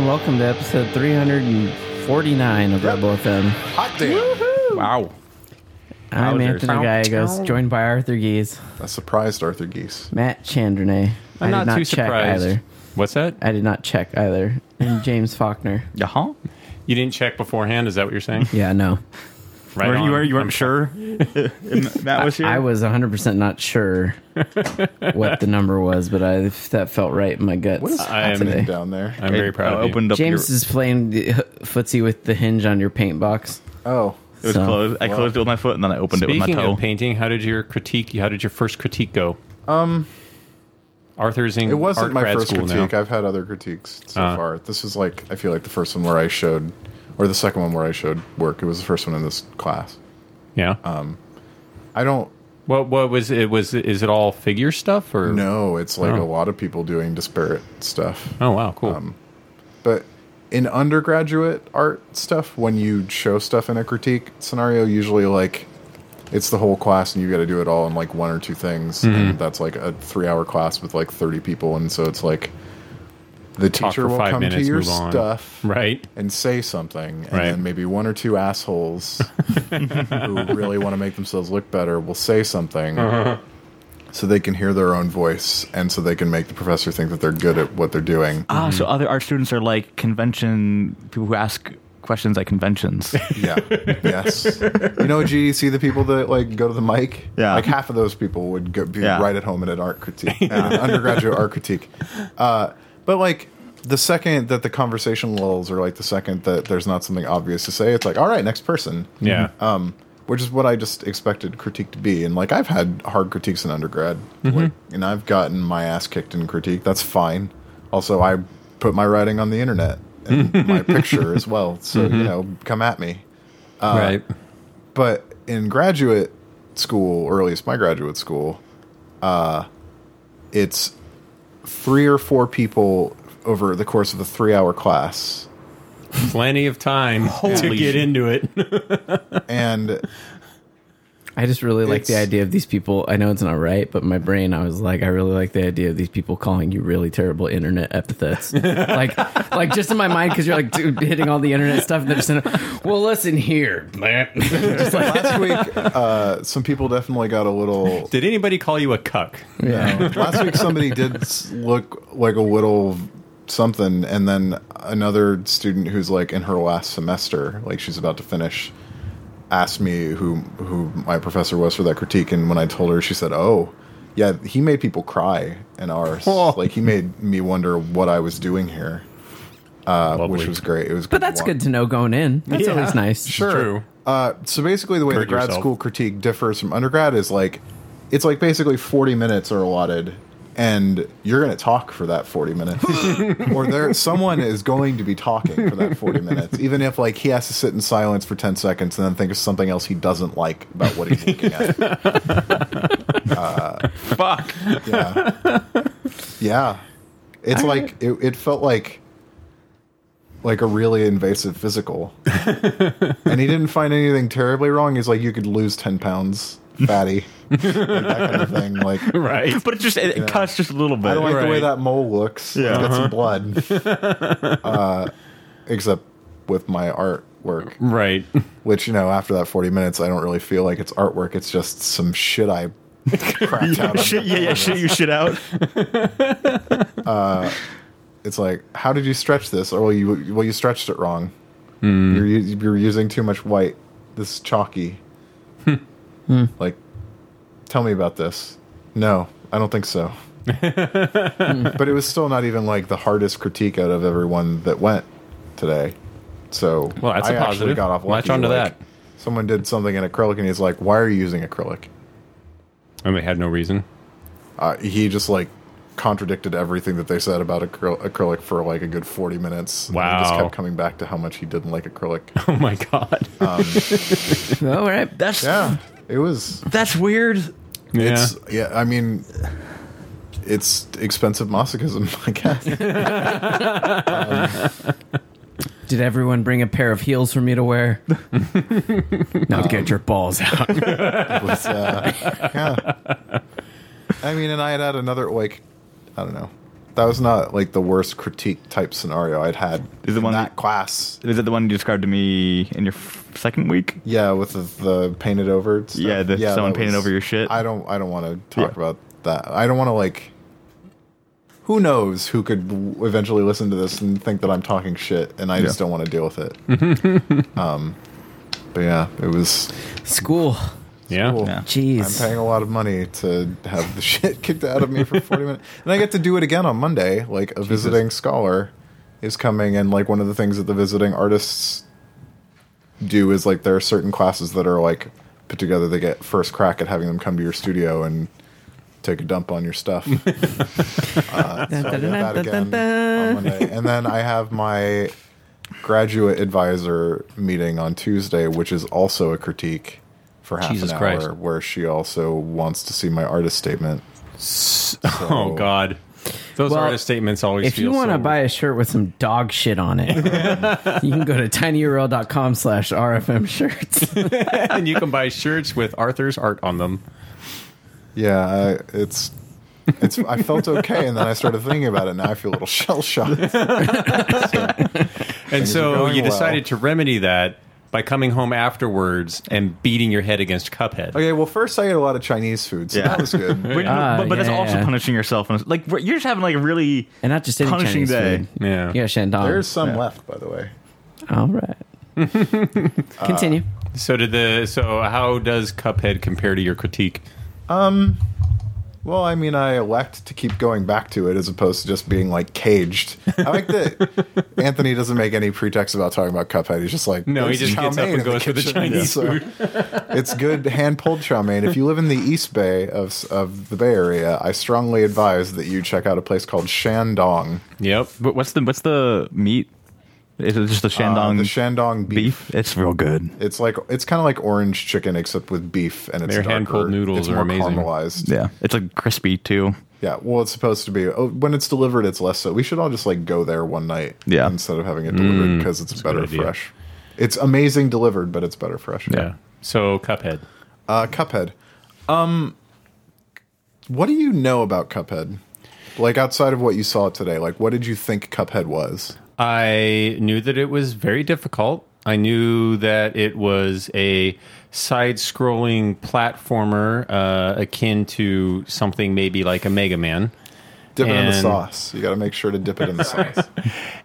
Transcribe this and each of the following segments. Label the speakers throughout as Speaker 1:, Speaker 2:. Speaker 1: episode 349 of Rebel FM.
Speaker 2: Hot damn.
Speaker 3: Wow.
Speaker 1: I'm
Speaker 3: Wowzers.
Speaker 1: Anthony Gallegos, joined by Arthur Gies,
Speaker 2: That surprised Arthur Geese.
Speaker 1: Matt Chandernay.
Speaker 3: I'm
Speaker 1: I
Speaker 3: not,
Speaker 1: did
Speaker 3: too
Speaker 1: check
Speaker 3: surprised.
Speaker 1: either.
Speaker 3: What's that?
Speaker 1: I did not check either. And James Faulkner.
Speaker 3: Uh-huh. You didn't check beforehand? Is that what you're saying?
Speaker 1: Yeah, no.
Speaker 3: Right.
Speaker 4: Were
Speaker 3: on.
Speaker 4: you, were, you weren't sure And Matt was here?
Speaker 1: I was 100% not sure what the number was, but I that felt right in my guts.
Speaker 2: What is
Speaker 3: am-
Speaker 2: happening down there?
Speaker 3: I'm very proud
Speaker 4: I
Speaker 3: of you.
Speaker 4: opened up
Speaker 1: James
Speaker 4: your,
Speaker 1: is playing the, footsie with the hinge on your paint box.
Speaker 2: oh,
Speaker 4: it was
Speaker 1: so-
Speaker 4: closed. I closed it with my foot and then I opened it with
Speaker 3: Speaking
Speaker 4: my toe.
Speaker 3: of painting, how did your critique? How did your first critique go? Um, Arthur's in
Speaker 2: it wasn't
Speaker 3: art
Speaker 2: my
Speaker 3: grad
Speaker 2: first
Speaker 3: school
Speaker 2: critique.
Speaker 3: now. Uh-huh.
Speaker 2: I've had other critiques so far. This is like I feel like the first one where I showed, or the second one where I showed work. It was the first one in this class.
Speaker 3: Yeah.
Speaker 2: I don't
Speaker 3: what What was it? Was is it all figure stuff or
Speaker 2: know. It's like
Speaker 3: Oh.
Speaker 2: a lot of people doing disparate stuff.
Speaker 3: Oh wow, cool.
Speaker 2: But in undergraduate art stuff, when you show stuff in a critique scenario, usually like it's the whole class and you got to do it all in like one or two things.
Speaker 3: Mm-hmm.
Speaker 2: And that's like a three hour class with like 30 people. And so it's like the
Speaker 3: Talk
Speaker 2: teacher
Speaker 3: for
Speaker 2: will
Speaker 3: five
Speaker 2: come
Speaker 3: minutes,
Speaker 2: to your
Speaker 3: move on.
Speaker 2: stuff
Speaker 3: right.
Speaker 2: and say something. And
Speaker 3: Right.
Speaker 2: then maybe one or two assholes who really want to make themselves look better will say something.
Speaker 4: Uh-huh.
Speaker 2: So they can hear their own voice, and so they can make the professor think that they're good at what they're doing.
Speaker 4: Ah, so other art students are like convention people who ask questions at conventions.
Speaker 2: Yeah. yes. You know, GDC, the people that like go to the mic,
Speaker 4: Yeah.
Speaker 2: like half of those people would go, be
Speaker 4: Yeah.
Speaker 2: right at home in an art critique, at an undergraduate art critique. Uh, but like the second that the conversation lulls, or like the second that there's not something obvious to say, it's like, all right, next person.
Speaker 3: Yeah.
Speaker 2: Um, which is what I just expected critique to be. And like I've had hard critiques in undergrad, like, and I've gotten my ass kicked in critique. That's fine. Also, I put my writing on the internet and my picture as well. So you know, come at me
Speaker 3: right.
Speaker 2: but in graduate school, or at least my graduate school, uh, it's three or four people over the course of a three-hour class,
Speaker 3: Plenty of time to
Speaker 4: Holy
Speaker 3: get
Speaker 4: shit.
Speaker 3: into it.
Speaker 2: and
Speaker 1: I just really like the
Speaker 2: It's-
Speaker 1: idea of these people. I know it's not right, but my brain, I was like, I really like the idea of these people calling you really terrible internet epithets. like, like just in my mind, because you're like dude, hitting all the internet stuff, and they're just, in a, well, listen here. Just like-
Speaker 2: last week uh, some people definitely got a little.
Speaker 3: Did anybody call you a cuck?
Speaker 2: No. last week somebody did s- look like a little something, and then another student who's like in her last semester, like she's about to finish. Asked me who who my professor was for that critique, and when I told her, she said, "Oh, yeah, he made people cry in ours.
Speaker 3: Oh.
Speaker 2: Like he made me wonder what I was doing here, uh, which
Speaker 3: Lovely.
Speaker 2: was great. It was,
Speaker 1: but that's
Speaker 2: wa-
Speaker 1: good to know going in. That's
Speaker 3: Yeah.
Speaker 1: always nice.
Speaker 2: Sure.
Speaker 3: True.
Speaker 2: Uh, so basically, the way
Speaker 3: Hurt
Speaker 2: the grad
Speaker 3: yourself.
Speaker 2: school critique differs from undergrad is like, it's like basically 40 minutes are allotted, and you're going to talk for that 40 minutes, or there someone is going to be talking for that 40 minutes, even if like he has to sit in silence for 10 seconds and then think of something else he doesn't like about what he's looking at.
Speaker 4: Fuck.
Speaker 2: Yeah, yeah. It's like it, it felt like like a really invasive physical. and he didn't find anything terribly wrong. He's like, you could lose ten pounds, fatty, like that kind of thing. Like,
Speaker 3: Right.
Speaker 4: But it just it, it cuts just a little bit.
Speaker 2: I don't like the way
Speaker 3: Right.
Speaker 2: that mole looks.
Speaker 4: Yeah. Uh-huh.
Speaker 2: It's got some blood. uh, except with my artwork,
Speaker 3: Right.
Speaker 2: which you know, after that forty minutes, I don't really feel like it's artwork. It's just some shit I cracked out. on
Speaker 4: shit, yeah, yeah, shit your shit out.
Speaker 2: it's like, how did you stretch this? Or well, you well you stretched it wrong.
Speaker 3: Hmm.
Speaker 2: You're u- you're using too much white. This is chalky.
Speaker 3: Hmm.
Speaker 2: Like, tell me about this. No, I don't think so. but it was still not even like the hardest critique out of everyone that went today. So
Speaker 3: Well, that's
Speaker 2: I
Speaker 3: a
Speaker 2: actually
Speaker 3: positive.
Speaker 2: got off
Speaker 3: Latch
Speaker 2: lucky.
Speaker 3: onto
Speaker 2: Like,
Speaker 3: that.
Speaker 2: Someone did something in acrylic, and he's like, "Why are you using acrylic?"
Speaker 3: And they had no reason.
Speaker 2: uh, he just like contradicted everything that they said about acryl- acrylic for like a good 40 minutes. And he just
Speaker 3: Wow.
Speaker 2: kept coming back to how much he didn't like acrylic.
Speaker 3: Oh my god.
Speaker 1: All right.
Speaker 4: That's
Speaker 2: yeah, it was.
Speaker 4: that's weird.
Speaker 3: yeah.
Speaker 2: It's, yeah, I mean, it's expensive masochism, I guess.
Speaker 1: Did everyone bring a pair of heels for me to wear? now get your balls out.
Speaker 2: It was, uh, yeah. I mean, and I had had another, like, I don't know. that was not like the worst critique type scenario I'd had
Speaker 4: Is the
Speaker 2: in
Speaker 4: one
Speaker 2: that
Speaker 4: that-
Speaker 2: class.
Speaker 4: Is it the one you described to me in your f- second week?
Speaker 2: Yeah, with the, the painted over. Stuff.
Speaker 4: Yeah, the- someone
Speaker 2: that
Speaker 4: painted over your shit.
Speaker 2: I don't. I don't want to talk
Speaker 4: Yeah.
Speaker 2: about that. I don't want to like. Who knows who could w- eventually listen to this and think that I'm talking shit, and I just
Speaker 4: Yeah.
Speaker 2: don't want to deal with it. um, but yeah, it was.
Speaker 1: School.
Speaker 3: Yeah.
Speaker 2: cool.
Speaker 4: Yeah.
Speaker 2: I'm
Speaker 1: Jeez.
Speaker 2: paying a lot of money to have the shit kicked out of me for 40 minutes. And I get to do it again on Monday. Like, a visiting scholar is coming, and like, one of the things that the visiting artists do is like, there are certain classes that are like put together, they get first crack at having them come to your studio and take a dump on your stuff. I did that again on Monday. And then I have my graduate advisor meeting on Tuesday, which is also a critique for half
Speaker 3: Jesus
Speaker 2: an hour,
Speaker 3: Christ.
Speaker 2: where she also wants to see my artist statement.
Speaker 3: Oh God. Those
Speaker 1: Well,
Speaker 3: artist statements always.
Speaker 1: If you want to buy a shirt with some dog shit on it, you can go to tinyurl.com slash RFM shirts.
Speaker 3: and you can buy shirts with Arthur's art on them.
Speaker 2: Yeah, I, it's. It's. I felt okay, and then I started thinking about it. and Now I feel a little shell shocked.
Speaker 3: And so
Speaker 2: going
Speaker 3: you
Speaker 2: well.
Speaker 3: decided to remedy that by coming home afterwards and beating your head against Cuphead.
Speaker 2: Okay, well, first I ate a lot of Chinese food, so
Speaker 4: Yeah.
Speaker 2: that was good.
Speaker 4: But,
Speaker 1: Ah,
Speaker 4: but, but that's
Speaker 1: yeah,
Speaker 4: also
Speaker 1: yeah.
Speaker 4: punishing yourself. and it's- Like you're just having like a really
Speaker 1: And not just any
Speaker 4: punishing
Speaker 1: Chinese
Speaker 4: day.
Speaker 1: food.
Speaker 3: Yeah.
Speaker 1: Yeah, Shandong.
Speaker 2: There's some left, by the way.
Speaker 1: All right. Continue.
Speaker 2: Uh,
Speaker 3: So did the so how does Cuphead compare to your critique?
Speaker 2: Well, I mean, I elect to keep going back to it as opposed to just being like caged. I like that Anthony doesn't make any pretext about talking about Cuphead. He's just like,
Speaker 3: No, he
Speaker 2: "There's
Speaker 3: just
Speaker 2: chow
Speaker 3: gets up
Speaker 2: mein
Speaker 3: and
Speaker 2: in the
Speaker 3: goes for the
Speaker 2: kitchen."
Speaker 3: Chinese
Speaker 2: Yeah, so it's good hand pulled chow mein. If you live in the East Bay of of the Bay Area, I strongly advise that you check out a place called Shandong.
Speaker 3: Yep.
Speaker 4: But what's the what's the meat? Is it just the
Speaker 2: Uh,
Speaker 4: Shandong
Speaker 2: the Shandong beef.
Speaker 4: beef? It's real good.
Speaker 2: It's like it's kind of like orange chicken except with beef, and it's
Speaker 3: Their
Speaker 2: darker.
Speaker 3: hand-pulled noodles
Speaker 2: It's
Speaker 3: are
Speaker 2: more
Speaker 3: amazing.
Speaker 2: Caramelized.
Speaker 4: Yeah, it's like crispy too.
Speaker 2: Yeah, well, it's supposed to be. Oh, when it's delivered, it's less so. We should all just like go there one night,
Speaker 4: Yeah.
Speaker 2: instead of having it delivered because it's
Speaker 3: Mm. a good
Speaker 2: better
Speaker 3: idea.
Speaker 2: fresh. It's amazing delivered, but it's better fresh.
Speaker 3: Yeah. So Cuphead.
Speaker 2: Uh, Cuphead. Um, what do you know about Cuphead? Like outside of what you saw today, like what did you think Cuphead was?
Speaker 3: I knew that it was very difficult. I knew that it was a side scrolling platformer uh, akin to something maybe like a Mega Man.
Speaker 2: Dip it in the
Speaker 3: And-
Speaker 2: sauce. You got to make sure to dip it in the sauce.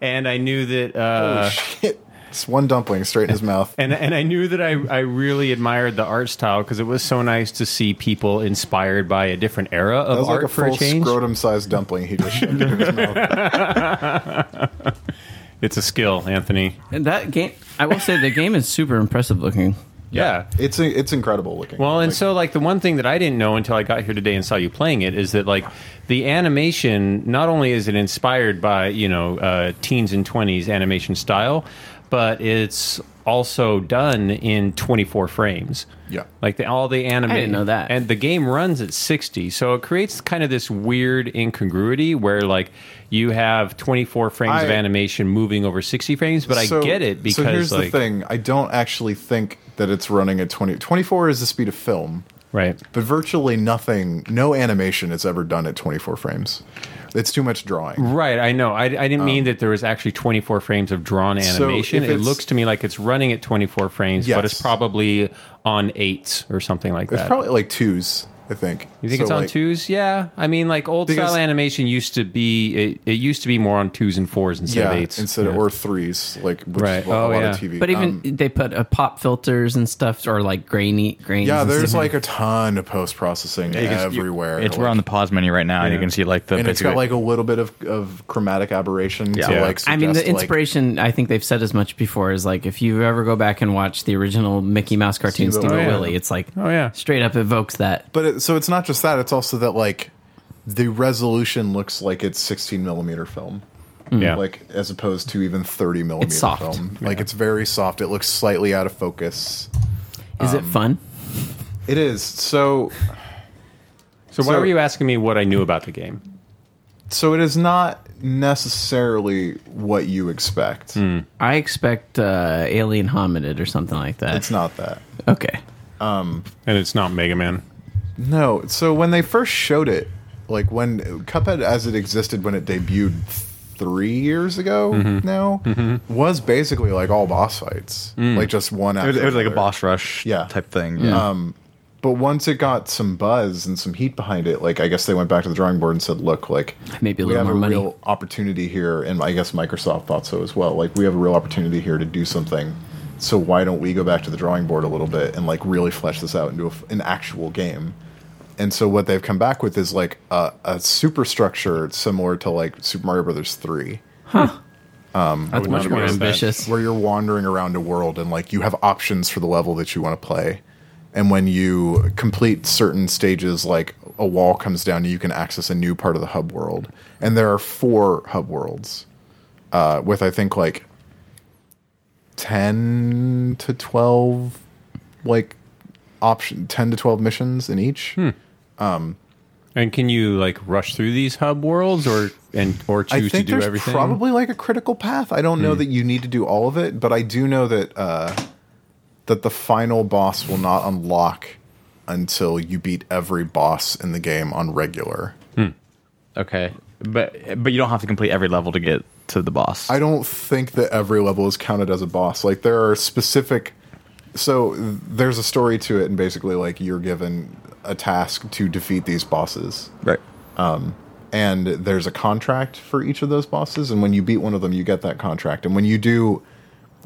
Speaker 3: And I knew that uh,
Speaker 2: oh shit! It's one dumpling straight in his mouth.
Speaker 3: and and I knew that I, I really admired the art style because it was so nice to see people inspired by a different era
Speaker 2: That
Speaker 3: of
Speaker 2: was
Speaker 3: art
Speaker 2: like a
Speaker 3: for a
Speaker 2: full
Speaker 3: change.
Speaker 2: scrotum-sized dumpling. He just shoved it in his mouth.
Speaker 3: It's a skill, Anthony.
Speaker 1: And that game, I will say, the game is super impressive looking.
Speaker 3: Yeah.
Speaker 2: It's it's incredible looking.
Speaker 3: Well, and
Speaker 2: Like,
Speaker 3: so like the one thing that I didn't know until I got here today and saw you playing it is that like the animation not only is it inspired by you know uh, teens and twenties animation style, but it's also done in twenty four frames.
Speaker 2: Yeah.
Speaker 3: like the, all the anime.
Speaker 1: I didn't know that.
Speaker 3: And the game runs at sixty, so it creates kind of this weird incongruity where like you have twenty four frames of
Speaker 2: I-
Speaker 3: animation moving over sixty frames. But
Speaker 2: So-
Speaker 3: I get it because
Speaker 2: so here's
Speaker 3: like
Speaker 2: the thing: I don't actually think that it's running at 20. 24 is the speed of film,
Speaker 3: right.
Speaker 2: but virtually nothing, no animation is ever done at 24 frames. It's too much drawing.
Speaker 3: Right, I know. I, I didn't mean that there was actually 24 frames of drawn
Speaker 2: Um, So
Speaker 3: animation.
Speaker 2: if
Speaker 3: it
Speaker 2: it's-
Speaker 3: looks to me like it's running at 24 frames, but
Speaker 2: Yes.
Speaker 3: it's probably on eights or something like
Speaker 2: It's
Speaker 3: that.
Speaker 2: probably like twos, I think.
Speaker 3: you think
Speaker 2: So,
Speaker 3: it's on
Speaker 2: like,
Speaker 3: twos? Yeah, I mean, like old
Speaker 2: Because-
Speaker 3: style animation used to be. It, it used to be more on twos and fours instead
Speaker 2: Yeah,
Speaker 3: of eights.
Speaker 2: instead of or threes, like which
Speaker 3: Right.
Speaker 2: is what a
Speaker 3: Oh,
Speaker 2: lot
Speaker 3: yeah.
Speaker 2: of TV.
Speaker 1: But even
Speaker 2: um,
Speaker 1: they put uh, pop filters and stuff, or like grainy grains.
Speaker 2: yeah,
Speaker 1: and
Speaker 2: there's
Speaker 1: stuff.
Speaker 2: like a ton of post processing everywhere.
Speaker 4: It's
Speaker 2: like,
Speaker 4: we're on the pause menu right now, and you
Speaker 3: Yeah.
Speaker 4: can see like the
Speaker 2: and it's
Speaker 4: picture-
Speaker 2: got like a little bit of, of chromatic aberration
Speaker 4: Yeah.
Speaker 2: to
Speaker 4: Yeah.
Speaker 2: like.
Speaker 1: I mean, the
Speaker 2: suggest, like,
Speaker 1: inspiration. I think they've said as much before is like if you ever go back and watch the original Mickey Mouse cartoon,
Speaker 2: Steamboat
Speaker 1: Steamboat
Speaker 2: Willie.
Speaker 1: Willie, it's like
Speaker 3: Oh, yeah.
Speaker 1: straight up evokes that.
Speaker 2: But it, so it's not just that; it's also that like the resolution looks like it's 16 millimeter film,
Speaker 3: yeah.
Speaker 2: like as opposed to even 30 millimeter
Speaker 1: soft.
Speaker 2: film. Like it's very soft. It looks slightly out of focus. Um,
Speaker 1: Is it fun?
Speaker 2: It is so.
Speaker 3: so why
Speaker 2: so-
Speaker 3: were you asking me what I knew about the game?
Speaker 2: So it is not necessarily what you expect.
Speaker 5: Hmm.
Speaker 1: I expect uh, Alien Hominid or something like that.
Speaker 2: It's not that.
Speaker 1: okay.
Speaker 3: And it's not Mega Man.
Speaker 2: No. So when they first showed it, like when Cuphead as it existed when it debuted three years ago
Speaker 5: Mm-hmm.
Speaker 2: now was basically like all boss fights, like just one.
Speaker 5: Mm. It
Speaker 2: After
Speaker 5: was, it was like a
Speaker 2: another.
Speaker 5: boss rush
Speaker 2: Yeah.
Speaker 5: type thing.
Speaker 2: Um, but once it got some buzz and some heat behind it, like I guess they went back to the drawing board and said, "Look, like
Speaker 1: Maybe a
Speaker 2: we
Speaker 1: little
Speaker 2: have
Speaker 1: more
Speaker 2: a
Speaker 1: money."
Speaker 2: real opportunity here," and I guess Microsoft thought so as well. Like we have a real opportunity here to do something. So why don't we go back to the drawing board a little bit and like really flesh this out into a f an actual game? And so what they've come back with is like a, a superstructure similar to like Super Mario Brothers three,
Speaker 1: That's
Speaker 3: not
Speaker 1: much more
Speaker 3: recommend that.
Speaker 1: ambitious.
Speaker 2: where you're wandering around a world and like you have options for the level that you want to play. And when you complete certain stages, like a wall comes down, you can access a new part of the hub world. And there are four hub worlds, uh, with I think like ten to twelve, like option ten to twelve missions in each.
Speaker 3: And can you like rush through these hub worlds or and or choose
Speaker 2: I think
Speaker 3: to do
Speaker 2: there's
Speaker 3: everything? Hmm.
Speaker 2: probably like a critical path. I don't know that you need to do all of it, but I do know that uh, that the final boss will not unlock until you beat every boss in the game on regular.
Speaker 5: Okay.
Speaker 4: but but you don't have to complete every level to get to the boss.
Speaker 2: I don't think that every level is counted as a boss. Like there are specific so there's a story to it and basically like you're given a task to defeat these bosses.
Speaker 4: right.
Speaker 2: and there's a contract for each of those bosses and when you beat one of them you get that contract and when you do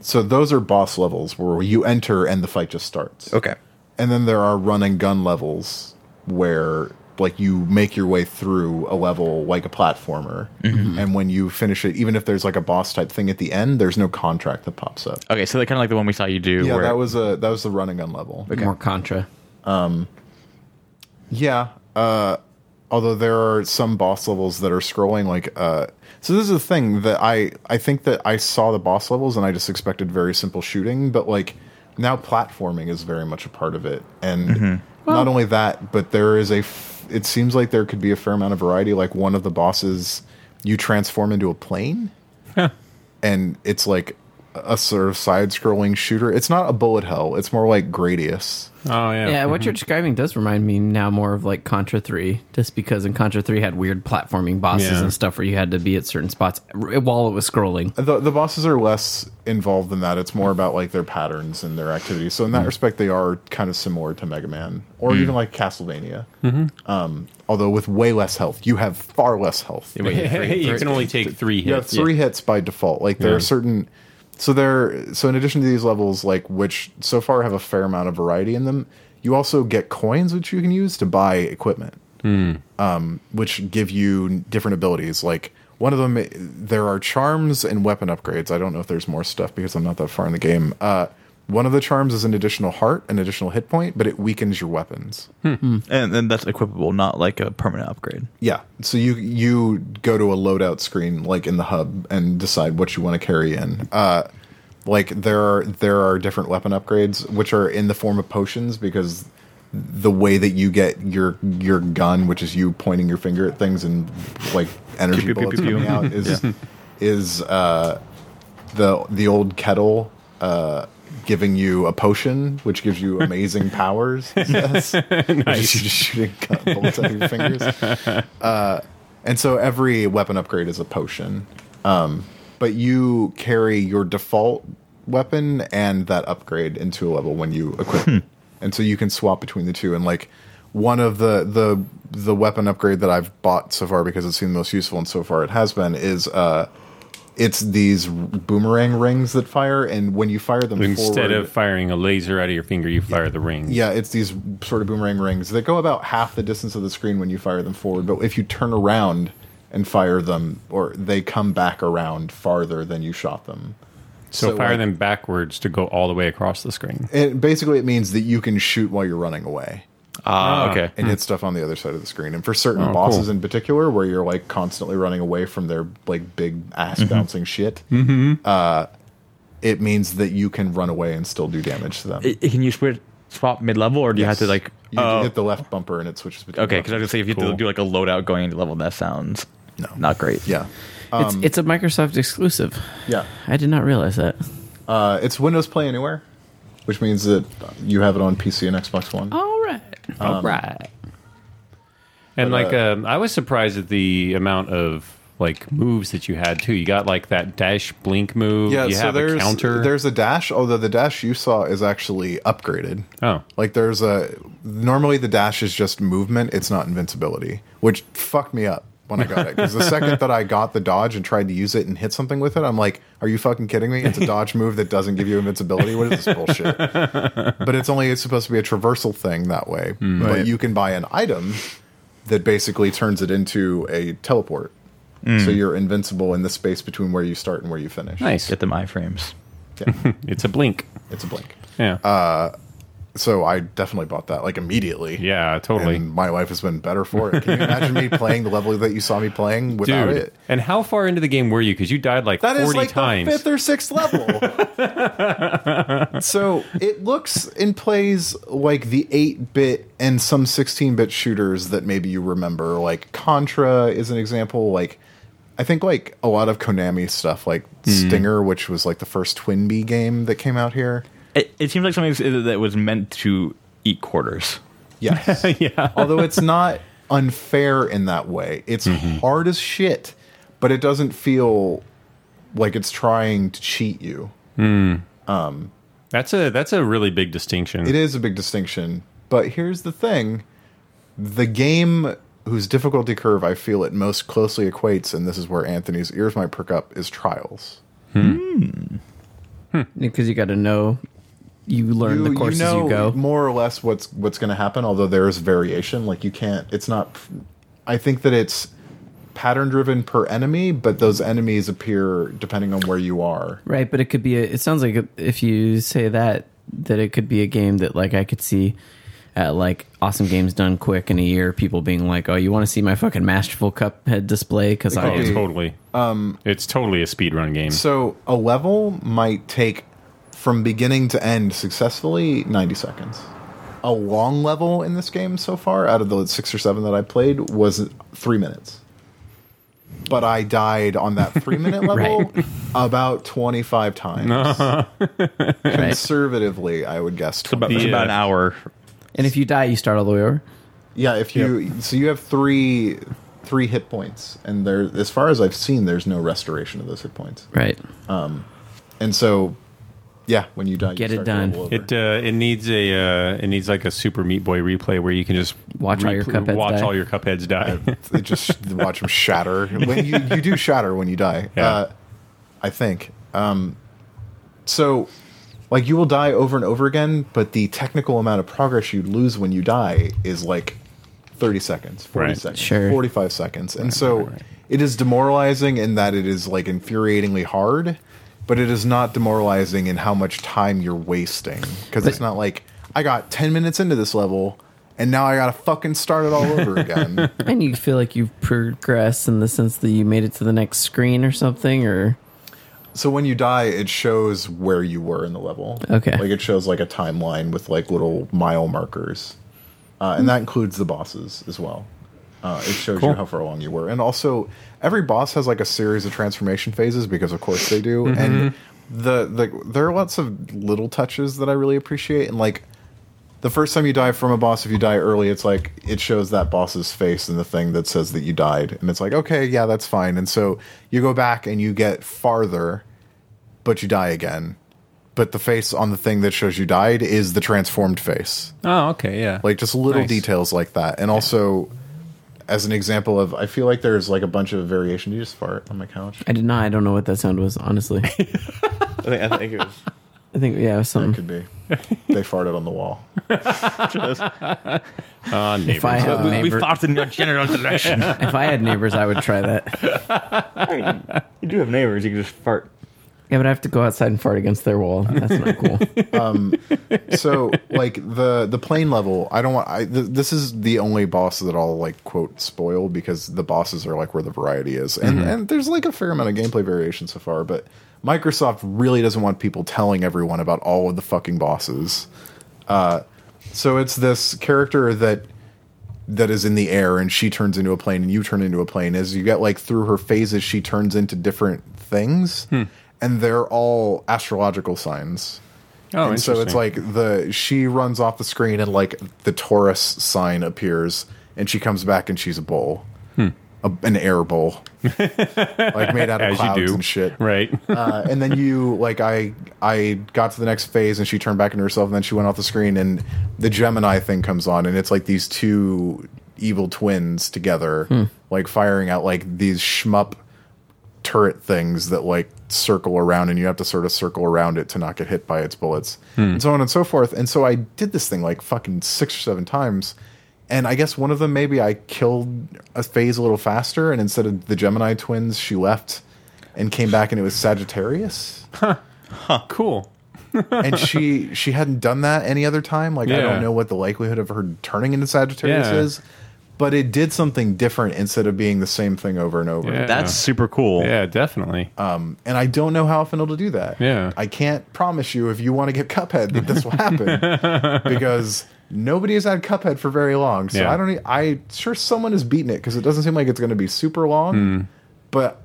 Speaker 2: so those are boss levels where you enter and the fight just starts
Speaker 5: Okay.
Speaker 2: and then there are run and gun levels where like you make your way through a level like a platformer and when you finish it even if there's like a boss type thing at the end there's no contract that pops up
Speaker 4: Okay, so they're kind of like the one we saw you do.
Speaker 2: yeah
Speaker 4: where,
Speaker 2: that was a that was the run and gun level
Speaker 1: More Contra.
Speaker 2: Yeah. Uh, although there are some boss levels that are scrolling like. Uh, so this is the thing that I I think that I saw the boss levels and I just expected very simple shooting, but like now platforming is very much a part of it, and not only that, but there is a. F- it seems like there could be a fair amount of variety. Like one of the bosses, you transform into a plane and it's like a sort of side-scrolling shooter. It's not a bullet hell. It's more like Gradius.
Speaker 3: Oh yeah.
Speaker 1: Yeah, what you're describing does remind me now more of like Contra 3, just because in Contra 3 had weird platforming bosses
Speaker 3: Yeah.
Speaker 1: and stuff where you had to be at certain spots r- while it was scrolling.
Speaker 2: the the bosses are less involved than that. It's more about like their patterns and their activities. So in that respect, they are kind of similar to Mega Man or even like Castlevania. Um, although with way less health, you have far less health.
Speaker 3: you can only take three
Speaker 2: You have
Speaker 3: hits.
Speaker 2: three hits by default. Like there
Speaker 3: Yeah.
Speaker 2: are certain. So there. So in addition to these levels, like which so far have a fair amount of variety in them, you also get coins which you can use to buy equipment
Speaker 3: Hmm.
Speaker 2: um, which give you different abilities. Like one of them, there are charms and weapon upgrades. I don't know if there's more stuff because I'm not that far in the game. Uh, one of the charms is an additional heart, an additional hit point, but it weakens your weapons.
Speaker 4: and then that's equipable, not like a permanent upgrade.
Speaker 2: Yeah, so you you go to a loadout screen like in the hub and decide what you want to carry in. Uh, like there are there are different weapon upgrades which are in the form of potions because the way that you get your your gun, which is you pointing your finger at things and like energy
Speaker 5: Pew, pew, pew,
Speaker 2: bullets
Speaker 5: pew, pew.
Speaker 2: coming out, is is uh, the the old kettle uh, giving you a potion, which gives you amazing powers. Yes, nice. You're just shooting gun bullets out of your fingers. Uh, and so every weapon upgrade is a potion, um, but you carry your default weapon and that upgrade into a level when you
Speaker 3: Hmm.
Speaker 2: equip, and so you can swap between the two. And like one of the the the weapon upgrade that I've bought so far because it seemed most useful, and so far it has been is. Uh, it's these boomerang rings that fire, and when you fire them
Speaker 3: Instead
Speaker 2: forward,
Speaker 3: of firing a laser out of your finger, you fire the ring.
Speaker 2: yeah, it's these sort of boomerang rings that go about half the distance of the screen when you fire them forward. But if you turn around and fire them, or they come back around farther than you shot them.
Speaker 3: So,
Speaker 2: So,
Speaker 3: fire
Speaker 2: like-
Speaker 3: them backwards to go all the way across the screen.
Speaker 2: It, basically, it means that you can shoot while you're running away
Speaker 3: uh,
Speaker 5: Ah, okay.
Speaker 4: Hmm.
Speaker 2: and hit stuff on the other side of the screen. And for certain
Speaker 3: Oh,
Speaker 2: bosses
Speaker 3: cool.
Speaker 2: in particular, where you're like constantly running away from their like big ass
Speaker 4: Mm-hmm.
Speaker 2: bouncing shit, uh, it means that you can run away and still do damage to them.
Speaker 4: I- can you switch, swap mid level, or do you have to like?
Speaker 2: you
Speaker 4: oh,
Speaker 2: hit the left bumper and it switches between.
Speaker 4: okay, because I was gonna say if you have
Speaker 3: Cool.
Speaker 4: to do like a loadout going into level, that sounds
Speaker 2: No.
Speaker 4: not great.
Speaker 2: yeah,
Speaker 1: it's, it's a Microsoft exclusive.
Speaker 2: yeah.
Speaker 1: I did not realize that.
Speaker 2: Uh, it's Windows Play Anywhere, which means Oh. that you have it on PC and Xbox One.
Speaker 1: All right. All right.
Speaker 3: And
Speaker 2: But,
Speaker 3: like,
Speaker 2: uh,
Speaker 3: um, I was surprised at the amount of like moves that you had too. You got like that dash blink move.
Speaker 2: Yeah,
Speaker 3: you
Speaker 2: so
Speaker 3: have
Speaker 2: there's
Speaker 3: a counter.
Speaker 2: there's a dash, although the dash you saw is actually upgraded.
Speaker 3: oh,
Speaker 2: Like there's a normally the dash is just movement, it's not invincibility, which fucked me up when I got it because the second that I got the dodge and tried to use it and hit something with it, I'm like, are you fucking kidding me? It's a dodge move that doesn't give you invincibility. What is this bullshit? but it's only it's supposed to be a traversal thing that way. But you can buy an item that basically turns it into a teleport. So you're invincible in the space between where you start and where you finish.
Speaker 3: nice.
Speaker 4: Get them iframes.
Speaker 3: It's a blink.
Speaker 2: It's a blink.
Speaker 3: Yeah.
Speaker 2: Uh, So I definitely bought that like immediately.
Speaker 3: yeah. Totally.
Speaker 2: and my life has been better for it. Can you imagine me playing the level that you saw me playing without
Speaker 3: Dude,
Speaker 2: it?
Speaker 3: and how far into the game were you? Because you died like
Speaker 2: That is
Speaker 3: forty
Speaker 2: like
Speaker 3: times.
Speaker 2: the fifth or sixth level. so it looks and plays like the 8 bit and some 16 bit shooters that maybe you remember. Like Contra is an example. Like, I think like a lot of Konami stuff, like
Speaker 3: Hmm.
Speaker 2: Stinger, which was like the first Twin B game that came out here.
Speaker 4: It, it seems like something that was meant to eat quarters.
Speaker 2: Yes. yeah. Although it's not unfair in that way. It's hard as shit, but it doesn't feel like it's trying to cheat you.
Speaker 3: that's a that's a really big distinction.
Speaker 2: It is a big distinction, but here's the thing. The game whose difficulty curve I feel it most closely equates, and this is where Anthony's ears might perk up, is trials.
Speaker 1: because you got to know. You learn the course as you go.
Speaker 2: more or less what's what's going to happen although there is variation like you can't it's not i think that it's pattern driven per enemy but those enemies appear depending on where you are
Speaker 1: Right, but it could be. A, it sounds like if you say that, that it could be a game that like I could see at like awesome games done quick in a year. People being like, "Oh, you want to see my fucking masterful cuphead display?" Because I
Speaker 2: could
Speaker 3: It's
Speaker 2: be.
Speaker 1: am.
Speaker 3: totally.
Speaker 2: Um,
Speaker 3: it's totally a speedrun game.
Speaker 2: so a level might take from beginning to end successfully 90 seconds a long level in this game so far out of the six or seven that i played was three minutes but i died on that three minute level about 25 times conservatively, I would guess. 20.
Speaker 4: It's
Speaker 3: Yeah.
Speaker 4: about an hour.
Speaker 1: And if you die, you start all the way over.
Speaker 2: yeah, if you so you have three three hit points, and there, as far as I've seen, there's no restoration of those hit points,
Speaker 1: Right.
Speaker 2: and so yeah, when you die,
Speaker 1: Get
Speaker 2: you
Speaker 1: it
Speaker 2: start to
Speaker 1: done.
Speaker 2: roll over.
Speaker 3: It uh, it needs a uh, it needs like a Super Meat Boy replay where you can just
Speaker 1: Watch all your Cupheads
Speaker 3: watch
Speaker 1: die.
Speaker 3: all your cupheads die.
Speaker 2: It just watch them shatter. When you you do shatter when you die,
Speaker 3: Yeah.
Speaker 2: uh, I think. Um, so. Like you will die over and over again, but the technical amount of progress you lose when you die is like 30 seconds, 40
Speaker 3: Right.
Speaker 2: seconds,
Speaker 1: Sure.
Speaker 2: 45 seconds. And so it is demoralizing in that it is like infuriatingly hard, but it is not demoralizing in how much time you're wasting. Because it's not like, I got 10 minutes into this level and now I got to fucking start it all over again.
Speaker 1: and you feel like you've progressed in the sense that you made it to the next screen or something, or
Speaker 2: So when you die, it shows where you were in the level.
Speaker 1: Okay.
Speaker 2: Like it shows like a timeline with like little mile markers, uh, and that includes the bosses as well. Uh, it shows you how far along you were, and also every boss has like a series of transformation phases because of course they do. And the the there are lots of little touches that I really appreciate, and like the first time you die from a boss, if you die early, it's like it shows that boss's face and the thing that says that you died. And it's like, okay, yeah, that's fine. And so you go back and you get farther, but you die again. But the face on the thing that shows you died is the transformed face.
Speaker 3: oh, okay, yeah.
Speaker 2: Like just little
Speaker 3: Nice.
Speaker 2: details like that. And also, as an example of, I feel like there's like a bunch of variation. You just fart on my couch.
Speaker 1: I did not. I don't know what that sound was. Honestly,
Speaker 4: I think, I think it was.
Speaker 1: I think yeah, it was
Speaker 2: It
Speaker 1: something.
Speaker 2: could be. they farted on the wall.
Speaker 3: Ah, neighbors.
Speaker 1: If I had
Speaker 4: we, we
Speaker 1: neighbor-
Speaker 4: fought in your general direction.
Speaker 1: if I had neighbors, I would try that.
Speaker 4: I mean, you do have neighbors. You can just fart.
Speaker 1: Yeah, but I have to go outside and fart against their wall. That's not cool.
Speaker 2: so like the the plane level i don't want i th- this is the only boss that i'll like quote spoil because the bosses are like where the variety is and and there's like a fair amount of gameplay variation so far but microsoft really doesn't want people telling everyone about all of the fucking bosses uh so it's this character that that is in the air and she turns into a plane and you turn into a plane as you get like through her phases she turns into different things and they're all astrological signs
Speaker 3: oh,
Speaker 2: and so it's
Speaker 3: interesting.
Speaker 2: like the she runs off the screen and like the Taurus sign appears and she comes back and she's a bowl,
Speaker 3: Hmm.
Speaker 2: a, an air bowl, like made out
Speaker 3: As
Speaker 2: of
Speaker 3: you
Speaker 2: clouds
Speaker 3: do.
Speaker 2: and shit.
Speaker 3: Right.
Speaker 2: Uh, and then you like I I got to the next phase and she turned back into herself and then she went off the screen and the Gemini thing comes on and it's like these two evil twins together
Speaker 3: Hmm.
Speaker 2: like firing out like these shmup turret things that like circle around and you have to sort of circle around it to not get hit by its bullets
Speaker 3: Hmm.
Speaker 2: and so on and so forth and so I did this thing like fucking six or seven times and I guess one of them maybe I killed a phase a little faster and instead of the Gemini twins she left and came back and it was Sagittarius.
Speaker 3: cool.
Speaker 2: And she she hadn't done that any other time. Like I
Speaker 3: Yeah.
Speaker 2: don't know what the likelihood of her turning into Sagittarius
Speaker 3: Yeah.
Speaker 2: is, but it did something different instead of being the same thing over and over.
Speaker 3: Yeah.
Speaker 5: That's super cool.
Speaker 3: Yeah, definitely.
Speaker 2: Um, and I don't know how often it'll do that.
Speaker 3: Yeah.
Speaker 2: I can't promise you if you want to get Cuphead that this will happen because nobody has had Cuphead for very long. So
Speaker 3: Yeah.
Speaker 2: I don't. e- I sure someone has beaten it because it doesn't seem like it's going to be super long,
Speaker 3: Hmm.
Speaker 2: but.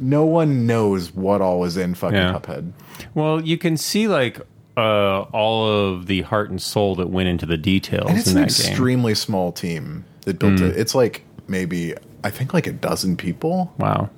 Speaker 2: No one knows what all is in fucking
Speaker 3: Yeah.
Speaker 2: Cuphead.
Speaker 3: Well, you can see like uh, all of the heart and soul that went into the details
Speaker 2: and it's
Speaker 3: in
Speaker 2: an
Speaker 3: that game. Hmm.
Speaker 2: extremely small team that built it. It's like maybe I think like a dozen people,
Speaker 3: Wow.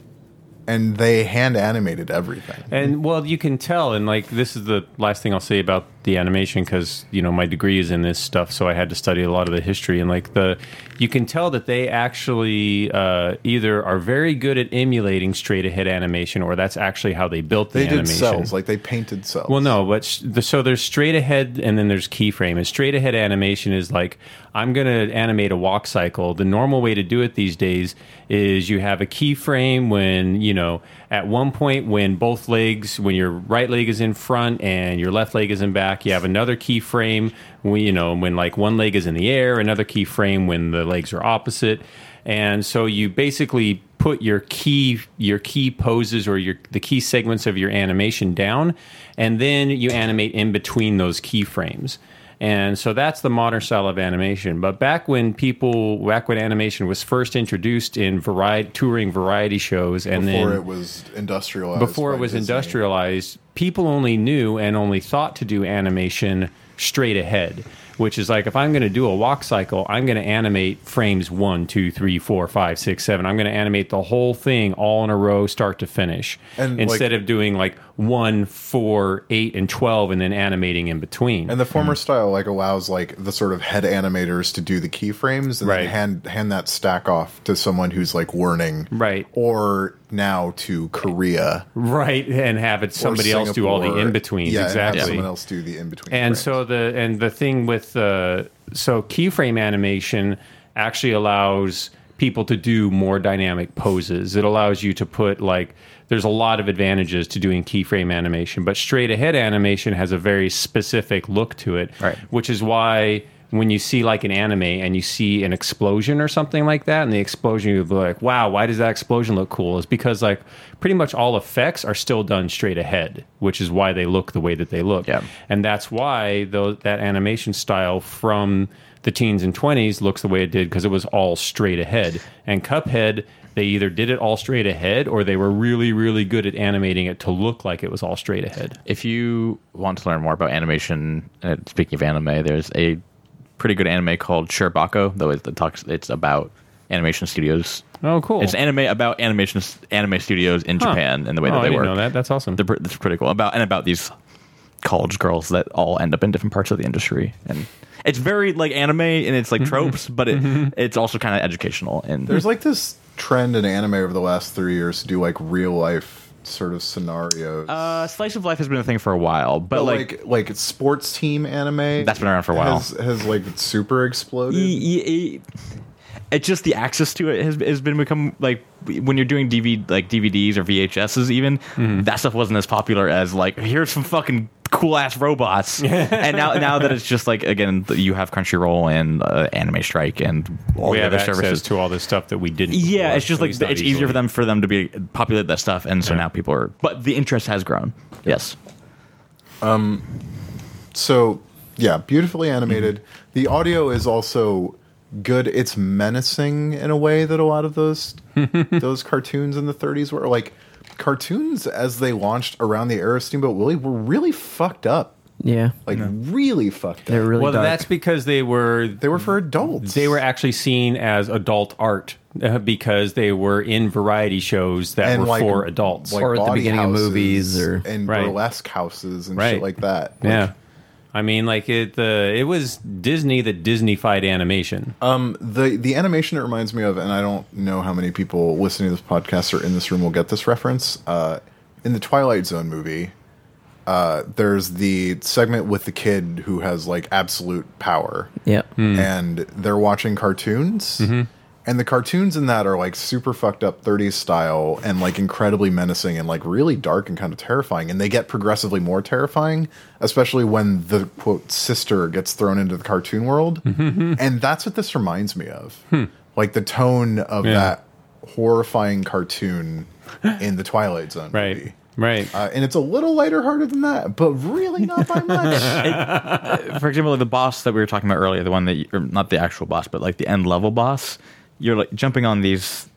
Speaker 2: and they hand animated everything.
Speaker 3: And well, you can tell, and like this is the last thing I'll say about the animation because you know my degree is in this stuff, so I had to study a lot of the history. And like the, you can tell that they actually uh, either are very good at emulating straight ahead animation, or that's actually how they built the
Speaker 2: They
Speaker 3: animation.
Speaker 2: did cells, like they painted cells.
Speaker 3: Well, no, but sh- the, so there's straight ahead and then there's keyframe. And straight ahead animation is like, I'm going to animate a walk cycle. The normal way to do it these days is you have a keyframe when, you know, at one point when both legs, when your right leg is in front and your left leg is in back, you have another keyframe when, you know, when like one leg is in the air, another keyframe when the legs are opposite. And so you basically put your key your key poses or your the key segments of your animation down and then you animate in between those keyframes and so that's the modern style of animation but back when people back when animation was first introduced in variety touring variety shows and
Speaker 2: before
Speaker 3: then
Speaker 2: it was industrialized.
Speaker 3: before it
Speaker 2: by
Speaker 3: was
Speaker 2: Disney.
Speaker 3: industrialized, people only knew and only thought to do animation straight ahead, which is like if I'm going to do a walk cycle, I'm going to animate frames one, two, three, four, five, six, seven. I'm going to animate the whole thing all in a row, start to finish,
Speaker 2: And, like-
Speaker 3: instead of doing like one, four, eight, and twelve, and then animating in between.
Speaker 2: And the former style like allows like the sort of head animators to do the keyframes and
Speaker 3: Right.
Speaker 2: then hand hand that stack off to someone who's like learning,
Speaker 3: Right.
Speaker 2: Or now to Korea, or
Speaker 3: right, and have it somebody else do all the
Speaker 2: Singapore.
Speaker 3: in betweens.
Speaker 2: Yeah, and have
Speaker 3: exactly.
Speaker 2: someone else do the in between.
Speaker 3: and so the and the thing with uh, so keyframe animation actually allows people to do more dynamic poses it allows you to put like there's a lot of advantages to doing keyframe animation but straight ahead animation has a very specific look to it
Speaker 5: Right.
Speaker 3: which is why when you see like an anime and you see an explosion or something like that, and the explosion you'll be like, "Wow, why does that explosion look cool?" Is because like pretty much all effects are still done straight ahead, which is why they look the way that they look,
Speaker 5: Yeah.
Speaker 3: and that's why though that animation style from the teens and twenties looks the way it did because it was all straight ahead. And Cuphead, they either did it all straight ahead or they were really, really good at animating it to look like it was all straight ahead.
Speaker 5: If you want to learn more about animation, uh, speaking of anime, there's a pretty good anime called Shirabako. Though it, it talks, it's about animation studios.
Speaker 3: Oh, cool!
Speaker 5: It's anime about animation anime studios in
Speaker 3: Huh.
Speaker 5: Japan and the way
Speaker 3: Oh,
Speaker 5: that
Speaker 3: I
Speaker 5: they
Speaker 3: didn't
Speaker 5: work.
Speaker 3: Know that that's awesome.
Speaker 5: They're pr- It's pretty cool about and about these college girls that all end up in different parts of the industry and. It's very like anime and it's like
Speaker 3: Mm-hmm.
Speaker 5: tropes, but it it's also kind of educational and
Speaker 2: There's like this trend in anime over the last three years to do like real life sort of scenarios.
Speaker 5: Uh, slice of life has been a thing for a while, but,
Speaker 2: But,
Speaker 5: like,
Speaker 2: like, like sports team anime
Speaker 5: That's been around for a while.
Speaker 2: Has, has like super
Speaker 5: e-
Speaker 2: exploded.
Speaker 5: e- e- it's just the access to it has, has been become like when you're doing DVD like DVDs or VHSs even that stuff wasn't as popular as like here's some fucking cool ass robots and now now that it's just like again th- you have Crunchyroll and uh, Anime Strike and all
Speaker 3: we
Speaker 5: the
Speaker 3: have
Speaker 5: other
Speaker 3: access
Speaker 5: services
Speaker 3: to all this stuff that we didn't.
Speaker 5: Yeah,
Speaker 3: before,
Speaker 5: it's just
Speaker 3: at
Speaker 5: like it's
Speaker 3: least not
Speaker 5: easier
Speaker 3: easily.
Speaker 5: for them for them to be populate that stuff, and so now people are. But the interest has grown. Yes,
Speaker 2: So yeah, beautifully animated.
Speaker 1: Mm-hmm.
Speaker 2: The audio is also good. It's menacing in a way that a lot of those those cartoons in the 30s were like cartoons as they launched around the era of Steamboat Willie were really fucked up.
Speaker 1: Yeah.
Speaker 2: Like really fucked
Speaker 1: They're
Speaker 2: up.
Speaker 1: really
Speaker 3: Well,
Speaker 1: dark.
Speaker 3: that's because they were
Speaker 2: They were for adults.
Speaker 3: they were actually seen as adult art uh, because they were in variety shows that were for adults.
Speaker 2: like
Speaker 1: Or at the
Speaker 2: body
Speaker 1: beginning of
Speaker 2: houses
Speaker 1: movies or-
Speaker 2: and
Speaker 3: Right.
Speaker 2: burlesque houses and
Speaker 3: Right.
Speaker 2: shit like that. Like,
Speaker 3: yeah. I mean, like it. The it was Disney that Disneyfied animation.
Speaker 2: Um, the the animation it reminds me of, and I don't know how many people listening to this podcast or in this room will get this reference. Uh, in the Twilight Zone movie, uh, there's the segment with the kid who has like absolute power,
Speaker 1: Yep.
Speaker 3: Hmm.
Speaker 2: and they're watching cartoons. And the cartoons in that are like super fucked up 30s style and like incredibly menacing and like really dark and kind of terrifying. And they get progressively more terrifying, especially when the quote sister gets thrown into the cartoon world. and that's what this reminds me of. Like the tone of that horrifying cartoon in the Twilight Zone
Speaker 3: Right.
Speaker 2: movie.
Speaker 3: Right.
Speaker 2: Uh, and it's a little lighter hearted than that, but really not by much.
Speaker 5: for example, like the boss that we were talking about earlier, the one that you, or not the actual boss, but like the end level boss, you're like jumping on these.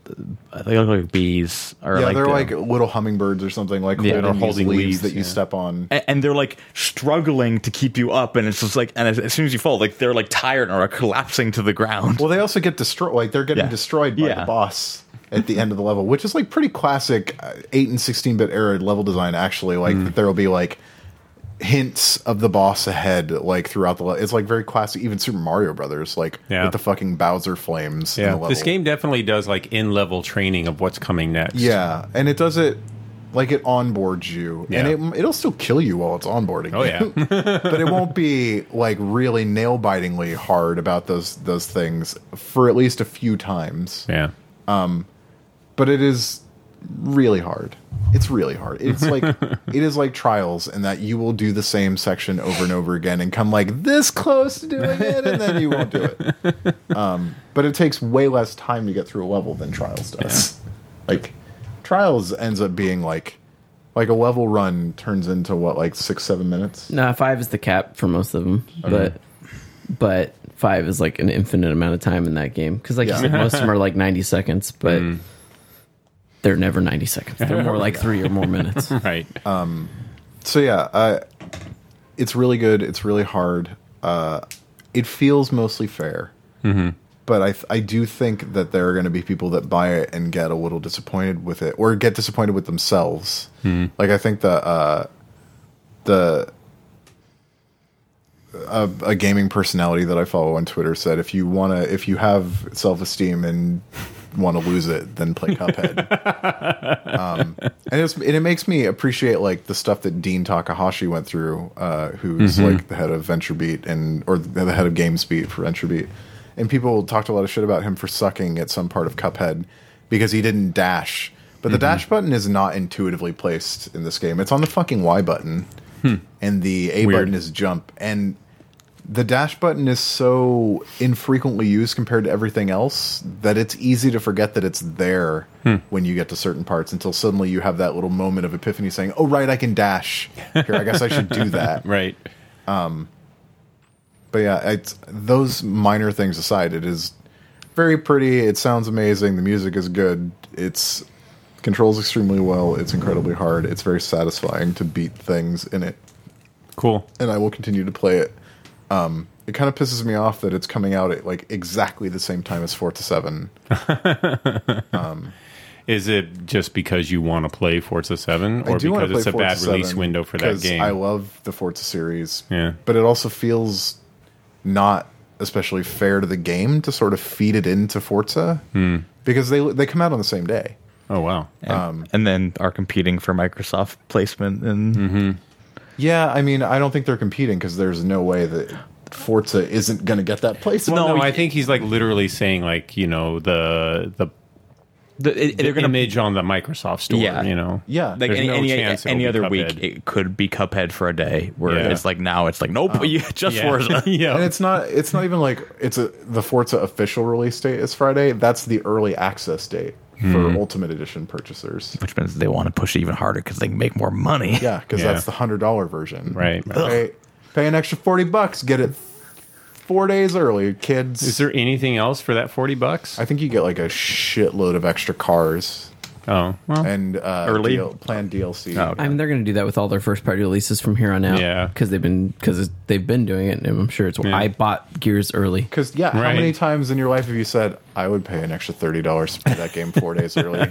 Speaker 5: uh, They look like bees, or
Speaker 2: yeah,
Speaker 5: like
Speaker 2: they're
Speaker 5: the-
Speaker 2: like little hummingbirds or something like
Speaker 5: Yeah,
Speaker 2: holding,
Speaker 5: they're
Speaker 2: these
Speaker 3: holding
Speaker 2: leaves,
Speaker 3: leaves,
Speaker 2: that you
Speaker 3: yeah.
Speaker 2: step on.
Speaker 5: a- and they're like struggling to keep you up, and it's just like, and as, as soon as you fall, like they're like tired and are collapsing to the ground.
Speaker 2: Well, they also get destroyed. Like they're getting
Speaker 5: Yeah.
Speaker 2: destroyed by
Speaker 5: Yeah.
Speaker 2: the boss at the end of the level, which is like pretty classic uh, eight and sixteen bit era level design. Actually, like
Speaker 5: Hmm.
Speaker 2: that there will be like hints of the boss ahead, like throughout the. Le- it's like very classic. Even Super Mario Brothers, like
Speaker 3: Yeah.
Speaker 2: with the fucking Bowser flames. in the level.
Speaker 3: This game definitely does like in level training of what's coming next.
Speaker 2: Yeah, and it does it like it onboards you,
Speaker 3: Yeah.
Speaker 2: and it it'll still kill you while it's onboarding.
Speaker 3: Oh,
Speaker 2: you. but it won't be like really nail bitingly hard about those those things for at least a few times.
Speaker 3: Yeah.
Speaker 2: But it is really hard. It's really hard. It's like it is like trials in that you will do the same section over and over again and come like this close to doing it, and then you won't do it. Um, but it takes way less time to get through a level than trials does. Like trials ends up being like like a level run turns into what like six seven minutes.
Speaker 1: No, five is the cap for most of them, but but five is like an infinite amount of time in that game because, like
Speaker 2: Yeah.
Speaker 1: you said, most of them are like ninety seconds, but
Speaker 3: Hmm.
Speaker 1: they're never ninety seconds. They're more like three or more minutes.
Speaker 3: Right.
Speaker 2: Uh, so yeah, uh, it's really good. It's really hard. Uh, it feels mostly fair, but I th- I do think that there are going to be people that buy it and get a little disappointed with it, or get disappointed with themselves. Like I think the uh, the a, a gaming personality that I follow on Twitter said, if you wanna, if you have self esteem and want to lose it, then play Cuphead and it's and it makes me appreciate like the stuff that Dean Takahashi went through, uh, who's like the head of VentureBeat and or the head of GamesBeat for VentureBeat, and people talked a lot of shit about him for sucking at some part of Cuphead because he didn't dash, but the dash button is not intuitively placed in this game. It's on the fucking Y button, and the A
Speaker 3: Weird.
Speaker 2: button is jump, and the dash button is so infrequently used compared to everything else that it's easy to forget that it's there when you get to certain parts until suddenly you have that little moment of epiphany saying, "Oh right, I can dash. Here, I guess I should do that."
Speaker 3: right.
Speaker 2: But yeah, it's those minor things aside, it is very pretty. It sounds amazing. The music is good. It's controls extremely well. It's incredibly hard. It's very satisfying to beat things in it.
Speaker 3: Cool.
Speaker 2: and I will continue to play it. Um, it kind of pisses me off that it's coming out at like exactly the same time as four to seven.
Speaker 3: Is it just because you want to play Forza 7 or
Speaker 2: I do want to
Speaker 3: because
Speaker 2: play
Speaker 3: it's a
Speaker 2: Forza
Speaker 3: bad release
Speaker 2: 7
Speaker 3: window for that
Speaker 2: 'cause
Speaker 3: game?
Speaker 2: I love the Forza series,
Speaker 3: Yeah.
Speaker 2: but it also feels not especially fair to the game to sort of feed it into Forza because they they come out on the same day.
Speaker 3: oh, wow.
Speaker 2: Um,
Speaker 5: and then are competing for Microsoft placement and
Speaker 3: Hmm.
Speaker 2: Yeah, I mean, I don't think they're competing because there's no way that Forza isn't going to get that place.
Speaker 3: no, I think he's like literally saying like, you know, the the,
Speaker 5: the, it-
Speaker 3: the
Speaker 5: they're gonna
Speaker 3: image on the Microsoft store,
Speaker 5: Yeah.
Speaker 3: you know.
Speaker 2: yeah,
Speaker 5: like
Speaker 3: There's
Speaker 5: any
Speaker 3: no
Speaker 5: any,
Speaker 3: chance it'll
Speaker 5: any
Speaker 3: be
Speaker 5: other
Speaker 3: Cuphead.
Speaker 5: week it could be Cuphead for a day where
Speaker 3: Yeah. Oh,
Speaker 5: it's like now it's like nope you just
Speaker 3: Yeah.
Speaker 5: Forza
Speaker 2: And
Speaker 3: yeah.
Speaker 2: it's not it's not even like it's a the Forza official release date is Friday. That's the early access date for
Speaker 3: Hmm.
Speaker 2: Ultimate Edition purchasers.
Speaker 5: which means they want to push it even harder because they can make more money
Speaker 2: Yeah, because
Speaker 3: Yeah.
Speaker 2: that's the hundred dollar version.
Speaker 3: Right.
Speaker 2: Pay, pay an extra forty bucks, get it four days early, kids.
Speaker 3: Is there anything else for that 40 bucks?
Speaker 2: I think you get like a shitload of extra cars.
Speaker 3: Oh, well,
Speaker 2: and uh,
Speaker 3: Early?
Speaker 2: DL planned DLC.
Speaker 3: Oh, okay.
Speaker 1: I mean, they're going to do that with all their first party releases from here on out.
Speaker 3: Yeah.
Speaker 1: because they've been because they've been doing it, and I'm sure it's. why I bought Gears early.
Speaker 2: Because yeah, how
Speaker 3: Right.
Speaker 2: many times in your life have you said, "I would pay an extra thirty dollars to play that game four days early"?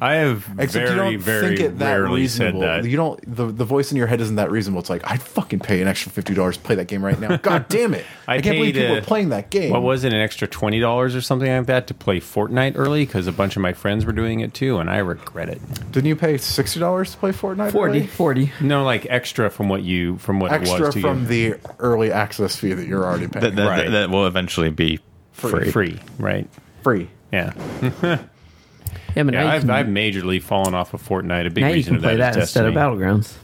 Speaker 3: I have
Speaker 2: Except
Speaker 3: very,
Speaker 2: you don't
Speaker 3: very
Speaker 2: think it that
Speaker 3: rarely
Speaker 2: reasonable.
Speaker 3: said that.
Speaker 2: You don't. The, the voice in your head isn't that reasonable. It's like I'd fucking pay an extra fifty dollars to play that game right now. God damn it! I, can't believe
Speaker 3: paid,
Speaker 2: people
Speaker 3: uh,
Speaker 2: are playing that game.
Speaker 3: What was it? An extra twenty dollars or something like that to play Fortnite early because a bunch of my friends were doing it too, and I regret it.
Speaker 2: Didn't you pay sixty dollars to play Fortnite?
Speaker 1: 40,
Speaker 2: early?
Speaker 1: 40.
Speaker 3: No, like extra from what you from what it
Speaker 2: extra
Speaker 3: was to
Speaker 2: from
Speaker 3: you.
Speaker 2: the early access fee that you're already paying.
Speaker 5: that, that,
Speaker 3: Right.
Speaker 5: that will eventually be free.
Speaker 3: free, right?
Speaker 2: Free.
Speaker 3: Yeah,
Speaker 1: Yeah, but
Speaker 3: yeah.
Speaker 1: now you
Speaker 3: I've,
Speaker 1: can,
Speaker 3: I've majorly fallen off of Fortnite. A big
Speaker 1: now you can
Speaker 3: reason of that
Speaker 1: play
Speaker 3: is
Speaker 1: that instead of
Speaker 3: Destiny.
Speaker 1: Battlegrounds.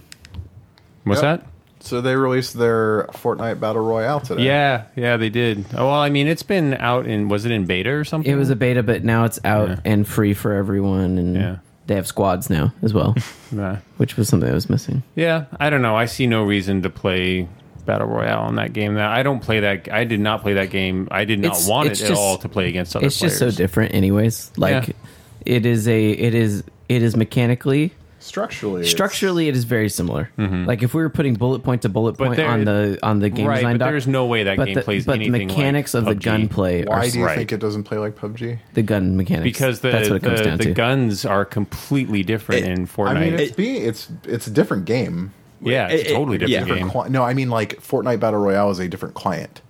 Speaker 3: What's
Speaker 2: Yep.
Speaker 3: that?
Speaker 2: So they released their Fortnite Battle Royale today.
Speaker 3: Yeah, yeah, they did. Oh, well, I mean, it's been out in was it in beta or something?
Speaker 1: It was a beta, but now it's out and free for everyone, and
Speaker 3: Yeah.
Speaker 1: they have squads now as well,
Speaker 3: Yeah.
Speaker 1: which was something that was missing.
Speaker 3: Yeah, I don't know. I see no reason to play battle royale on that game. That I don't play that. I did not play that game. I did not
Speaker 1: It's-
Speaker 3: want
Speaker 1: it's
Speaker 3: it at
Speaker 1: just-
Speaker 3: all to play against other
Speaker 1: It's
Speaker 3: players.
Speaker 1: just so different, anyways. Like
Speaker 3: Yeah.
Speaker 1: it is a it is it is mechanically
Speaker 2: Structurally. it's-
Speaker 1: structurally it is very similar. Like if we were putting bullet point to bullet point
Speaker 3: Mm-hmm. there-
Speaker 1: on the on the game
Speaker 3: right,
Speaker 1: design
Speaker 3: but
Speaker 1: doc,
Speaker 3: there's no way that
Speaker 1: but
Speaker 3: game
Speaker 1: the,
Speaker 3: plays
Speaker 1: but
Speaker 3: anything
Speaker 1: the mechanics
Speaker 3: like
Speaker 1: of the
Speaker 3: PUBG.
Speaker 1: gunplay are
Speaker 2: Why do you
Speaker 3: Right.
Speaker 2: think it doesn't play like PUBG?
Speaker 1: the gun mechanics
Speaker 3: because the
Speaker 1: that's what it comes
Speaker 3: the,
Speaker 1: down
Speaker 3: the
Speaker 1: to.
Speaker 3: guns are completely different
Speaker 5: It-
Speaker 3: in Fortnite.
Speaker 2: I mean, it's be it's it's a different game.
Speaker 3: yeah, it's
Speaker 5: it-
Speaker 3: a totally
Speaker 5: it-
Speaker 3: different
Speaker 5: yeah.
Speaker 3: game.
Speaker 2: Cli- no, I mean like Fortnite Battle Royale is a different client.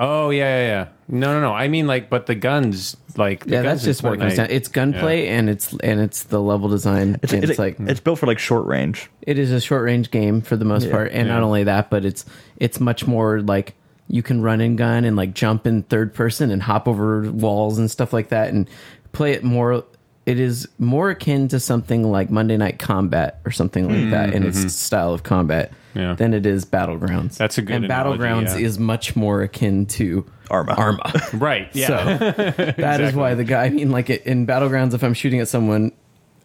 Speaker 3: Oh yeah, yeah, yeah. No, no, no. I mean, like, but the guns, like, the
Speaker 1: yeah,
Speaker 3: guns
Speaker 1: that's just what it comes down. It's gunplay and it's and it's the level design.
Speaker 5: It's,
Speaker 1: and
Speaker 5: it's,
Speaker 1: it's like
Speaker 5: it's built for like short range.
Speaker 1: it is a short range game for the most part and not
Speaker 3: Yeah.
Speaker 1: only that but it's it's much more like you can run and gun and like jump in third person and hop over walls and stuff like that and play it more it is more akin to something like monday night combat or something like that in its style of combat
Speaker 3: Hmm, mm-hmm. Yeah.
Speaker 1: than it is battlegrounds
Speaker 3: That's a good
Speaker 1: and
Speaker 3: analogy,
Speaker 1: battlegrounds
Speaker 3: yeah.
Speaker 1: is much more akin to
Speaker 5: Arma.
Speaker 1: arma
Speaker 3: right. Yeah.
Speaker 1: so that is why the guy. I mean, like in battlegrounds, if I'm shooting at someone,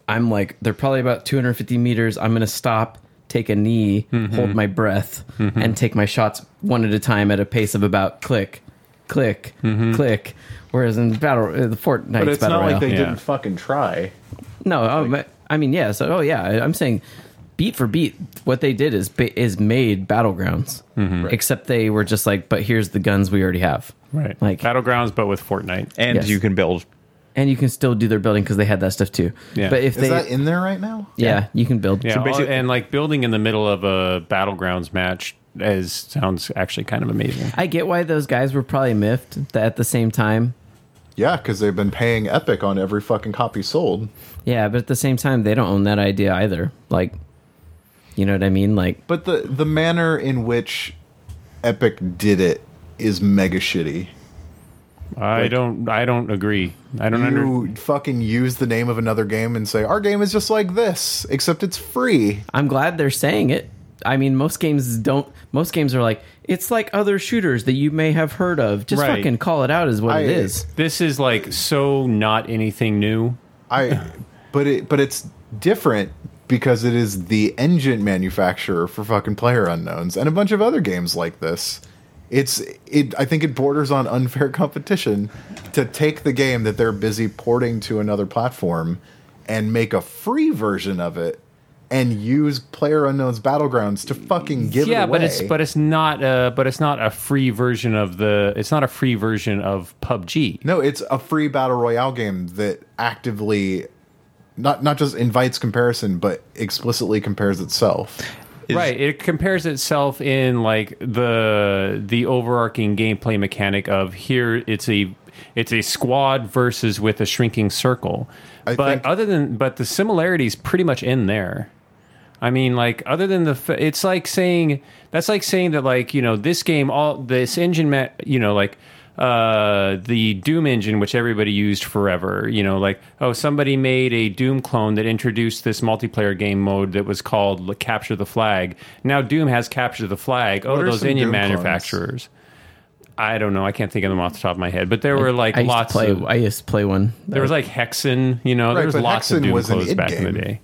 Speaker 1: I'm like they're probably about 250 meters. I'm gonna stop, take a knee,
Speaker 2: Mm-hmm.
Speaker 1: hold my breath, and take my shots one at a time at a pace of about click, click, click. Whereas in battle, uh, the Fortnite's
Speaker 2: Mm-hmm. But it's
Speaker 1: battle
Speaker 2: not like
Speaker 1: royale.
Speaker 2: they
Speaker 3: Yeah.
Speaker 2: didn't fucking try.
Speaker 1: no, oh, but, I mean, yeah. So, oh yeah, I- I'm saying. Beat for beat, what they did is ba- is made battlegrounds.
Speaker 2: Mm-hmm.
Speaker 1: Except they were just like, but here's the guns we already have.
Speaker 3: right.
Speaker 1: Like-
Speaker 3: battlegrounds, but with Fortnite.
Speaker 5: And
Speaker 1: Yes.
Speaker 5: you can build.
Speaker 1: and you can still do their building because they had that stuff too.
Speaker 3: Yeah.
Speaker 1: But if
Speaker 2: Is
Speaker 1: they,
Speaker 2: that in there right now?
Speaker 1: yeah, you can build.
Speaker 3: Yeah,
Speaker 5: basi-
Speaker 3: all- and like building in the middle of a battlegrounds match is sounds actually kind of amazing.
Speaker 1: I get why those guys were probably miffed that at the same time.
Speaker 2: Yeah, because they've been paying Epic on every fucking copy sold.
Speaker 1: Yeah, but at the same time, they don't own that idea either. Like, you know what I mean? Like,
Speaker 2: But the the manner in which Epic did it is mega shitty.
Speaker 3: I don't. I don't agree. I don't under.
Speaker 2: You fucking use the name of another game and say our game is just like this, except it's free.
Speaker 1: I'm glad they're saying it. I mean, most games don't. Most games are like, it's like other shooters that you may have heard of. Just
Speaker 3: Right.
Speaker 1: fucking call it out is what
Speaker 2: I-
Speaker 1: it is.
Speaker 3: This is like so not anything new.
Speaker 2: I, but it but it's different because it is the engine manufacturer for fucking Player Unknowns and a bunch of other games like this. It's it. I think it borders on unfair competition to take the game that they're busy porting to another platform and make a free version of it and use Player Unknown's Battlegrounds to fucking give it
Speaker 3: yeah,
Speaker 2: away.
Speaker 3: but it's but it's not. Uh, but it's not a free version of the. It's not a free version of PUBG.
Speaker 2: No, it's a free battle royale game that actively not not just invites comparison, but explicitly compares itself.
Speaker 5: Is-
Speaker 3: right it compares itself in like the the overarching gameplay mechanic of here it's a it's a squad versus with a shrinking circle
Speaker 2: I
Speaker 3: but
Speaker 2: think-
Speaker 3: other than but the similarities pretty much end there I mean, like, other than the, f- it's like saying that's like saying that, like, you know, this game, all this engine, ma- you know, like uh the doom engine which everybody used forever you know like oh somebody made a doom clone that introduced this multiplayer game mode that was called like, capture the flag now doom has capture the flag oh
Speaker 2: What are
Speaker 3: those
Speaker 2: some
Speaker 3: engine
Speaker 2: Doom clones?
Speaker 3: manufacturers i don't know i can't think of them off the top of my head but there were like
Speaker 1: I used
Speaker 3: lots
Speaker 1: to play.
Speaker 3: of
Speaker 1: I used to play one.
Speaker 3: there was like hexen you know
Speaker 2: Right,
Speaker 3: there was
Speaker 2: but
Speaker 3: lots
Speaker 2: Hexen
Speaker 3: of doom
Speaker 2: was an
Speaker 3: clones
Speaker 2: id
Speaker 3: back in the
Speaker 2: game.
Speaker 3: day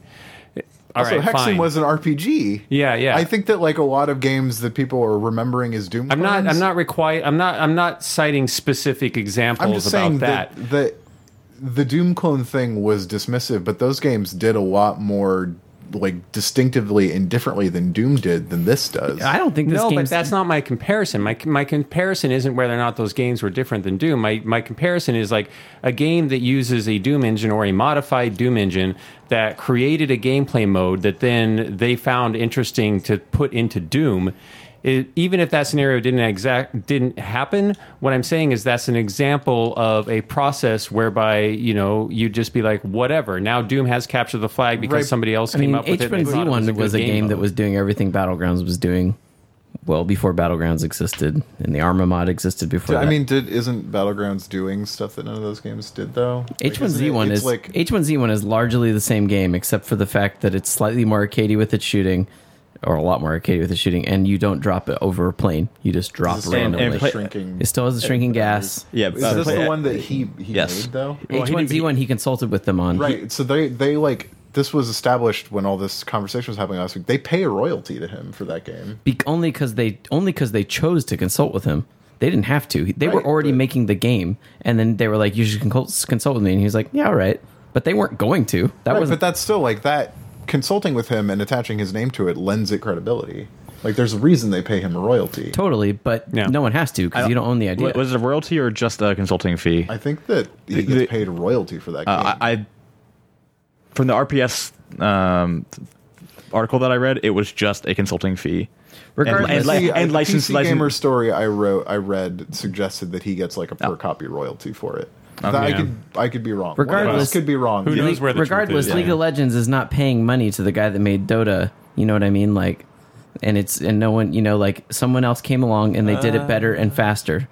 Speaker 3: All
Speaker 2: also,
Speaker 3: right,
Speaker 2: Hexen
Speaker 3: fine.
Speaker 2: was an RPG.
Speaker 3: Yeah, yeah.
Speaker 2: I think that like a lot of games that people are remembering is Doom.
Speaker 3: I'm not.
Speaker 2: clones.
Speaker 3: I'm not require. I'm not. I'm not citing specific examples
Speaker 2: I'm just
Speaker 3: about
Speaker 2: saying
Speaker 3: that.
Speaker 2: that that the Doom clone thing was dismissive, but those games did a lot more like distinctively and differently than Doom did than this does.
Speaker 1: I don't think this
Speaker 3: no,
Speaker 1: game.
Speaker 3: but that's not my comparison. My my comparison isn't whether or not those games were different than Doom. My my comparison is like a game that uses a Doom engine or a modified Doom engine that created a gameplay mode that then they found interesting to put into Doom. It, even if that scenario didn't exact didn't happen, what I'm saying is that's an example of a process whereby you know you just be like whatever. Now Doom has captured the flag because
Speaker 2: Right.
Speaker 3: somebody else
Speaker 1: I
Speaker 3: came
Speaker 1: mean,
Speaker 3: up with it. and they thought
Speaker 1: H1Z1
Speaker 3: it
Speaker 1: was a,
Speaker 3: good game
Speaker 1: game that
Speaker 3: mode.
Speaker 1: was doing everything Battlegrounds was doing well before Battlegrounds existed, and the Arma mod existed before.
Speaker 2: I
Speaker 1: that.
Speaker 2: mean, did isn't Battlegrounds doing stuff that none of those games did though? Like, isn't it-
Speaker 1: H1Z1
Speaker 2: it's
Speaker 1: is H1Z1 is largely the same game except for the fact that it's slightly more arcadey with its shooting or a lot more arcadey with its shooting and you don't drop it over a plane. You just drop
Speaker 2: Is this the one
Speaker 1: randomly.
Speaker 2: with the
Speaker 1: It,
Speaker 2: shrinking.
Speaker 1: still has a shrinking gas.
Speaker 5: Yeah,
Speaker 2: Is
Speaker 5: uh,
Speaker 2: this
Speaker 5: play-
Speaker 2: the one that he he
Speaker 5: Yes.
Speaker 2: made though?
Speaker 5: Well, he didn't-
Speaker 1: H1Z1 he consulted with them on.
Speaker 2: Right. So they they like this was established when all this conversation was happening last week. They pay a royalty to him for that game.
Speaker 1: Be- only cuz they only cuz they chose to consult with him. They didn't have to. They were
Speaker 2: Right,
Speaker 1: already
Speaker 2: but-
Speaker 1: making the game and then they were like you should consult, consult with me and he was like yeah all right. But they weren't going to. That
Speaker 2: Right,
Speaker 1: wasn't
Speaker 2: but that's still like that consulting with him and attaching his name to it lends it credibility. Like there's a reason they pay him a royalty.
Speaker 1: totally, but
Speaker 3: Yeah.
Speaker 1: no one has to cuz you don't own the idea.
Speaker 5: wa- was it a royalty or just a consulting fee?
Speaker 2: I think that he
Speaker 5: The-
Speaker 2: gets paid a royalty for that game.
Speaker 5: Uh, I, I from the RPS um, article that I read, it was just a consulting fee.
Speaker 1: Regardless,
Speaker 5: and like-
Speaker 2: See, I- the
Speaker 5: license-
Speaker 2: PC
Speaker 5: license-
Speaker 2: gamer story I wrote I read suggested that he gets like a
Speaker 5: Oh.
Speaker 2: per copy royalty for it. That I
Speaker 3: yeah.
Speaker 2: could I could be wrong.
Speaker 1: Regardless-
Speaker 2: this could be wrong.
Speaker 3: Who
Speaker 2: Yeah.
Speaker 3: knows where the truth
Speaker 1: regardless,
Speaker 3: is,
Speaker 1: League
Speaker 3: yeah.
Speaker 1: of Legends is not paying money to the guy that made Dota. You know what I mean? Like, and it's and no one, you know, like someone else came along and they did it better and faster.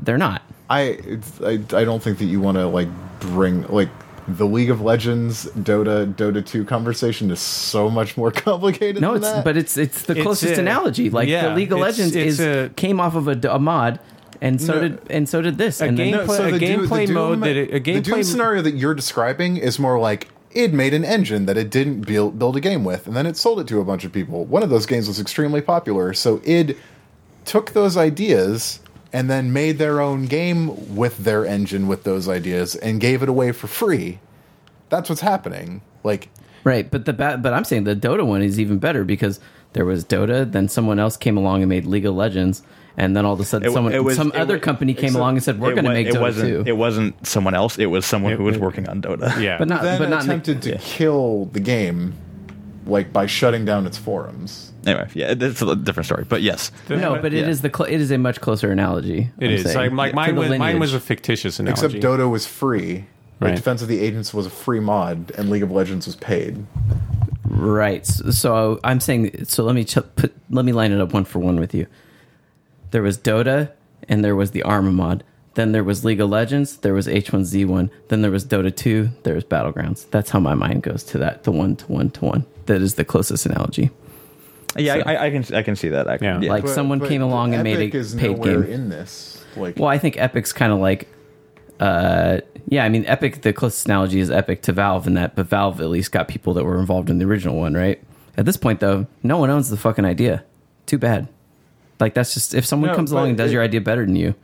Speaker 1: They're not.
Speaker 2: I, it's, I I don't think that you want to like bring like the League of Legends Dota Dota two conversation is so much more complicated.
Speaker 1: No,
Speaker 2: than
Speaker 1: it's
Speaker 2: that.
Speaker 1: but it's it's the
Speaker 3: It's
Speaker 1: closest
Speaker 3: a-
Speaker 1: analogy. Like
Speaker 3: yeah,
Speaker 1: the League of
Speaker 3: it's-
Speaker 1: Legends is
Speaker 3: it's a-
Speaker 1: came off of a, d- a mod, and so
Speaker 2: No.
Speaker 1: did and so did this.
Speaker 3: A
Speaker 1: and
Speaker 3: game-
Speaker 1: then,
Speaker 2: No, so
Speaker 3: a
Speaker 2: the Doom-
Speaker 3: gameplay
Speaker 2: the Doom-
Speaker 3: mode that it- a
Speaker 2: the Doom
Speaker 3: gameplay-
Speaker 2: scenario that you're describing is more like it made an engine that it didn't build build a game with, and then it sold it to a bunch of people. One of those games was extremely popular, so id took those ideas and then made their own game with their engine with those ideas and gave it away for free. That's what's happening. Like
Speaker 1: right, but the ba- but I'm saying the Dota one is even better because there was Dota, then someone else came along and made League of Legends, and then all of a sudden
Speaker 5: It-
Speaker 1: someone
Speaker 5: it was-
Speaker 1: some
Speaker 5: it
Speaker 1: other
Speaker 5: was-
Speaker 1: company came
Speaker 2: so
Speaker 1: along and said we're
Speaker 5: It
Speaker 1: going to
Speaker 5: wa-
Speaker 1: make
Speaker 5: it
Speaker 1: Dota
Speaker 5: wasn't
Speaker 1: too.
Speaker 5: it wasn't someone else. It was someone who was working on Dota.
Speaker 3: yeah,
Speaker 1: but not
Speaker 2: then
Speaker 1: but not in the-
Speaker 2: attempted to kill the game, like by shutting down its forums.
Speaker 5: Anyway, yeah, it's a different story. But yes,
Speaker 1: No, but it is the cl- it is a much closer analogy.
Speaker 3: It is like, like mine was mine was a fictitious analogy.
Speaker 2: Except Dota was free.
Speaker 3: Right.
Speaker 2: Like Defense of the Agents was a free mod, and League of Legends was paid.
Speaker 1: right. So, so I'm saying so. Let me ch- put let me line it up one for one with you. There was Dota, and there was the Arma mod. Then there was League of Legends. There was H1Z1. Then there was Dota 2. There was Battlegrounds. That's how my mind goes to that. To one to one to one. That is the closest analogy.
Speaker 5: yeah, I, I can I can see that. I
Speaker 3: Yeah.
Speaker 5: can, yeah.
Speaker 1: Like- someone came along and made
Speaker 2: Epic
Speaker 1: a
Speaker 2: is
Speaker 1: paid
Speaker 2: nowhere
Speaker 1: game.
Speaker 2: in this. Like,
Speaker 1: Well, I think Epic's kind of like, uh, yeah, I mean, Epic. The closest analogy is Epic to Valve in that, but Valve at least got people that were involved in the original one, right? At this point, though, no one owns the fucking idea. Too bad. Like that's just if someone
Speaker 2: No,
Speaker 1: comes along
Speaker 2: but
Speaker 1: and does
Speaker 2: it-
Speaker 1: your idea better than you,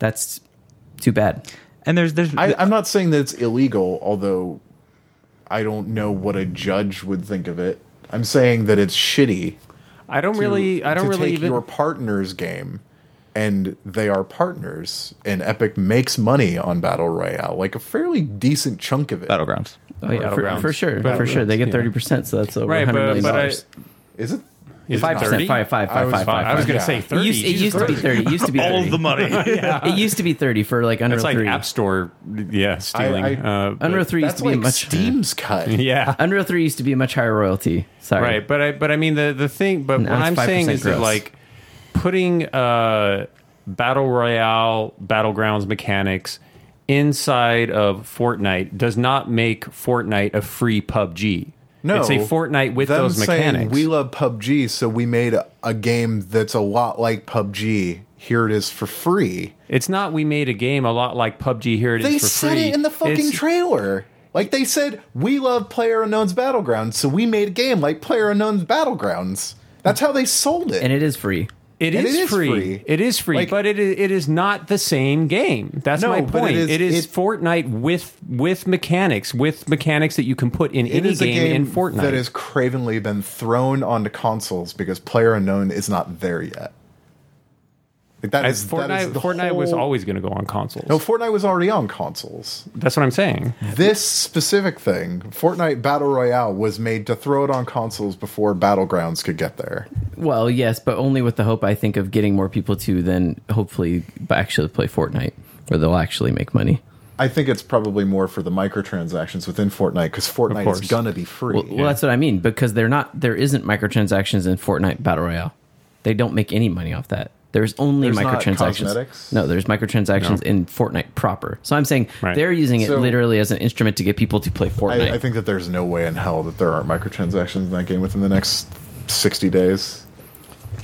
Speaker 1: that's too bad.
Speaker 5: and there's there's
Speaker 2: I, I'm not saying that it's illegal, although I don't know what a judge would think of it. I'm saying that it's shitty.
Speaker 3: I don't
Speaker 2: to-
Speaker 3: really, I don't
Speaker 2: to
Speaker 3: really
Speaker 2: take
Speaker 3: even.
Speaker 2: your partner's game, and they are partners, and Epic makes money on Battle Royale, like a fairly decent chunk of it.
Speaker 5: battlegrounds.
Speaker 1: Oh, yeah, for,
Speaker 3: Battlegrounds.
Speaker 1: for sure, for
Speaker 3: Battlegrounds,
Speaker 1: sure, they get
Speaker 3: yeah.
Speaker 1: thirty percent, so that's over
Speaker 3: Right,
Speaker 1: hundred
Speaker 3: but,
Speaker 1: million
Speaker 3: but I,
Speaker 1: dollars.
Speaker 2: Is it?
Speaker 3: is it
Speaker 1: Five percent,
Speaker 3: 30?
Speaker 1: five, five,
Speaker 2: I
Speaker 1: five,
Speaker 2: was
Speaker 1: five,
Speaker 2: fine.
Speaker 1: five.
Speaker 3: I was going
Speaker 2: Yeah.
Speaker 3: to say
Speaker 2: It
Speaker 1: It
Speaker 3: thirty.
Speaker 1: used, it used to be thirty. It used to be 30.
Speaker 5: All the money.
Speaker 1: It used to be thirty for like Unreal
Speaker 3: It's like
Speaker 1: Three.
Speaker 3: App Store, yeah, stealing.
Speaker 2: I-
Speaker 3: uh, but-
Speaker 1: Unreal Three used
Speaker 2: That's
Speaker 1: to be a
Speaker 2: like
Speaker 1: much
Speaker 2: Steam's cut.
Speaker 3: yeah,
Speaker 1: Unreal Three used to be a much higher royalty. Sorry,
Speaker 3: right. But I, but I mean the the thing. But
Speaker 1: Now
Speaker 3: what
Speaker 1: it's
Speaker 3: I'm saying
Speaker 1: 5%
Speaker 3: is that
Speaker 1: gross.
Speaker 3: like putting uh, battle royale battlegrounds mechanics inside of Fortnite does not make Fortnite a free PUBG.
Speaker 2: No,
Speaker 3: it's a Fortnite with
Speaker 2: them
Speaker 3: those
Speaker 2: saying,
Speaker 3: mechanics.
Speaker 2: we love PUBG, so we made a, a game that's a lot like PUBG. Here it is for free.
Speaker 3: It's not we made a game a lot like PUBG here it is
Speaker 2: They
Speaker 3: for
Speaker 2: said
Speaker 3: free.
Speaker 2: it in the fucking
Speaker 3: It's-
Speaker 2: trailer. Like they said, we love Player Unknown's Battlegrounds, so we made a game like Player Unknown's Battlegrounds. That's how they sold it.
Speaker 1: and it is free.
Speaker 3: It
Speaker 2: And
Speaker 3: is, free. It is free,
Speaker 2: Like-
Speaker 3: but it is, it is not the same game. That's
Speaker 2: No,
Speaker 3: my
Speaker 2: but it
Speaker 3: point.
Speaker 2: is-
Speaker 3: it is
Speaker 2: it-
Speaker 3: Fortnite with with mechanics, with mechanics that you can put in
Speaker 2: It
Speaker 3: any
Speaker 2: is a
Speaker 3: game, in Fortnite.
Speaker 2: that has cravenly been thrown onto consoles because player unknown is not there yet. Like that
Speaker 3: As
Speaker 2: is that is
Speaker 3: Fortnite,
Speaker 2: the
Speaker 3: Fortnite was
Speaker 2: whole-
Speaker 3: always going to go on consoles.
Speaker 2: no Fortnite was already on consoles.
Speaker 3: That's what I'm saying.
Speaker 2: This specific thing, Fortnite Battle Royale, was made to throw it on consoles before Battlegrounds could get there.
Speaker 1: Well, yes, but only with the hope I think of getting more people to then hopefully actually play Fortnite, where they'll actually make money.
Speaker 2: I think it's probably more for the microtransactions within Fortnite because Fortnite
Speaker 3: course.
Speaker 2: is gonna be free.
Speaker 1: Well, well, that's what I mean because they're not. There isn't microtransactions in Fortnite Battle Royale. They don't make any money off that. There's only
Speaker 2: There's not
Speaker 1: microtransactions.
Speaker 2: cosmetics?
Speaker 1: no, there's microtransactions in Fortnite proper. So I'm saying
Speaker 3: Right.
Speaker 1: they're using it
Speaker 2: So-
Speaker 1: literally as an instrument to get people to play Fortnite.
Speaker 2: I, I think that there's no way in hell that there aren't microtransactions in that game within the next sixty days.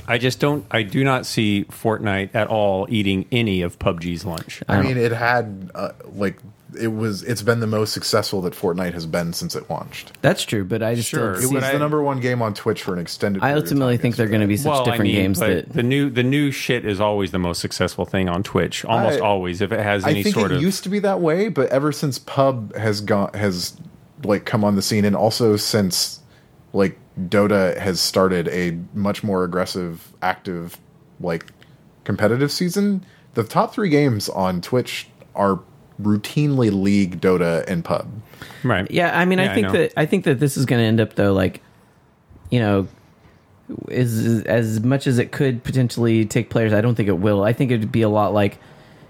Speaker 3: I just don't. I do not see Fortnite at all eating any of PUBG's lunch.
Speaker 2: I mean, it had uh, like it was. It's been the most successful that Fortnite has been since it launched.
Speaker 1: That's true, but I just don't
Speaker 3: Sure. It
Speaker 2: It
Speaker 1: see-
Speaker 2: was
Speaker 3: I-
Speaker 2: the number one game on Twitch for an extended.
Speaker 1: I
Speaker 2: period of
Speaker 1: ultimately
Speaker 2: time
Speaker 1: think they're going to be such different games
Speaker 3: but
Speaker 1: that
Speaker 3: the new the new shit is always the most successful thing on Twitch. Almost
Speaker 2: I-
Speaker 3: always, if it has
Speaker 2: I
Speaker 3: any
Speaker 2: think
Speaker 3: sort
Speaker 2: it
Speaker 3: of
Speaker 2: used to be that way, but ever since Pub has gone has like come on the scene, and also since like Dota has started a much more aggressive, active, like competitive season, the top three games on Twitch are routinely League, Dota, and Pub.
Speaker 3: right.
Speaker 1: Yeah, I mean,
Speaker 3: Yeah,
Speaker 1: I
Speaker 3: I
Speaker 1: think
Speaker 3: know.
Speaker 1: that I think that this is going to end up though, like, you know, is, is as much as it could potentially take players. I don't think it will. I think it'd be a lot like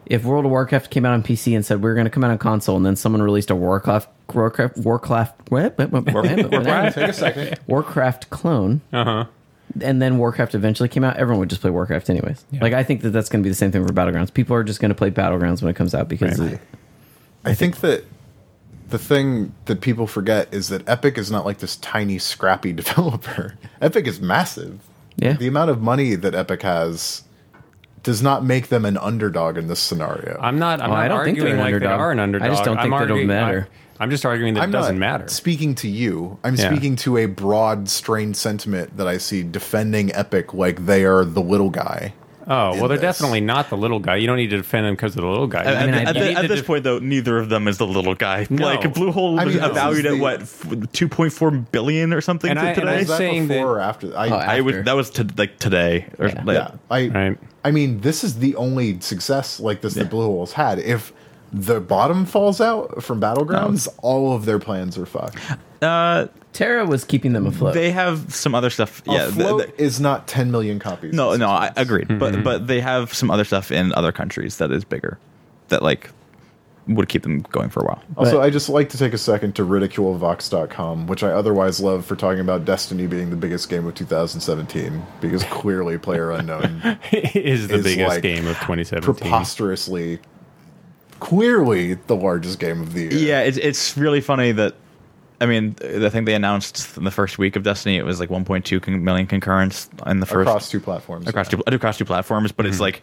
Speaker 1: if World of Warcraft came out on PC and said we're going to come out on console, and then someone released a Warcraft Warcraft Warcraft what, what, what, Warcraft,
Speaker 2: Take a second.
Speaker 1: Warcraft clone. Uh huh. And then Warcraft eventually came out. Everyone would just play Warcraft anyways. Like I think that that's going to be the same thing for Battlegrounds. People are just going to play Battlegrounds when it comes out because
Speaker 3: Right.
Speaker 1: it-
Speaker 2: I think that the thing that people forget is that Epic is not like this tiny, scrappy developer. Epic is massive.
Speaker 1: Yeah.
Speaker 2: The amount of money that Epic has does not make them an underdog in this scenario.
Speaker 3: I'm not. I'm
Speaker 1: Oh,
Speaker 3: not
Speaker 1: I don't think
Speaker 3: arguing
Speaker 1: they're an
Speaker 3: like they
Speaker 1: underdog.
Speaker 3: are an
Speaker 1: I
Speaker 3: underdog.
Speaker 1: just don't
Speaker 3: am
Speaker 1: think they don't
Speaker 3: arguing,
Speaker 1: matter.
Speaker 3: I, am just arguing that
Speaker 2: I'm
Speaker 3: it doesn't
Speaker 2: not
Speaker 3: matter.
Speaker 2: Speaking to you, I'm
Speaker 3: Yeah.
Speaker 2: speaking to a broad, strained sentiment that I see defending Epic like they are the little guy.
Speaker 3: Oh well,
Speaker 2: in
Speaker 3: they're
Speaker 2: this.
Speaker 3: definitely not the little guy. You don't need to defend him because of the little guy.
Speaker 5: At,
Speaker 1: mean,
Speaker 5: at-
Speaker 1: I-
Speaker 5: at the-
Speaker 1: you
Speaker 3: need
Speaker 5: at
Speaker 3: to
Speaker 5: this
Speaker 3: def-
Speaker 5: point, though, neither of them is the little guy. Like Bluehole
Speaker 2: I
Speaker 5: was
Speaker 2: mean, this
Speaker 5: valued
Speaker 2: is
Speaker 5: at
Speaker 2: the-
Speaker 5: what f- two point four billion or something
Speaker 3: And
Speaker 5: to
Speaker 3: I- and I
Speaker 5: today.
Speaker 2: Is that
Speaker 3: saying
Speaker 2: before
Speaker 3: that-
Speaker 2: or after? I,
Speaker 1: Oh,
Speaker 5: I
Speaker 1: after.
Speaker 5: would. That was to, like today. Or, like-
Speaker 2: Yeah, I
Speaker 3: Right.
Speaker 2: I mean, this is the only success like this that Blue Hole's had. If the bottom falls out from Battlegrounds, all of their plans are fucked.
Speaker 5: Uh,
Speaker 1: Terra was keeping them afloat.
Speaker 5: they have some other stuff. Yeah, th-
Speaker 2: Float
Speaker 5: th-
Speaker 2: is not 10 million copies.
Speaker 5: no, no, I agreed. But but they have some other stuff in other countries that is bigger, that like would keep them going for a while.
Speaker 2: Also, I just like to take a second to ridicule Vox.com, which I otherwise love for talking about Destiny being the biggest game of 2017, because clearly Player Unknown
Speaker 3: is the
Speaker 2: is
Speaker 3: biggest
Speaker 2: like
Speaker 3: game of 2017.
Speaker 2: preposterously, clearly the largest game of the year.
Speaker 5: Yeah, it's it's really funny that I mean, I think they announced in the first week of Destiny it was like 1.2 con- million concurrents in the first
Speaker 2: across two platforms.
Speaker 5: across two, across two platforms, but
Speaker 3: Mm-hmm.
Speaker 5: it's like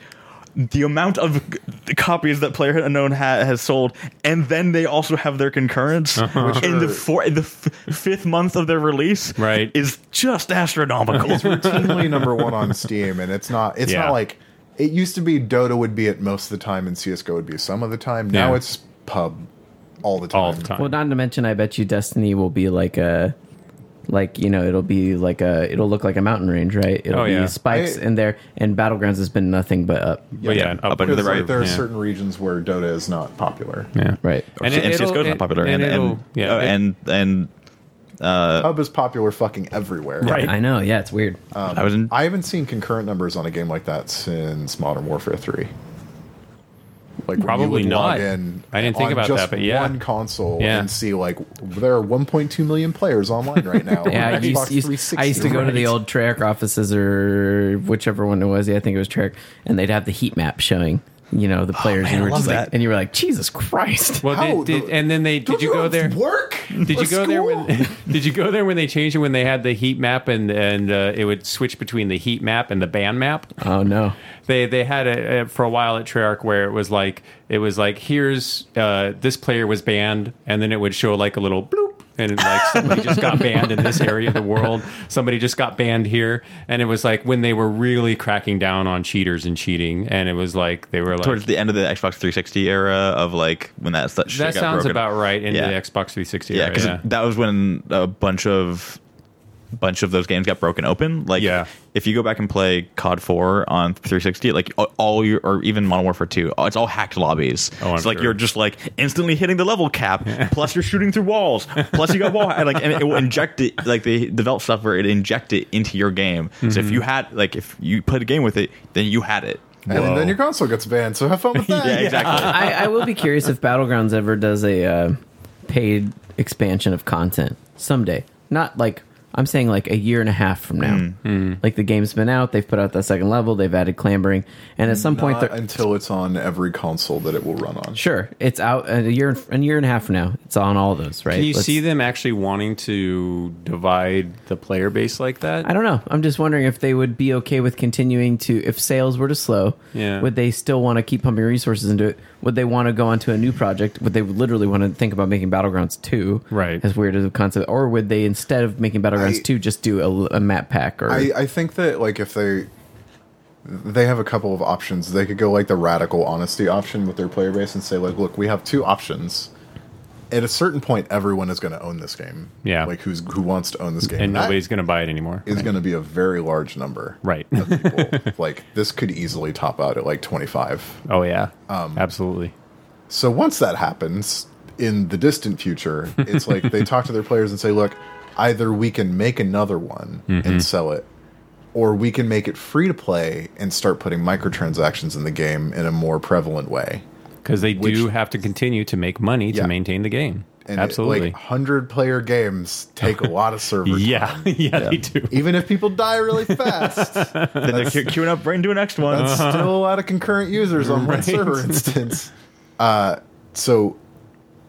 Speaker 5: the amount of g- copies that Player Unknown ha- has sold, and then they also have their concurrence
Speaker 3: Uh-huh.
Speaker 5: in the
Speaker 2: Which are-
Speaker 5: four, in the f- fifth month of their release,
Speaker 3: Right.
Speaker 5: Is just astronomical.
Speaker 2: routinely number one on Steam, and it's not. It's
Speaker 3: Yeah.
Speaker 2: not like it used to be. Dota would be it most of the time, and CS:GO would be some of the time. Now
Speaker 3: Yeah.
Speaker 2: it's Pub all the time.
Speaker 3: all the time.
Speaker 1: Well, not to mention, I bet you Destiny will be like a, like you know, it'll be like a, it'll look like a mountain range, right? It'll
Speaker 3: Oh,
Speaker 1: be
Speaker 3: yeah.
Speaker 1: spikes
Speaker 2: I-
Speaker 1: in there, and battlegrounds has been nothing but up,
Speaker 3: But yeah,
Speaker 5: up
Speaker 3: up,
Speaker 5: and to the
Speaker 2: Because, like,
Speaker 5: right,
Speaker 2: there are
Speaker 3: yeah.
Speaker 2: certain regions where Dota is not popular.
Speaker 3: Yeah.
Speaker 1: right?
Speaker 3: And it-
Speaker 5: and
Speaker 3: it'll-
Speaker 5: CS:GO is not
Speaker 3: it-
Speaker 5: popular, and
Speaker 3: and
Speaker 5: and,
Speaker 3: it'll- yeah,
Speaker 5: oh,
Speaker 3: it-
Speaker 5: and and
Speaker 2: Pub is popular fucking everywhere.
Speaker 3: Right.
Speaker 1: I know, yeah, it's weird.
Speaker 5: I was in.
Speaker 2: I haven't seen concurrent numbers on a game like that since Modern Warfare Three. Like when you
Speaker 3: Probably
Speaker 2: would log
Speaker 3: not.
Speaker 2: in
Speaker 3: I didn't think
Speaker 2: on
Speaker 3: about
Speaker 2: just
Speaker 3: that, but yeah.
Speaker 2: one console
Speaker 3: Yeah.
Speaker 2: and see like there are 1.2 million players online right now. on
Speaker 1: yeah, I
Speaker 2: Xbox
Speaker 1: used, used-
Speaker 2: 360.
Speaker 1: I used to go to the
Speaker 2: Right.
Speaker 1: old Treyarch offices or whichever one it was. Yeah, I think it was Treyarch, and they'd have the heat map showing, you know, the players,
Speaker 5: Oh, man,
Speaker 1: and you
Speaker 5: I
Speaker 1: were
Speaker 5: love
Speaker 1: just like,
Speaker 5: that.
Speaker 1: and you were like, Jesus Christ!
Speaker 3: Well,
Speaker 2: How
Speaker 3: did, did,
Speaker 2: the-
Speaker 3: and then they did
Speaker 2: Don't
Speaker 3: you go
Speaker 2: have
Speaker 3: there?
Speaker 2: Work?
Speaker 3: Did you go there when? Did you go there when they changed it when they had the heat map and and uh, it would switch between the heat map and the band map?
Speaker 1: Oh no,
Speaker 3: They they had it uh, for a while at Treyarch where it was like it was like here's uh, this player was banned and then it would show like a little bloop and like somebody just got banned in this area of the world. Somebody just got banned here, and it was like when they were really cracking down on cheaters and cheating, and it was like they were like
Speaker 5: towards the end of the Xbox 360 era of like when that stuff
Speaker 3: that sounds about right into
Speaker 5: Yeah.
Speaker 3: the Xbox 360
Speaker 5: yeah
Speaker 3: era.
Speaker 5: because
Speaker 3: yeah.
Speaker 5: that was when a bunch of bunch of those games got broken open like
Speaker 3: Yeah.
Speaker 5: if you go back and play cod 4 on 360 like all- all your or even modern warfare 2 all- it's all hacked lobbies
Speaker 3: Oh, I'm
Speaker 5: it's like
Speaker 3: sure.
Speaker 5: you're just like instantly hitting the level cap plus you're shooting through walls plus you got wall and like and it will inject it like they develop stuff where it inject it into your game so
Speaker 3: Mm-hmm.
Speaker 5: if you had like if you played a game with it then you had it
Speaker 2: And then your console gets banned, so have fun with that.
Speaker 5: yeah exactly
Speaker 1: I, I will be curious if Battlegrounds ever does a uh, paid expansion of content someday. Not like I'm saying, like a year and a half from now.
Speaker 3: Mm.
Speaker 1: Like the game's been out, they've put out that second level, they've added clambering, and at some point,
Speaker 2: Not
Speaker 1: they're,
Speaker 2: Uh, until it's on every console that it will run on.
Speaker 1: sure, it's out a year, a year and a half from now. It's on all those, right?
Speaker 3: Can you
Speaker 1: Let's-
Speaker 3: see them actually wanting to divide the player base like that?
Speaker 1: I don't know. I'm just wondering if they would be okay with continuing to, if sales were to slow,
Speaker 3: Yeah.
Speaker 1: would they still want to keep pumping resources into it? Would they want to go onto a new project? Would they literally want to think about making Battlegrounds 2?
Speaker 3: Right.
Speaker 1: As weird as a concept. Or would they, instead of making Battlegrounds
Speaker 2: I-
Speaker 1: 2, just do a, a map pack? Or
Speaker 2: I, I think that like if they they have a couple of options. They could go like the radical honesty option with their player base and say like, look, we have two options. At a certain point, everyone is going to own this game.
Speaker 3: Yeah.
Speaker 2: like who's who wants to own this game?
Speaker 3: and
Speaker 2: That
Speaker 3: nobody's going to buy it anymore.
Speaker 2: is going to be a very large number.
Speaker 3: Right.
Speaker 2: of people. like this could easily top out at like twenty five.
Speaker 3: Oh yeah.
Speaker 5: Um,
Speaker 3: Absolutely.
Speaker 2: So once that happens in the distant future, it's like they talk to their players and say, look, either we can make another one and sell it, or we can make it free to play and start putting microtransactions in the game in a more prevalent way.
Speaker 3: Because they do
Speaker 2: Which-
Speaker 3: have to continue to make money
Speaker 2: Yeah.
Speaker 3: to maintain the game.
Speaker 2: And it-
Speaker 3: Absolutely.
Speaker 2: like 100 player games take a lot of server
Speaker 3: yeah.
Speaker 2: time.
Speaker 3: yeah. They do.
Speaker 2: Even if people die really fast,
Speaker 5: then they're que- queuing up right into an next one
Speaker 3: Uh-huh.
Speaker 2: That's still a lot of concurrent users on one server instance. Uh, so,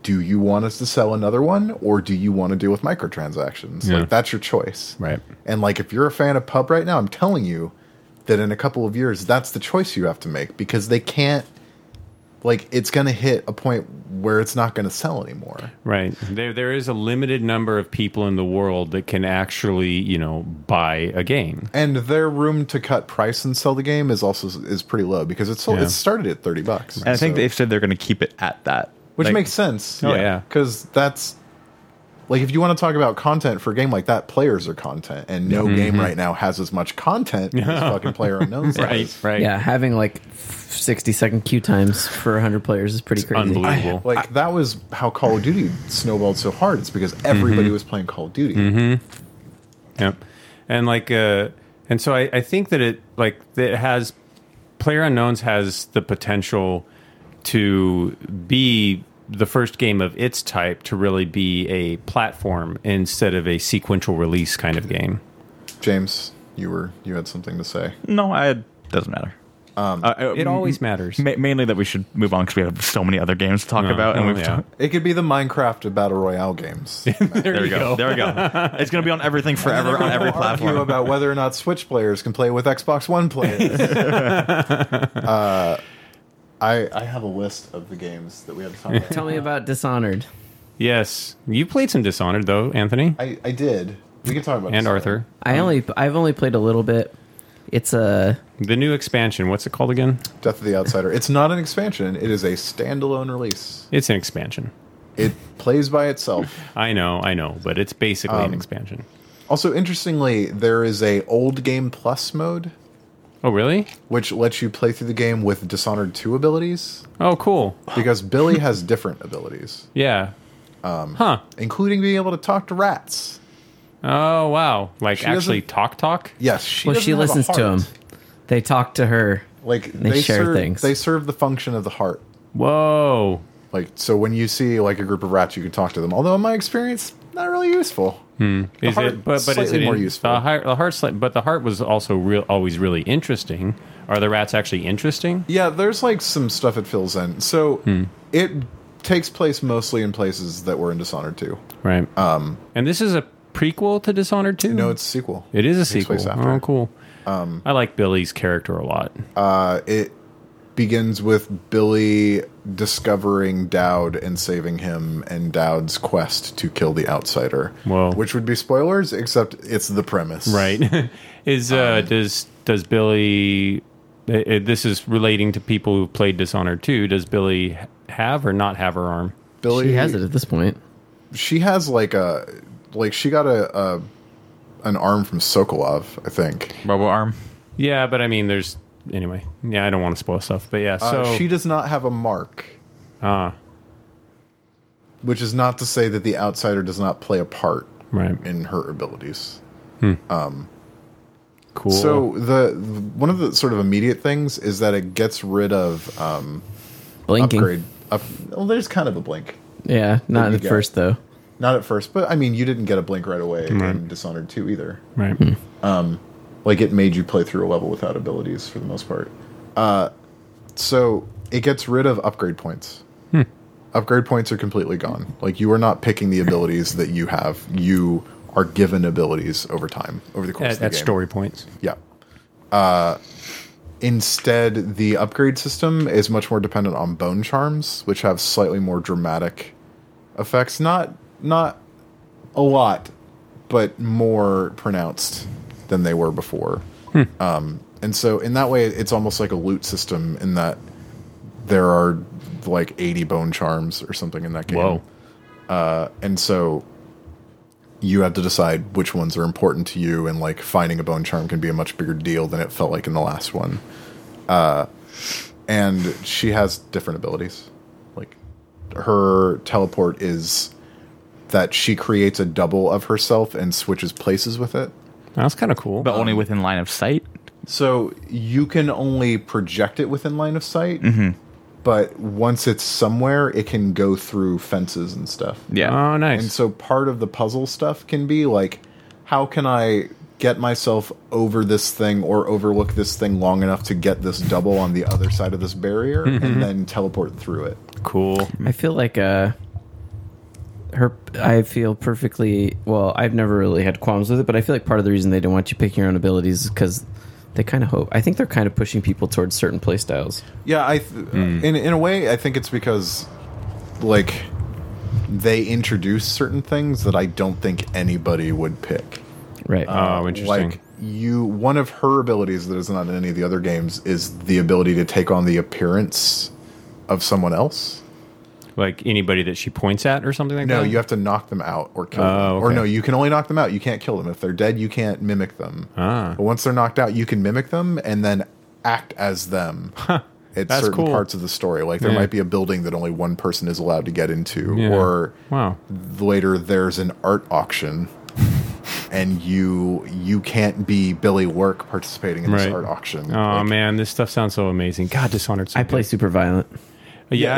Speaker 2: do you want us to sell another one, or do you want to deal with microtransactions?
Speaker 3: Yeah.
Speaker 2: Like that's your choice,
Speaker 3: Right.
Speaker 2: And like, if you're a fan of pub right now, I'm telling you that in a couple of years, that's the choice you have to make because they can't. Like, it's going to hit a point where it's not going to sell anymore.
Speaker 3: Right. There, there is a limited number of people in the world that can actually, you know, buy a game.
Speaker 2: And their room to cut price and sell the game is also is pretty low because it's sold,
Speaker 3: Yeah.
Speaker 2: it started at thirty bucks.
Speaker 5: And I think
Speaker 2: so-
Speaker 5: they've said they're going to keep it at that,
Speaker 2: which
Speaker 5: Like,
Speaker 2: makes sense.
Speaker 3: Oh, yeah.
Speaker 2: because that's like if you want to talk about content for a game like that, players are content, and
Speaker 5: Mm-hmm.
Speaker 2: no game right now has as much content as fucking player unknown's does.
Speaker 3: Right.
Speaker 1: yeah, having like 60 second queue times for 100 players is pretty crazy.
Speaker 3: Unbelievable.
Speaker 2: Like that was how Call of Duty snowballed so hard. It's because everybody
Speaker 5: Mm-hmm.
Speaker 2: was playing Call of Duty.
Speaker 3: Yep. And like, uh, and so I, I think that it like that it has player unknowns has the potential to be the first game of its type to really be a platform instead of a sequential release kind of game.
Speaker 2: James, you were you had something to say.
Speaker 5: No, I doesn't matter. Um,
Speaker 3: It always matters.
Speaker 5: ma- mainly that we should move on because we have so many other games to talk about, and
Speaker 3: Oh,
Speaker 5: we've
Speaker 3: yeah.
Speaker 2: It could be the Minecraft of battle royale games.
Speaker 5: there, we go. there we go. It's going to be on everything forever on every
Speaker 2: Argue
Speaker 5: platform.
Speaker 2: about whether or not Switch players can play with Xbox One players. uh, I I have a list of the games that we have to talk about.
Speaker 1: Tell me about Dishonored.
Speaker 3: Yes, you played some Dishonored though, Anthony
Speaker 2: I, I did. We can talk about
Speaker 3: and
Speaker 2: this
Speaker 3: Arthur.
Speaker 1: I only, I've only played a little bit. It's uh, a
Speaker 3: The new expansion. What's it called again?
Speaker 2: later. Death of the Outsider. It's not an expansion. It is a standalone release.
Speaker 3: It's an expansion.
Speaker 2: It plays by itself.
Speaker 3: I know, I know, but it's basically
Speaker 2: Um,
Speaker 3: an expansion.
Speaker 2: Also, interestingly, there is a old game plus mode
Speaker 3: Oh, really?
Speaker 2: which lets you play through the game with Dishonored two abilities
Speaker 3: Oh, cool.
Speaker 2: because Billy has different abilities,
Speaker 3: Yeah.
Speaker 2: Um,
Speaker 3: huh.
Speaker 2: including being able to talk to rats.
Speaker 3: Oh wow! Like
Speaker 2: doesn't-
Speaker 3: actually talk talk.
Speaker 2: Yes, she.
Speaker 1: well, she
Speaker 2: doesn't have a
Speaker 1: listens to
Speaker 2: heart.
Speaker 1: him. They talk to her.
Speaker 2: Like
Speaker 1: They
Speaker 2: they,
Speaker 1: share
Speaker 2: serve,
Speaker 1: things.
Speaker 2: They serve the function of the heart.
Speaker 3: Whoa!
Speaker 2: Like so, when you see like a group of rats, you can talk to them. Although in my experience, not really useful.
Speaker 3: Hmm. Is
Speaker 2: heart
Speaker 3: it? But, but is
Speaker 2: slightly
Speaker 3: it
Speaker 2: more
Speaker 3: in-
Speaker 2: useful.
Speaker 3: The heart, the heart slight, but the heart was also real. Always really interesting. Are the rats actually interesting?
Speaker 2: Yeah, there's like some stuff it fills in. So it takes place mostly in places that were in Dishonored 2.
Speaker 3: Right. Um. And this is a prequel to Dishonored Two.
Speaker 2: No, it's a sequel.
Speaker 3: Hmm. it is a
Speaker 2: takes
Speaker 3: sequel.
Speaker 2: place after.
Speaker 3: Oh, cool. Um. I like Billy's character a lot.
Speaker 2: Uh, it begins with Billy discovering Dowd and saving him, and Dowd's quest to kill the outsider.
Speaker 3: Whoa.
Speaker 2: Which would be spoilers, except it's the premise.
Speaker 3: right? is uh,
Speaker 2: um,
Speaker 3: does does Billy? i- i- this is relating to people who played Dishonored too. Does Billy have or not have her arm?
Speaker 2: Billy
Speaker 1: She has it at this point.
Speaker 2: she has like a like she got a, a an arm from Sokolov, I think.
Speaker 5: Robo arm.
Speaker 3: Yeah, but I mean, there's anyway. Yeah, I don't want to spoil stuff, but yeah. So
Speaker 2: uh, she does not have a mark,
Speaker 3: ah,
Speaker 2: which is not to say that the outsider does not play a part
Speaker 3: right,
Speaker 2: in her abilities.
Speaker 3: cool.
Speaker 2: So the one of the sort of immediate things is that it gets rid of um,
Speaker 1: Blinking.
Speaker 2: upgrade. Up, well, there's kind of a blink.
Speaker 1: Yeah, not
Speaker 2: you
Speaker 1: at
Speaker 2: go.
Speaker 1: first though.
Speaker 2: Not at first, but I mean, you didn't get a blink right away in Dishonored 2 either.
Speaker 3: right,
Speaker 2: Like, it made you play through a level without abilities for the most part. Uh, so, it gets rid of upgrade points. Upgrade points are completely gone. Like, you are not picking the abilities that you have, you are given abilities over time, over the course
Speaker 3: at,
Speaker 2: of the
Speaker 3: at
Speaker 2: game.
Speaker 3: story points.
Speaker 2: Yeah. Uh, instead, the upgrade system is much more dependent on bone charms, which have slightly more dramatic effects. Not not a lot, but more pronounced than they were before. Um, and so, in that way, it's almost like a loot system in that there are like 80 bone charms or something in that game Uh,
Speaker 3: Whoa,
Speaker 2: and so you have to decide which ones are important to you and like finding a bone charm can be a much bigger deal than it felt like in the last one uh and she has different abilities like her teleport is that she creates a double of herself and switches places with it
Speaker 3: that's kind of cool.
Speaker 4: but only within line of sight.
Speaker 2: so you can only project it within line of sight but once it's somewhere it can go through fences and stuff
Speaker 4: Yeah.
Speaker 3: oh, nice.
Speaker 2: and so part of the puzzle stuff can be like, how can I get myself over this thing or overlook this thing long enough to get this double on the other side of this barrier and then teleport through it?
Speaker 3: cool.
Speaker 1: I feel like uh her I feel perfectly well, I've never really had qualms with it, but I feel like part of the reason they don't want you picking your own abilities is cuz they kind of hope I think they're kind of pushing people towards certain play styles.
Speaker 2: Yeah, I th- in in a way I think it's because like they introduce certain things that I don't think anybody would pick.
Speaker 1: Right.
Speaker 3: Oh, interesting.
Speaker 2: Like you one of her abilities that is not in any of the other games is the ability to take on the appearance of someone else.
Speaker 3: like anybody that she points at or something like
Speaker 2: No,
Speaker 3: that.
Speaker 2: you have to knock them out or kill them.
Speaker 3: Oh,
Speaker 2: Or
Speaker 3: okay.
Speaker 2: no, you can only knock them out. You can't kill them. If they're dead, you can't mimic them.
Speaker 3: Ah.
Speaker 2: But once they're knocked out, you can mimic them and then act as them. At
Speaker 3: That's
Speaker 2: certain
Speaker 3: cool.
Speaker 2: parts of the story, like there
Speaker 3: Yeah.
Speaker 2: might be a building that only one person is allowed to get into,
Speaker 3: Yeah.
Speaker 2: or
Speaker 3: wow.
Speaker 2: later there's an art auction, and you you can't be Billy Work participating in this
Speaker 3: Right.
Speaker 2: art auction.
Speaker 3: Oh
Speaker 2: Like,
Speaker 3: man, this stuff sounds so amazing. God, Dishonored. So
Speaker 1: I play
Speaker 3: good.
Speaker 1: super violent.
Speaker 3: Yeah,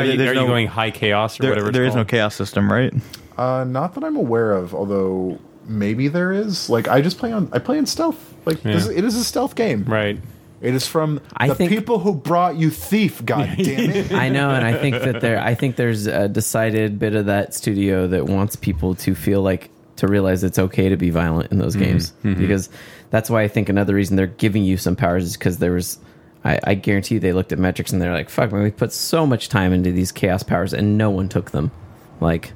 Speaker 5: Yeah,
Speaker 3: are, you,
Speaker 5: there's
Speaker 3: are
Speaker 5: no-
Speaker 3: you going high chaos or whatever?
Speaker 4: There,
Speaker 3: it's
Speaker 4: there is no
Speaker 3: called?
Speaker 4: chaos system, right?
Speaker 2: Uh, not that I'm aware of, although maybe there is. Like I just play on I play in stealth. Like this,
Speaker 3: Yeah.
Speaker 2: it is a stealth game.
Speaker 3: Right.
Speaker 2: It is from
Speaker 1: I
Speaker 2: the
Speaker 1: think-
Speaker 2: people who brought you Thief. God damn it!
Speaker 1: I know, and I think that there. I think there's a decided bit of that studio that wants people to feel like to realize it's okay to be violent in those games because that's why I think another reason they're giving you some powers is because there was. I, I guarantee you they looked at metrics and they're like, "Fuck, man, we put so much time into these chaos powers and no one took them." Like,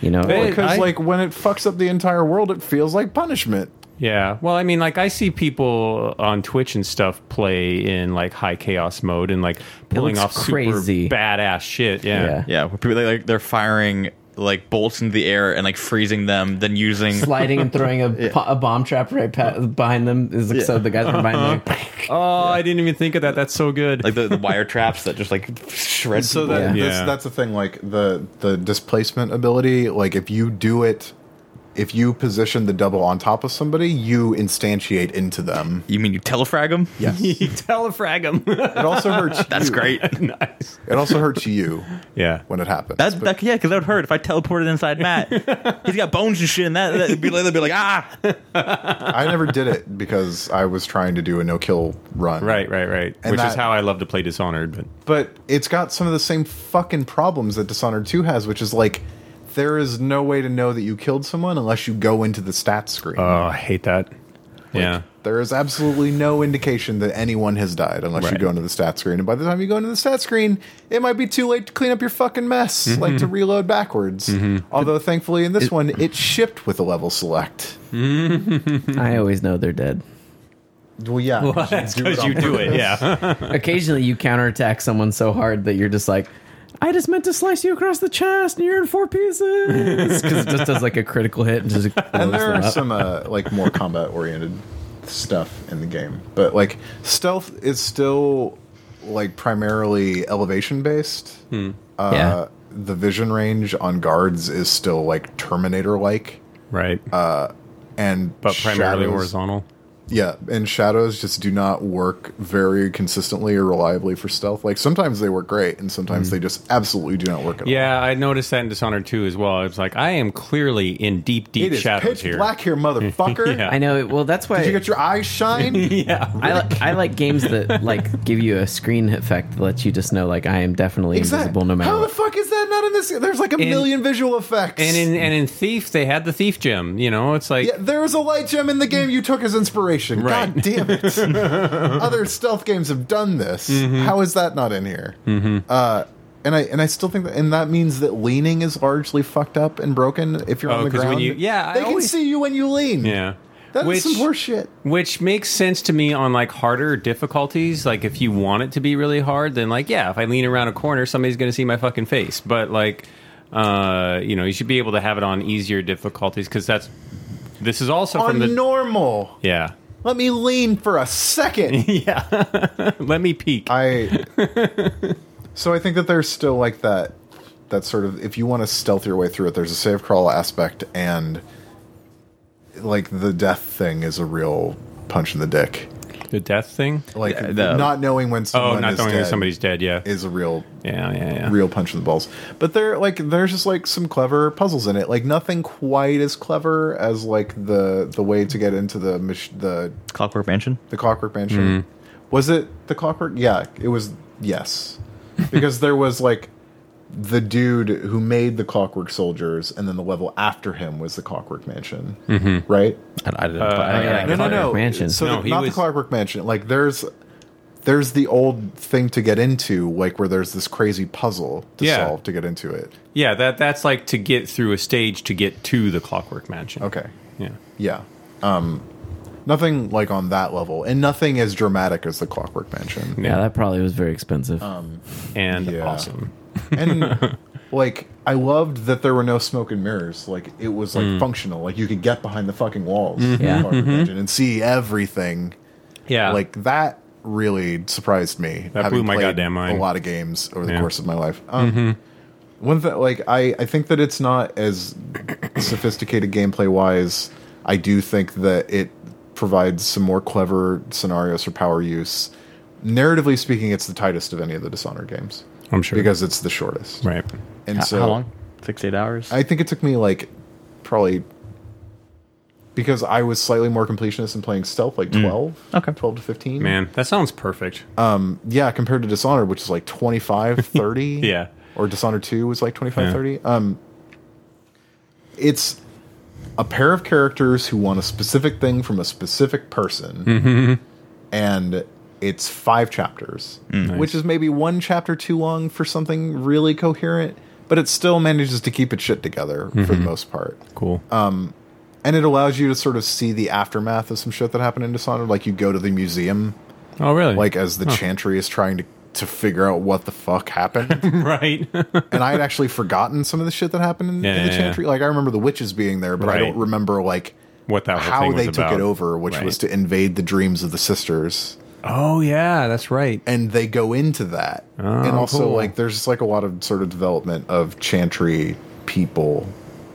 Speaker 1: you know,
Speaker 3: Hey,
Speaker 1: like,
Speaker 2: Because
Speaker 3: I-
Speaker 2: like when it fucks up the entire world, it feels like punishment.
Speaker 3: Yeah. Well, I mean, like I see people on Twitch and stuff play in like high chaos mode and like pulling off
Speaker 1: looks crazy.
Speaker 3: super badass shit.
Speaker 1: yeah.
Speaker 3: Yeah.
Speaker 5: Yeah, where people they, like they're firing like bolts into the air and like freezing them, then using
Speaker 1: Sliding and throwing a, po- a bomb trap right pa- behind them is like, so the guys from behind them.
Speaker 3: Oh, I didn't even think of that. That's so good.
Speaker 5: like the, the wire traps that just like shred.
Speaker 2: So
Speaker 5: people.
Speaker 2: that
Speaker 1: Yeah.
Speaker 2: that's,
Speaker 3: Yeah.
Speaker 2: that's the thing. Like the the displacement ability. Like if you do it, if you position the double on top of somebody, you instantiate into them.
Speaker 5: you mean you telefrag them?
Speaker 2: Yes, it
Speaker 3: telefrag him.
Speaker 2: also hurts.
Speaker 5: That's
Speaker 2: you.
Speaker 5: great.
Speaker 3: nice.
Speaker 2: It also hurts you
Speaker 3: Yeah.
Speaker 2: when it happens.
Speaker 5: That,
Speaker 2: but-
Speaker 5: that yeah, because that would hurt if I teleported inside Matt. He's got bones and shit, and that that'd be, like- they'd be like ah.
Speaker 2: I never did it because I was trying to do a no kill run.
Speaker 3: Right. Right. Right.
Speaker 2: And
Speaker 3: Which is
Speaker 2: that-
Speaker 3: how I love to play Dishonored. But
Speaker 2: But it's got some of the same fucking problems that Dishonored 2 has, which is like there is
Speaker 3: Uh.
Speaker 2: no way to know that you killed someone unless you go into the stats screen.
Speaker 3: oh, I hate that. yeah.
Speaker 2: There is absolutely no indication that anyone has died unless you
Speaker 3: Right.
Speaker 2: go into the stat screen. And by the time you go into the stat screen, it might be too late to clean up your fucking mess,
Speaker 3: Mm-hmm.
Speaker 2: like to reload backwards. Although, thankfully, in this one, it shipped with a level select.
Speaker 1: I always know they're dead.
Speaker 2: Well, yeah,
Speaker 3: because you do it. Yeah,
Speaker 1: Occasionally, you counterattack someone so hard that you're just like, I just meant to slice you across the chest, and you're in four pieces. Because it just does like a critical hit and just.
Speaker 2: and there are
Speaker 1: blows them
Speaker 2: some uh, like more combat oriented stuff in the game but like stealth is still like primarily elevation based
Speaker 3: Hmm.
Speaker 2: uh,
Speaker 1: Yeah.
Speaker 2: the vision range on guards is still like terminator like
Speaker 3: right.
Speaker 2: and
Speaker 3: but primarily
Speaker 2: Uh, Shadows-
Speaker 3: horizontal.
Speaker 2: yeah and shadows just do not work very consistently or reliably for stealth like sometimes they work great and sometimes they just absolutely do not work at all
Speaker 3: Hmm. Yeah, I noticed that in Dishonored 2 as well. It's like I am clearly in deep, deep
Speaker 2: it is
Speaker 3: shadows
Speaker 2: pitch
Speaker 3: here.
Speaker 2: black here motherfucker
Speaker 3: Yeah.
Speaker 1: I know. It, well, that's why.
Speaker 2: did you get your eyes shine
Speaker 3: Yeah,
Speaker 1: I, li- I like games that like give you a screen effect that lets you just know like I am definitely invisible no matter
Speaker 2: How
Speaker 1: what.
Speaker 2: the fuck is that not in this? There's like a million visual effects.
Speaker 3: and in and in Thief they had the Thief gem. You know, it's like
Speaker 2: yeah, there was a light gem in the game you took as inspiration.
Speaker 3: Right.
Speaker 2: God damn it! Other stealth games have done this.
Speaker 3: Mm-hmm.
Speaker 2: How is that not in here? Uh, and I and I still think that and that means that leaning is largely fucked up and broken if you're
Speaker 3: Oh,
Speaker 2: on the
Speaker 3: 'cause when
Speaker 2: ground.
Speaker 3: you- yeah, I
Speaker 2: they
Speaker 3: always-
Speaker 2: can see you when you lean.
Speaker 3: yeah.
Speaker 2: that's
Speaker 3: Which-
Speaker 2: some horse shit.
Speaker 3: Which makes sense to me on like harder difficulties. Like if you want it to be really hard, then like yeah, if I lean around a corner, somebody's going to see my fucking face. But like, uh, you know, you should be able to have it on easier difficulties because that's this is also
Speaker 2: On
Speaker 3: from the
Speaker 2: normal,
Speaker 3: yeah
Speaker 2: let me lean for a second.
Speaker 3: yeah. Let me peek.
Speaker 2: I so I think that there's still like that that sort of if you want to stealth your way through it, there's a save crawl aspect and like the death thing is a real punch in the dick.
Speaker 3: the death thing.
Speaker 2: Like
Speaker 5: Yeah, the-
Speaker 2: not knowing when someone
Speaker 3: Oh, not
Speaker 2: is
Speaker 3: knowing
Speaker 2: dead
Speaker 3: that somebody's dead. Yeah.
Speaker 2: is a real
Speaker 3: yeah, yeah, yeah.
Speaker 2: real punch in the balls. But there like there's just like some clever puzzles in it. Like nothing quite as clever as like the the way to get into the mach- the
Speaker 5: Clockwork Mansion.
Speaker 2: the Clockwork Mansion. Was it the Clockwork? Yeah, it was. Yes, because there was like the dude who made the Clockwork Soldiers, and then the level after him was the Clockwork Mansion, mm-hmm. right?
Speaker 5: I, I
Speaker 3: Uh,
Speaker 5: didn't.
Speaker 3: yeah,
Speaker 5: I,
Speaker 1: no,
Speaker 5: I,
Speaker 1: no, no. Clockwork Mansion.
Speaker 2: So
Speaker 3: No,
Speaker 2: the-
Speaker 3: he
Speaker 2: not
Speaker 3: was-
Speaker 2: the Clockwork Mansion. Like there's there's the old thing to get into, like where there's this crazy puzzle to
Speaker 3: Yeah.
Speaker 2: solve to get into it.
Speaker 3: Yeah, that that's like to get through a stage to get to the Clockwork Mansion.
Speaker 2: Okay,
Speaker 3: Yeah.
Speaker 2: yeah. Um, nothing like on that level, and nothing as dramatic as the Clockwork Mansion.
Speaker 1: Yeah, that probably was very expensive.
Speaker 3: And
Speaker 2: Yeah.
Speaker 3: awesome.
Speaker 2: and like I loved that there were no smoke and mirrors. Like it was like
Speaker 3: Mm.
Speaker 2: functional. Like you could get behind the fucking walls of
Speaker 1: Yeah.
Speaker 2: Harvard Mansion and see everything.
Speaker 3: Mm-hmm. Yeah.
Speaker 2: Like that really surprised me.
Speaker 3: That
Speaker 2: having
Speaker 3: blew my
Speaker 2: played
Speaker 3: goddamn mind.
Speaker 2: A lot of games over the
Speaker 3: Yeah. Mm-hmm.
Speaker 2: course of my life. Um, One thing, like I, I think that it's not as sophisticated gameplay wise. I do think that it provides some more clever scenarios for power use. Narratively speaking, it's the tightest of any of the Dishonored games.
Speaker 3: I'm sure.
Speaker 2: because it's the shortest.
Speaker 3: right.
Speaker 2: And so
Speaker 5: how long? Six eight hours.
Speaker 2: I think it took me like probably because I was slightly more completionist in playing stealth, like 12.
Speaker 5: Mm. Okay.
Speaker 2: 12 to 15.
Speaker 3: Man, that sounds perfect.
Speaker 2: Uh, Yeah, compared to Dishonored, which is like 25, 30.
Speaker 3: Yeah.
Speaker 2: Or Dishonored 2 was like 25,
Speaker 3: Yeah.
Speaker 2: 30. Um, it's a pair of characters who want a specific thing from a specific person. And it's five chapters, which is maybe one chapter too long for something really coherent, but it still manages to keep its shit together for the most part
Speaker 3: cool.
Speaker 2: and it allows you to sort of see the aftermath of some shit that happened in Dishonored. Like you go to the museum,
Speaker 3: oh, really?
Speaker 2: like as the Chantry is trying to to figure out what the fuck happened.
Speaker 3: right.
Speaker 2: and I had actually forgotten some of the shit that happened in,
Speaker 3: Yeah,
Speaker 2: in the
Speaker 3: yeah, yeah.
Speaker 2: Chantry. Like I remember the witches being there, but I
Speaker 3: Right.
Speaker 2: don't remember like
Speaker 3: what that whole
Speaker 2: how
Speaker 3: thing was
Speaker 2: they took
Speaker 3: about.
Speaker 2: it over, which
Speaker 3: Right.
Speaker 2: was to invade the dreams of the sisters.
Speaker 3: Oh, yeah, that's right.
Speaker 2: And they go into that, and also
Speaker 3: Oh, cool.
Speaker 2: like there's just like a lot of sort of development of Chantry people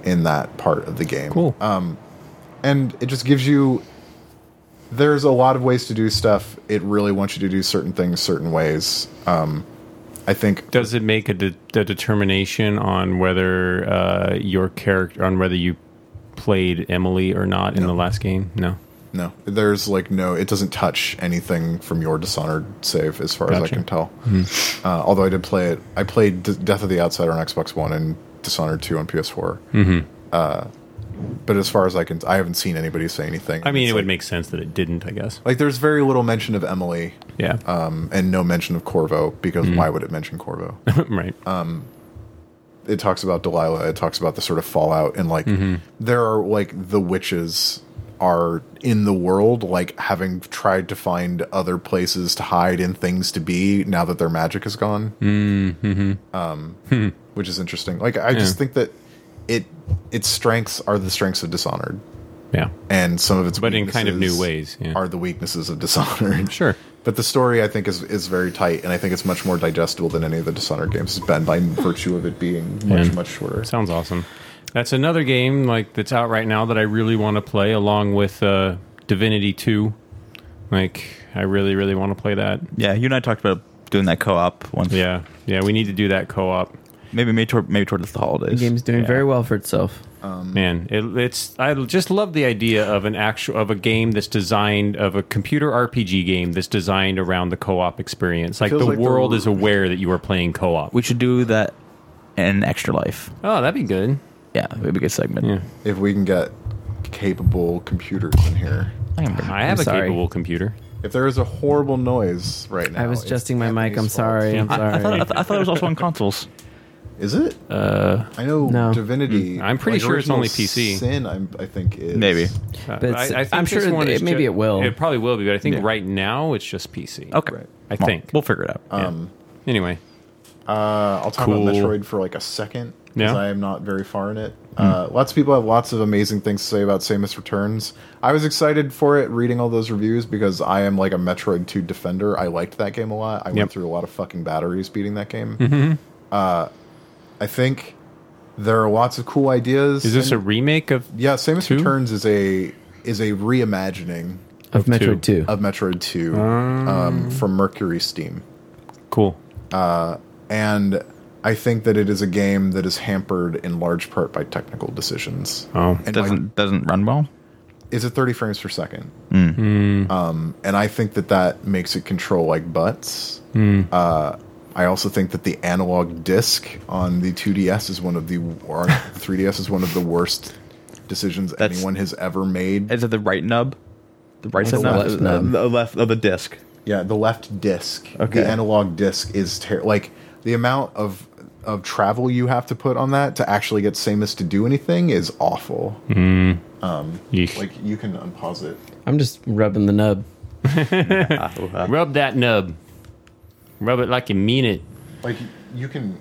Speaker 2: in that part of the game
Speaker 3: Cool.
Speaker 2: and it just gives you there's a lot of ways to do stuff it really wants you to do certain things certain ways um i think
Speaker 3: Does it make a, de- a determination on whether uh, your character, on whether you played Emily or not in the last game? No.
Speaker 2: no there's like no it doesn't touch anything from your dishonored save as far as i
Speaker 3: Gotcha.
Speaker 2: can tell uh, although i did play it i played D- death of the outsider on xbox one and dishonored 2 on ps4 mm-hmm. uh But as far as I can, I haven't seen anybody say anything.
Speaker 3: I mean,
Speaker 2: It's
Speaker 3: it would
Speaker 2: like-
Speaker 3: make sense that it didn't, I guess.
Speaker 2: like there's very little mention of Emily,
Speaker 3: Yeah.
Speaker 2: um, and no mention of Corvo because why would it mention Corvo?
Speaker 3: right.
Speaker 2: uh, it talks about Delilah. It talks about the sort of fallout and like
Speaker 3: Mm-hmm.
Speaker 2: there are like the witches are in the world like having tried to find other places to hide and things to be now that their magic is gone. Mm-hmm. Um,
Speaker 3: Hmm.
Speaker 2: which is interesting. Like I just think that it its strengths are the strengths of Dishonored,
Speaker 3: yeah.
Speaker 2: and some of its
Speaker 3: But in kind of
Speaker 2: weaknesses
Speaker 3: new ways, yeah.
Speaker 2: are the weaknesses of Dishonored.
Speaker 3: Sure.
Speaker 2: But the story, I think, is is very tight, and I think it's much more digestible than any of the Dishonored games has been by virtue of it being much
Speaker 3: Yeah.
Speaker 2: much shorter.
Speaker 3: Sounds awesome. That's another game like that's out right now that I really want to play along with uh, Divinity 2. Like I really really want to play that.
Speaker 4: Yeah, you and I talked about doing that co-op once.
Speaker 3: Yeah. Yeah, we need to do that co-op.
Speaker 4: maybe maybe toward, maybe toward the holidays.
Speaker 1: The game's doing
Speaker 3: Yeah.
Speaker 1: very well for itself.
Speaker 2: Mm.
Speaker 3: Man, it, it's I just love the idea of an actual of a game that's designed of a computer RPG game that's designed around the co-op experience. Like the
Speaker 2: Feels like the-
Speaker 3: world is aware that you are playing co-op.
Speaker 4: we should do that in Extra Life.
Speaker 3: Oh, that'd be good.
Speaker 4: Yeah, it would be a good segment.
Speaker 3: Yeah.
Speaker 2: if we can get capable computers in here.
Speaker 4: I can bring-
Speaker 3: I have
Speaker 1: I'm
Speaker 3: a
Speaker 1: sorry.
Speaker 3: capable computer.
Speaker 2: If there is a horrible noise right now,
Speaker 1: I was
Speaker 2: Oh, it's
Speaker 1: adjusting my mic. I'm
Speaker 2: Anthony's
Speaker 1: sorry. I'm
Speaker 3: Yeah.
Speaker 1: sorry.
Speaker 4: I thought, I, th- I thought it was also on consoles.
Speaker 2: fault. Is it? Uh, I know
Speaker 1: no.
Speaker 2: Divinity.
Speaker 3: Mm, I'm pretty sure it's
Speaker 2: original
Speaker 3: only PC.
Speaker 2: Sin, I'm, I think is
Speaker 4: Maybe.
Speaker 3: Uh,
Speaker 1: But it's- I'm sure
Speaker 3: this
Speaker 1: it-
Speaker 3: is
Speaker 1: maybe
Speaker 3: ju-
Speaker 1: it will.
Speaker 3: It probably will be, but I think right now it's just PC.
Speaker 4: Okay,
Speaker 2: Right.
Speaker 3: I
Speaker 4: Well,
Speaker 3: think.
Speaker 4: we'll figure it out.
Speaker 2: Um,
Speaker 3: Anyway,
Speaker 2: uh, I'll talk
Speaker 3: Cool.
Speaker 2: about Metroid for like a second because
Speaker 3: Yeah. Hmm.
Speaker 2: I am not very far in it. Uh, lots of people have lots of amazing things to say about Samus Returns. I was excited for it reading all those reviews because I am like a Metroid 2 defender. I liked that game a lot.
Speaker 3: Yep.
Speaker 2: I
Speaker 3: Mm-hmm.
Speaker 2: went through a lot of fucking batteries beating that game. Uh, I think there are lots of cool ideas.
Speaker 3: is this
Speaker 2: in-
Speaker 3: a remake of?
Speaker 2: Yeah, Samus
Speaker 3: Two?
Speaker 2: Returns is a is a reimagining
Speaker 1: of Metroid 2.
Speaker 2: of Metroid Two um, from Mercury Steam,
Speaker 3: Cool.
Speaker 2: and I think that it is a game that is hampered in large part by technical decisions.
Speaker 3: Oh.
Speaker 2: and like,
Speaker 4: doesn't Hmm. doesn't run well.
Speaker 2: is it thirty frames per second? Um, and I think that that makes it control like butts. Uh, I also think that the analog disc on the 2DS is one of the or 3DS is one of the worst decisions
Speaker 4: That's-
Speaker 2: anyone has ever made.
Speaker 4: Is it the right nub? The right side
Speaker 1: the
Speaker 4: nub?
Speaker 1: left nub.
Speaker 4: The left of the disc.
Speaker 2: Yeah, the left disc,
Speaker 4: Okay.
Speaker 2: the analog disc is ter- like the amount of of travel you have to put on that to actually get Samus to do anything is awful.
Speaker 4: Hmm.
Speaker 3: Yeesh.
Speaker 2: Like you can unpause it.
Speaker 1: I'm just rubbing the nub.
Speaker 3: Rub that nub. Rub it like you mean it.
Speaker 2: Like you can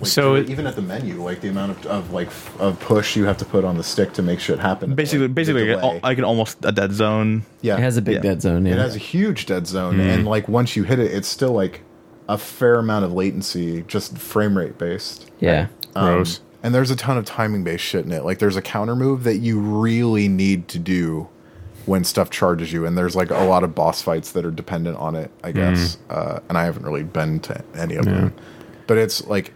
Speaker 2: like,
Speaker 3: So
Speaker 2: do
Speaker 3: it-
Speaker 2: it, even at the menu, like the amount of, of like f- of push you have to put on the stick to make shit happen.
Speaker 4: Basically,
Speaker 2: Like, the
Speaker 4: basically, like,
Speaker 2: delay.
Speaker 4: al- like an almost a dead zone.
Speaker 2: yeah,
Speaker 1: It has a big
Speaker 4: Yeah.
Speaker 1: dead zone. Yeah.
Speaker 2: it has a huge dead zone,
Speaker 4: Hmm.
Speaker 2: and like once you hit it, it's still like a fair amount of latency, just frame rate based.
Speaker 1: yeah.
Speaker 2: Um,
Speaker 3: Gross.
Speaker 2: And there's a ton of timing based shit in it. Like there's a counter move that you really need to do when stuff charges you, and there's like a lot of boss fights that are dependent on it, I guess.
Speaker 3: Mm-hmm.
Speaker 2: Uh, and I haven't really been to any of them, but it's like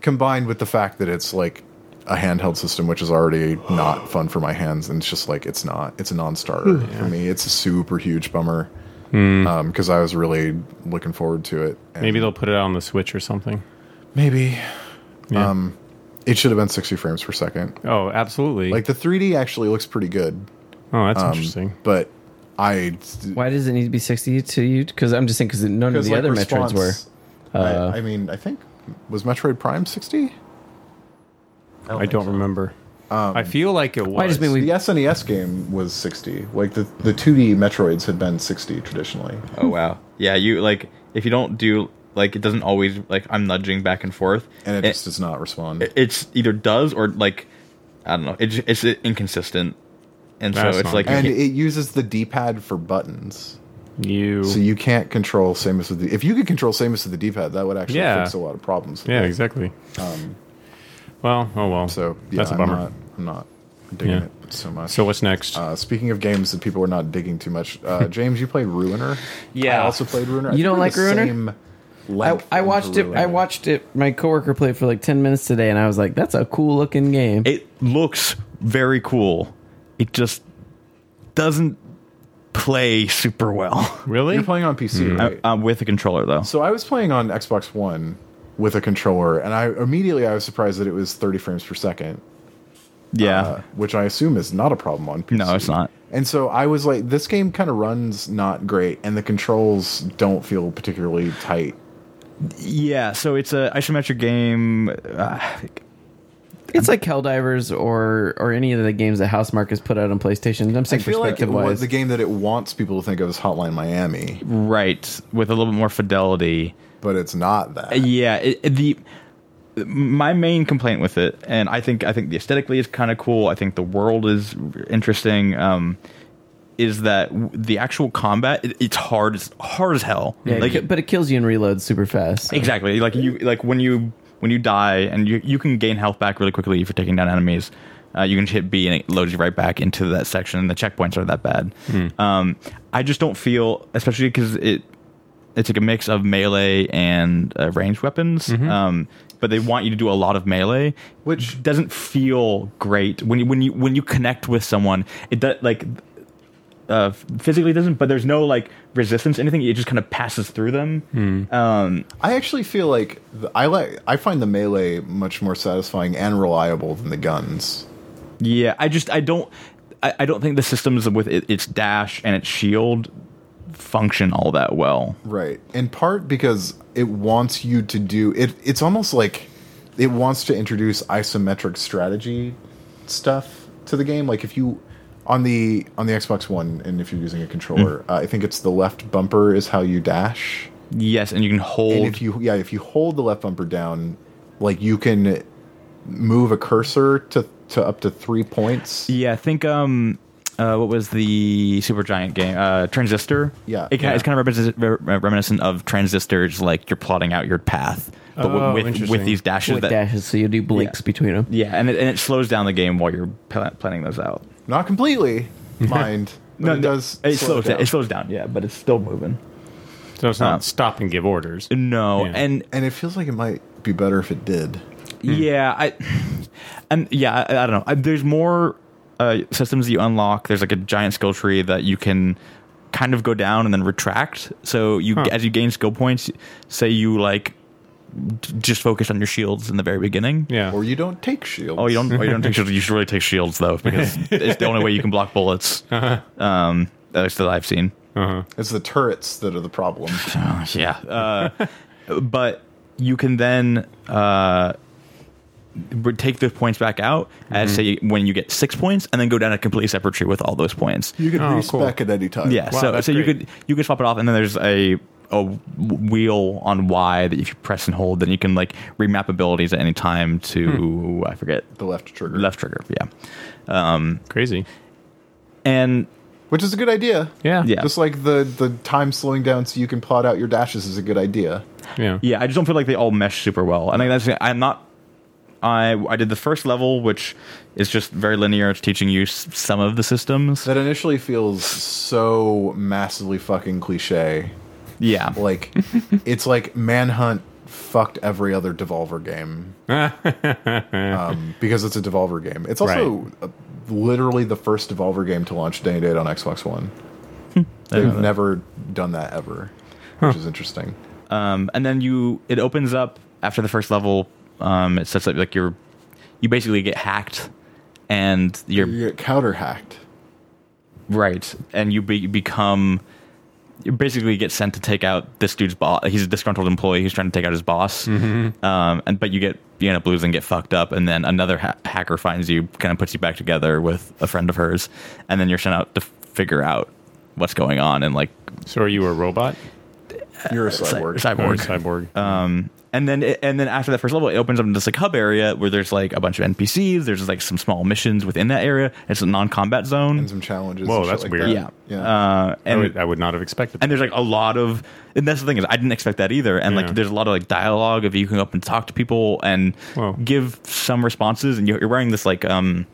Speaker 2: combined with the fact that it's like a handheld system, which is already not fun for my hands, and it's just like it's not. It's a non-starter for me. It's a super huge bummer because I was really looking forward to it. And
Speaker 3: Hmm. Maybe they'll put it out on the Switch or something.
Speaker 2: maybe
Speaker 3: Yeah.
Speaker 2: um, it should have been sixty frames per second.
Speaker 3: Oh, absolutely.
Speaker 2: Like the 3D actually looks pretty good,
Speaker 3: oh, that's
Speaker 2: um,
Speaker 3: interesting.
Speaker 2: but I
Speaker 1: Why does it need to be 60 to you? Because I'm just saying, because none of the other Metroids were. uh,
Speaker 2: I, I mean, I think was Metroid Prime 60?
Speaker 3: I don't remember.
Speaker 2: Um,
Speaker 3: I feel like it was.
Speaker 1: I just mean
Speaker 2: The
Speaker 1: we.
Speaker 2: SNES game was 60. Like the the 2D Metroids had been 60 traditionally.
Speaker 4: Oh wow. Yeah, you like if you don't do like it doesn't always like I'm nudging back and forth,
Speaker 2: And
Speaker 3: Eh,
Speaker 2: it, just does not respond.
Speaker 4: it's either does or like I don't know. It's it's inconsistent, and so
Speaker 3: That's
Speaker 4: it's
Speaker 3: not
Speaker 4: like you
Speaker 2: and
Speaker 4: can't-
Speaker 2: it uses the D-pad for buttons.
Speaker 3: you.
Speaker 2: So you can't control Samus with the If you could control Samus with the D-pad, that would actually
Speaker 3: Yeah.
Speaker 2: fix a lot of problems.
Speaker 3: yeah, exactly. well, oh well.
Speaker 2: Um, So yeah,
Speaker 3: that's a
Speaker 2: I'm
Speaker 3: bummer.
Speaker 2: not I'm not digging
Speaker 3: Yeah.
Speaker 2: it so much.
Speaker 3: so what's next?
Speaker 2: Uh, speaking of games that people are not digging too much, uh, James, you played Ruiner.
Speaker 3: Yeah.
Speaker 2: I also played Ruiner. I
Speaker 1: You
Speaker 2: think
Speaker 1: don't
Speaker 2: we're
Speaker 1: like
Speaker 2: the
Speaker 1: Ruiner?
Speaker 2: same
Speaker 1: I,
Speaker 2: length
Speaker 1: I
Speaker 2: into
Speaker 1: watched it. I
Speaker 2: Ruiner.
Speaker 1: watched it. My coworker played for like 10 minutes today, and I was like, that's a cool looking game.
Speaker 4: it looks very cool. It just doesn't play super well.
Speaker 3: really?
Speaker 2: You're playing on
Speaker 1: Hmm.
Speaker 2: PC, right?
Speaker 4: Um, with a controller though.
Speaker 2: so I was playing on Xbox One with a controller, and I immediately I was surprised that it was 30 frames per second.
Speaker 4: Yeah.
Speaker 2: uh, which I assume is not a problem on PC.
Speaker 4: no, it's not.
Speaker 2: And so I was like, this game kind of runs not great, and the controls don't feel particularly tight.
Speaker 4: Yeah, so it's a isometric game. Uh,
Speaker 1: It's like Helldivers or or any of the games that Housemark has put out on PlayStation. I'm
Speaker 2: I
Speaker 1: saying
Speaker 2: feel like it,
Speaker 1: perspective
Speaker 2: wa-
Speaker 1: wise.
Speaker 2: the game that it wants people to think of is Hotline Miami,
Speaker 4: right, with a little bit more fidelity.
Speaker 2: but it's not that.
Speaker 4: Yeah, it, it- the my main complaint with it, and I think I think the aesthetically is kind of cool. I think the world is interesting. Um, is that w- the actual combat? It, it's hard. It's hard as hell.
Speaker 1: Yeah, it
Speaker 4: like
Speaker 1: ki- but it kills you and reloads super fast.
Speaker 4: Exactly. Like you like when you when you die and you you can gain health back really quickly if you're taking down enemies. Uh, you can just hit B and it loads you right back into that section. And the checkpoints are that bad. Um, I just don't feel, especially because it it's like a mix of melee and uh, ranged weapons. Um, but they want you to do a lot of melee, which doesn't feel great when you when you when you connect with someone. It does like uh, physically doesn't, but there's no like resistance anything. It just kind of passes through them. Um,
Speaker 2: I actually feel like the, I like I find the melee much more satisfying and reliable than the guns.
Speaker 4: Yeah, I just I don't I, I don't think the systems with it, its dash and its shield function all that well.
Speaker 2: Right. In part because it wants you to do it it's almost like it wants to introduce isometric strategy stuff to the game like if you on the on the Xbox 1 and if you're using a controller uh, I think it's the left bumper is how you dash
Speaker 4: Yes, and you can
Speaker 2: and
Speaker 4: hold
Speaker 2: if you yeah if you hold the left bumper down like you can move a cursor to to up to 3 points
Speaker 4: Yeah, think um uh, what was the super giant game? Uh, Transistor.
Speaker 2: Yeah.
Speaker 4: it kind
Speaker 2: Yeah.
Speaker 4: of, it's kind of remis- re- reminiscent of Transistors. Like you're plotting out your path, but with-
Speaker 3: Oh,
Speaker 4: with
Speaker 3: interesting.
Speaker 4: with these dashes
Speaker 1: with
Speaker 4: that
Speaker 1: dashes, so you do blinks
Speaker 4: Yeah.
Speaker 1: between them.
Speaker 4: yeah, and it, and it slows down the game while you're pl- planning those out.
Speaker 2: not completely mind but it does
Speaker 4: It
Speaker 2: slow
Speaker 4: slows down. It slows down. Yeah, but it's still moving.
Speaker 3: So it's not
Speaker 4: Uh,
Speaker 3: stop and give orders.
Speaker 4: No,
Speaker 3: Yeah.
Speaker 4: and
Speaker 2: and it feels like it might be better if it did
Speaker 4: Yeah, I and yeah, I, I don't know. I, there's more uh, systems you unlock. There's like a giant skill tree that you can kind of go down and then retract. So you as you gain skill points, say you like d- just focus on your shields in the very beginning.
Speaker 3: Yeah.
Speaker 2: or you don't take shields
Speaker 4: Oh, you don't. Oh, you don't take shields. You should really take shields though, because it's the only way you can block bullets. Um, at least that I've seen.
Speaker 2: It's the turrets that are the problem.
Speaker 4: yeah. Uh, but you can then uh, re- take those points back out
Speaker 3: Mm-hmm.
Speaker 4: as say when you get six points, and then go down a completely separate tree with all those points.
Speaker 2: You can
Speaker 3: Oh,
Speaker 2: respec
Speaker 3: cool.
Speaker 2: at any time.
Speaker 4: Yeah.
Speaker 3: Wow,
Speaker 4: so
Speaker 3: that's
Speaker 4: so you
Speaker 3: great.
Speaker 4: could you could swap it off, and then there's a a w- wheel on Y that if you press and hold, then you can like remap abilities at any time
Speaker 3: Hmm.
Speaker 4: to I forget
Speaker 2: The left trigger.
Speaker 4: left trigger. Yeah.
Speaker 3: Crazy.
Speaker 4: And
Speaker 2: Which is a good idea.
Speaker 3: Yeah.
Speaker 4: Yeah.
Speaker 2: Just like the, the time slowing down so you can plot out your dashes is a good idea.
Speaker 3: Yeah.
Speaker 4: yeah, I just don't feel like they all mesh super well. I think that's I'm not. I I did the first level, which is just very linear. It's teaching you s- some of the systems.
Speaker 2: That initially feels so massively fucking cliche.
Speaker 4: Yeah,
Speaker 2: Like, it's like Manhunt fucked every other Devolver game. um, because it's a Devolver game. It's also uh, literally the first Devolver game to launch day and date on Xbox One.
Speaker 3: Hmm.
Speaker 2: They've never done that ever, which is interesting.
Speaker 4: um, and then you it opens up after the first level. Um, it sets up like you're you basically get hacked, and you're
Speaker 2: You get counter hacked.
Speaker 4: right, and you be, become you basically get sent to take out this dude's boss. He's a disgruntled employee who's trying to take out his boss. Um, and but you get you end up losing, get fucked up, and then another ha- hacker finds you, kind of puts you back together with a friend of hers, and then you're sent out to figure out what's going on and like
Speaker 3: So are you a robot? Uh,
Speaker 2: You're a
Speaker 4: cy-
Speaker 2: cyborg.
Speaker 3: Or
Speaker 4: cyborg.
Speaker 3: a cyborg.
Speaker 4: Um, and then it, and then after that first level, it opens up into this like hub area where there's like a bunch of NPCs. There's like some small missions within that area. It's a non-combat zone.
Speaker 2: and some challenges.
Speaker 3: Whoa,
Speaker 2: and shit
Speaker 3: that's
Speaker 2: like
Speaker 3: weird.
Speaker 2: that.
Speaker 4: yeah,
Speaker 2: yeah.
Speaker 4: Uh,
Speaker 3: I,
Speaker 4: and
Speaker 3: would, I would not have expected
Speaker 4: and there's like a lot of and that's the thing is i didn't expect that either and
Speaker 3: Yeah.
Speaker 4: like there's a lot of like dialogue of you can go up and talk to people and
Speaker 3: Wow.
Speaker 4: give some responses and you're you're wearing this like um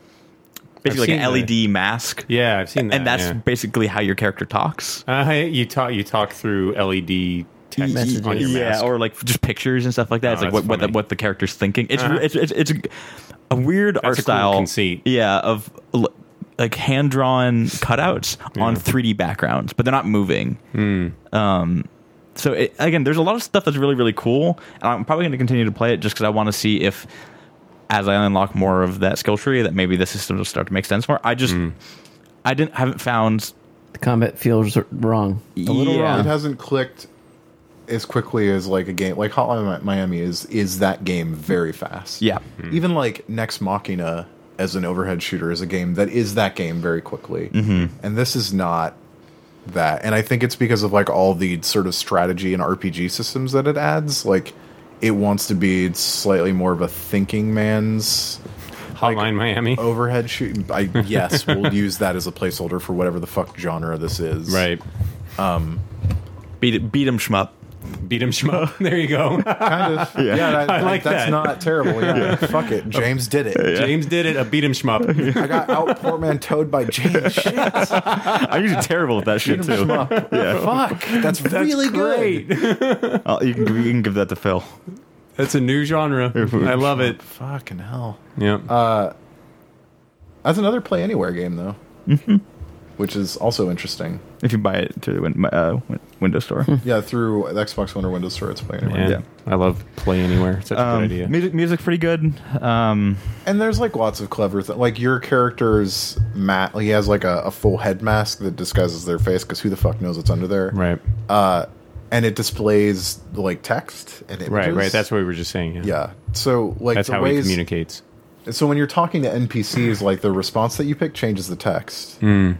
Speaker 4: basically
Speaker 3: seen
Speaker 4: like an
Speaker 3: the-
Speaker 4: led mask
Speaker 3: Yeah, I've seen that.
Speaker 4: and that's
Speaker 3: yeah.
Speaker 4: basically how your character talks
Speaker 3: Uh, you talk you talk through LED text
Speaker 1: Messages.
Speaker 3: on your
Speaker 4: yeah
Speaker 3: mask.
Speaker 4: or like just pictures and stuff like that it's
Speaker 3: Oh,
Speaker 4: like what,
Speaker 3: that's
Speaker 4: what, the,
Speaker 3: funny. Uh-huh.
Speaker 4: what the character's thinking it's it's, it's it's a weird art
Speaker 3: a cool
Speaker 4: style
Speaker 3: conceit.
Speaker 4: yeah of l- like hand drawn cutouts on 3D backgrounds, but they're not moving.
Speaker 3: Hmm.
Speaker 4: Um, so it, again, there's a lot of stuff that's really really cool, and I'm probably going to continue to play it just because I want to see if as I unlock more of that skill tree, that maybe the system will start to make sense more. I just,
Speaker 3: Hmm.
Speaker 4: I didn't, haven't found.
Speaker 1: The combat feels wrong. A little
Speaker 4: Yeah.
Speaker 2: It
Speaker 1: wrong.
Speaker 2: hasn't clicked as quickly as like a game like Hotline Mi- Miami is is that game very fast.
Speaker 4: Yeah.
Speaker 2: Hmm. Even like Next Machina as an overhead shooter is a game that is that game very quickly.
Speaker 3: Mm-hmm.
Speaker 2: And this is not that. And I think it's because of like all the sort of strategy and RPG systems that it adds. Like it wants to be slightly more of a thinking man's
Speaker 3: Hotline Miami.
Speaker 2: overhead shoot. I yes, we'll use that as a placeholder for whatever the fuck genre this is.
Speaker 3: Right.
Speaker 4: Beat it, beat 'em shmup.
Speaker 3: Beat him schmo. There you go.
Speaker 2: kind of. Yeah, that,
Speaker 3: I like
Speaker 2: that's
Speaker 3: that.
Speaker 2: not terrible. Yeah. fuck it. James did it.
Speaker 3: James did it. A beat him schmup.
Speaker 2: I got out portmanteaued by James. Shit,
Speaker 4: I'm usually terrible at that shit too.
Speaker 2: fuck. That's, really good.
Speaker 4: Uh, you, can, you can give that to Phil.
Speaker 3: That's a new genre. I love it.
Speaker 2: Fucking hell.
Speaker 3: Yeah.
Speaker 2: That's another play anywhere game though,
Speaker 3: Mm-hmm.
Speaker 2: which is also interesting.
Speaker 4: If you buy it through the win- uh, win- Windows Store.
Speaker 2: Yeah, through the Xbox One or Windows Store, it's play anywhere.
Speaker 3: Man,
Speaker 4: yeah.
Speaker 3: I love play anywhere. Such a
Speaker 4: Um,
Speaker 3: good idea.
Speaker 4: music, music's pretty good. Um,
Speaker 2: And there's like lots of clever things. Like your character's mat, he has like a, a full head mask that disguises their face because who the fuck knows what's under there,
Speaker 3: Right.
Speaker 2: Uh, and it displays like text and images.
Speaker 3: Right. Right. That's what we were just saying. Yeah.
Speaker 2: yeah. So like
Speaker 3: That's
Speaker 2: the
Speaker 3: how he
Speaker 2: ways,
Speaker 3: communicates.
Speaker 2: So when you're talking to NPCs, like the response that you pick changes the text.
Speaker 3: Mm.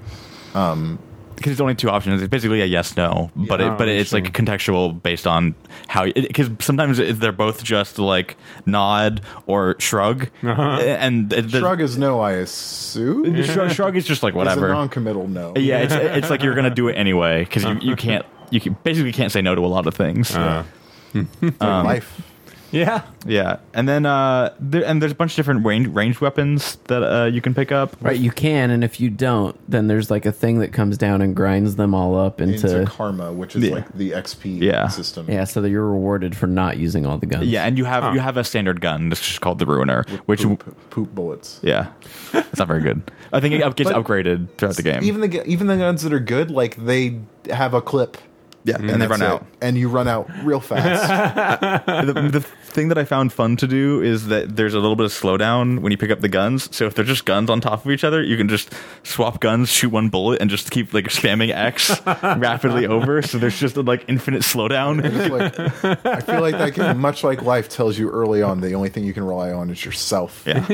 Speaker 4: because it's only two options. It's basically a yes no, but
Speaker 3: Yeah.
Speaker 4: it, but it's like contextual based on how because sometimes it, they're both just like nod or shrug,
Speaker 3: Uh-huh.
Speaker 4: and it- the,
Speaker 2: Shrug is no, I assume.
Speaker 4: the shrug, shrug is just like
Speaker 2: It's a
Speaker 4: whatever.
Speaker 2: non-committal no.
Speaker 4: Yeah, it's it's like you're gonna do it anyway because you, you can't you can, basically can't say no to a lot of things.
Speaker 3: Uh-huh.
Speaker 2: It's like life.
Speaker 3: Yeah.
Speaker 4: Yeah, and then uh, there, and there's a bunch of different range ranged weapons that uh, you can pick up.
Speaker 1: Right, you can, and if you don't, then there's like a thing that comes down and grinds them all up into.
Speaker 2: Into karma, which is
Speaker 4: Yeah.
Speaker 2: like the XP
Speaker 4: Yeah.
Speaker 2: system.
Speaker 1: yeah, so that you're rewarded for not using all the guns.
Speaker 4: Yeah, and you have you have a standard gun. This is called the Ruiner, which
Speaker 2: Poop, poop bullets.
Speaker 4: Yeah, it's not very good. I think it up- gets
Speaker 2: But-
Speaker 4: upgraded throughout the game.
Speaker 2: Even the gu- even the guns that are good, like they have a clip.
Speaker 4: yeah, and, they
Speaker 2: Mm-hmm. that's
Speaker 4: run
Speaker 2: it.
Speaker 4: out.
Speaker 2: and you run out real fast.
Speaker 4: the, the thing that I found fun to do is that there's a little bit of slowdown when you pick up the guns. So if they're just guns on top of each other, you can just swap guns, shoot one bullet, and just keep like spamming X rapidly over. So there's just a, like infinite slowdown.
Speaker 2: Just like, I feel like that game, much like life, tells you early on the only thing you can rely on is yourself
Speaker 4: Yeah,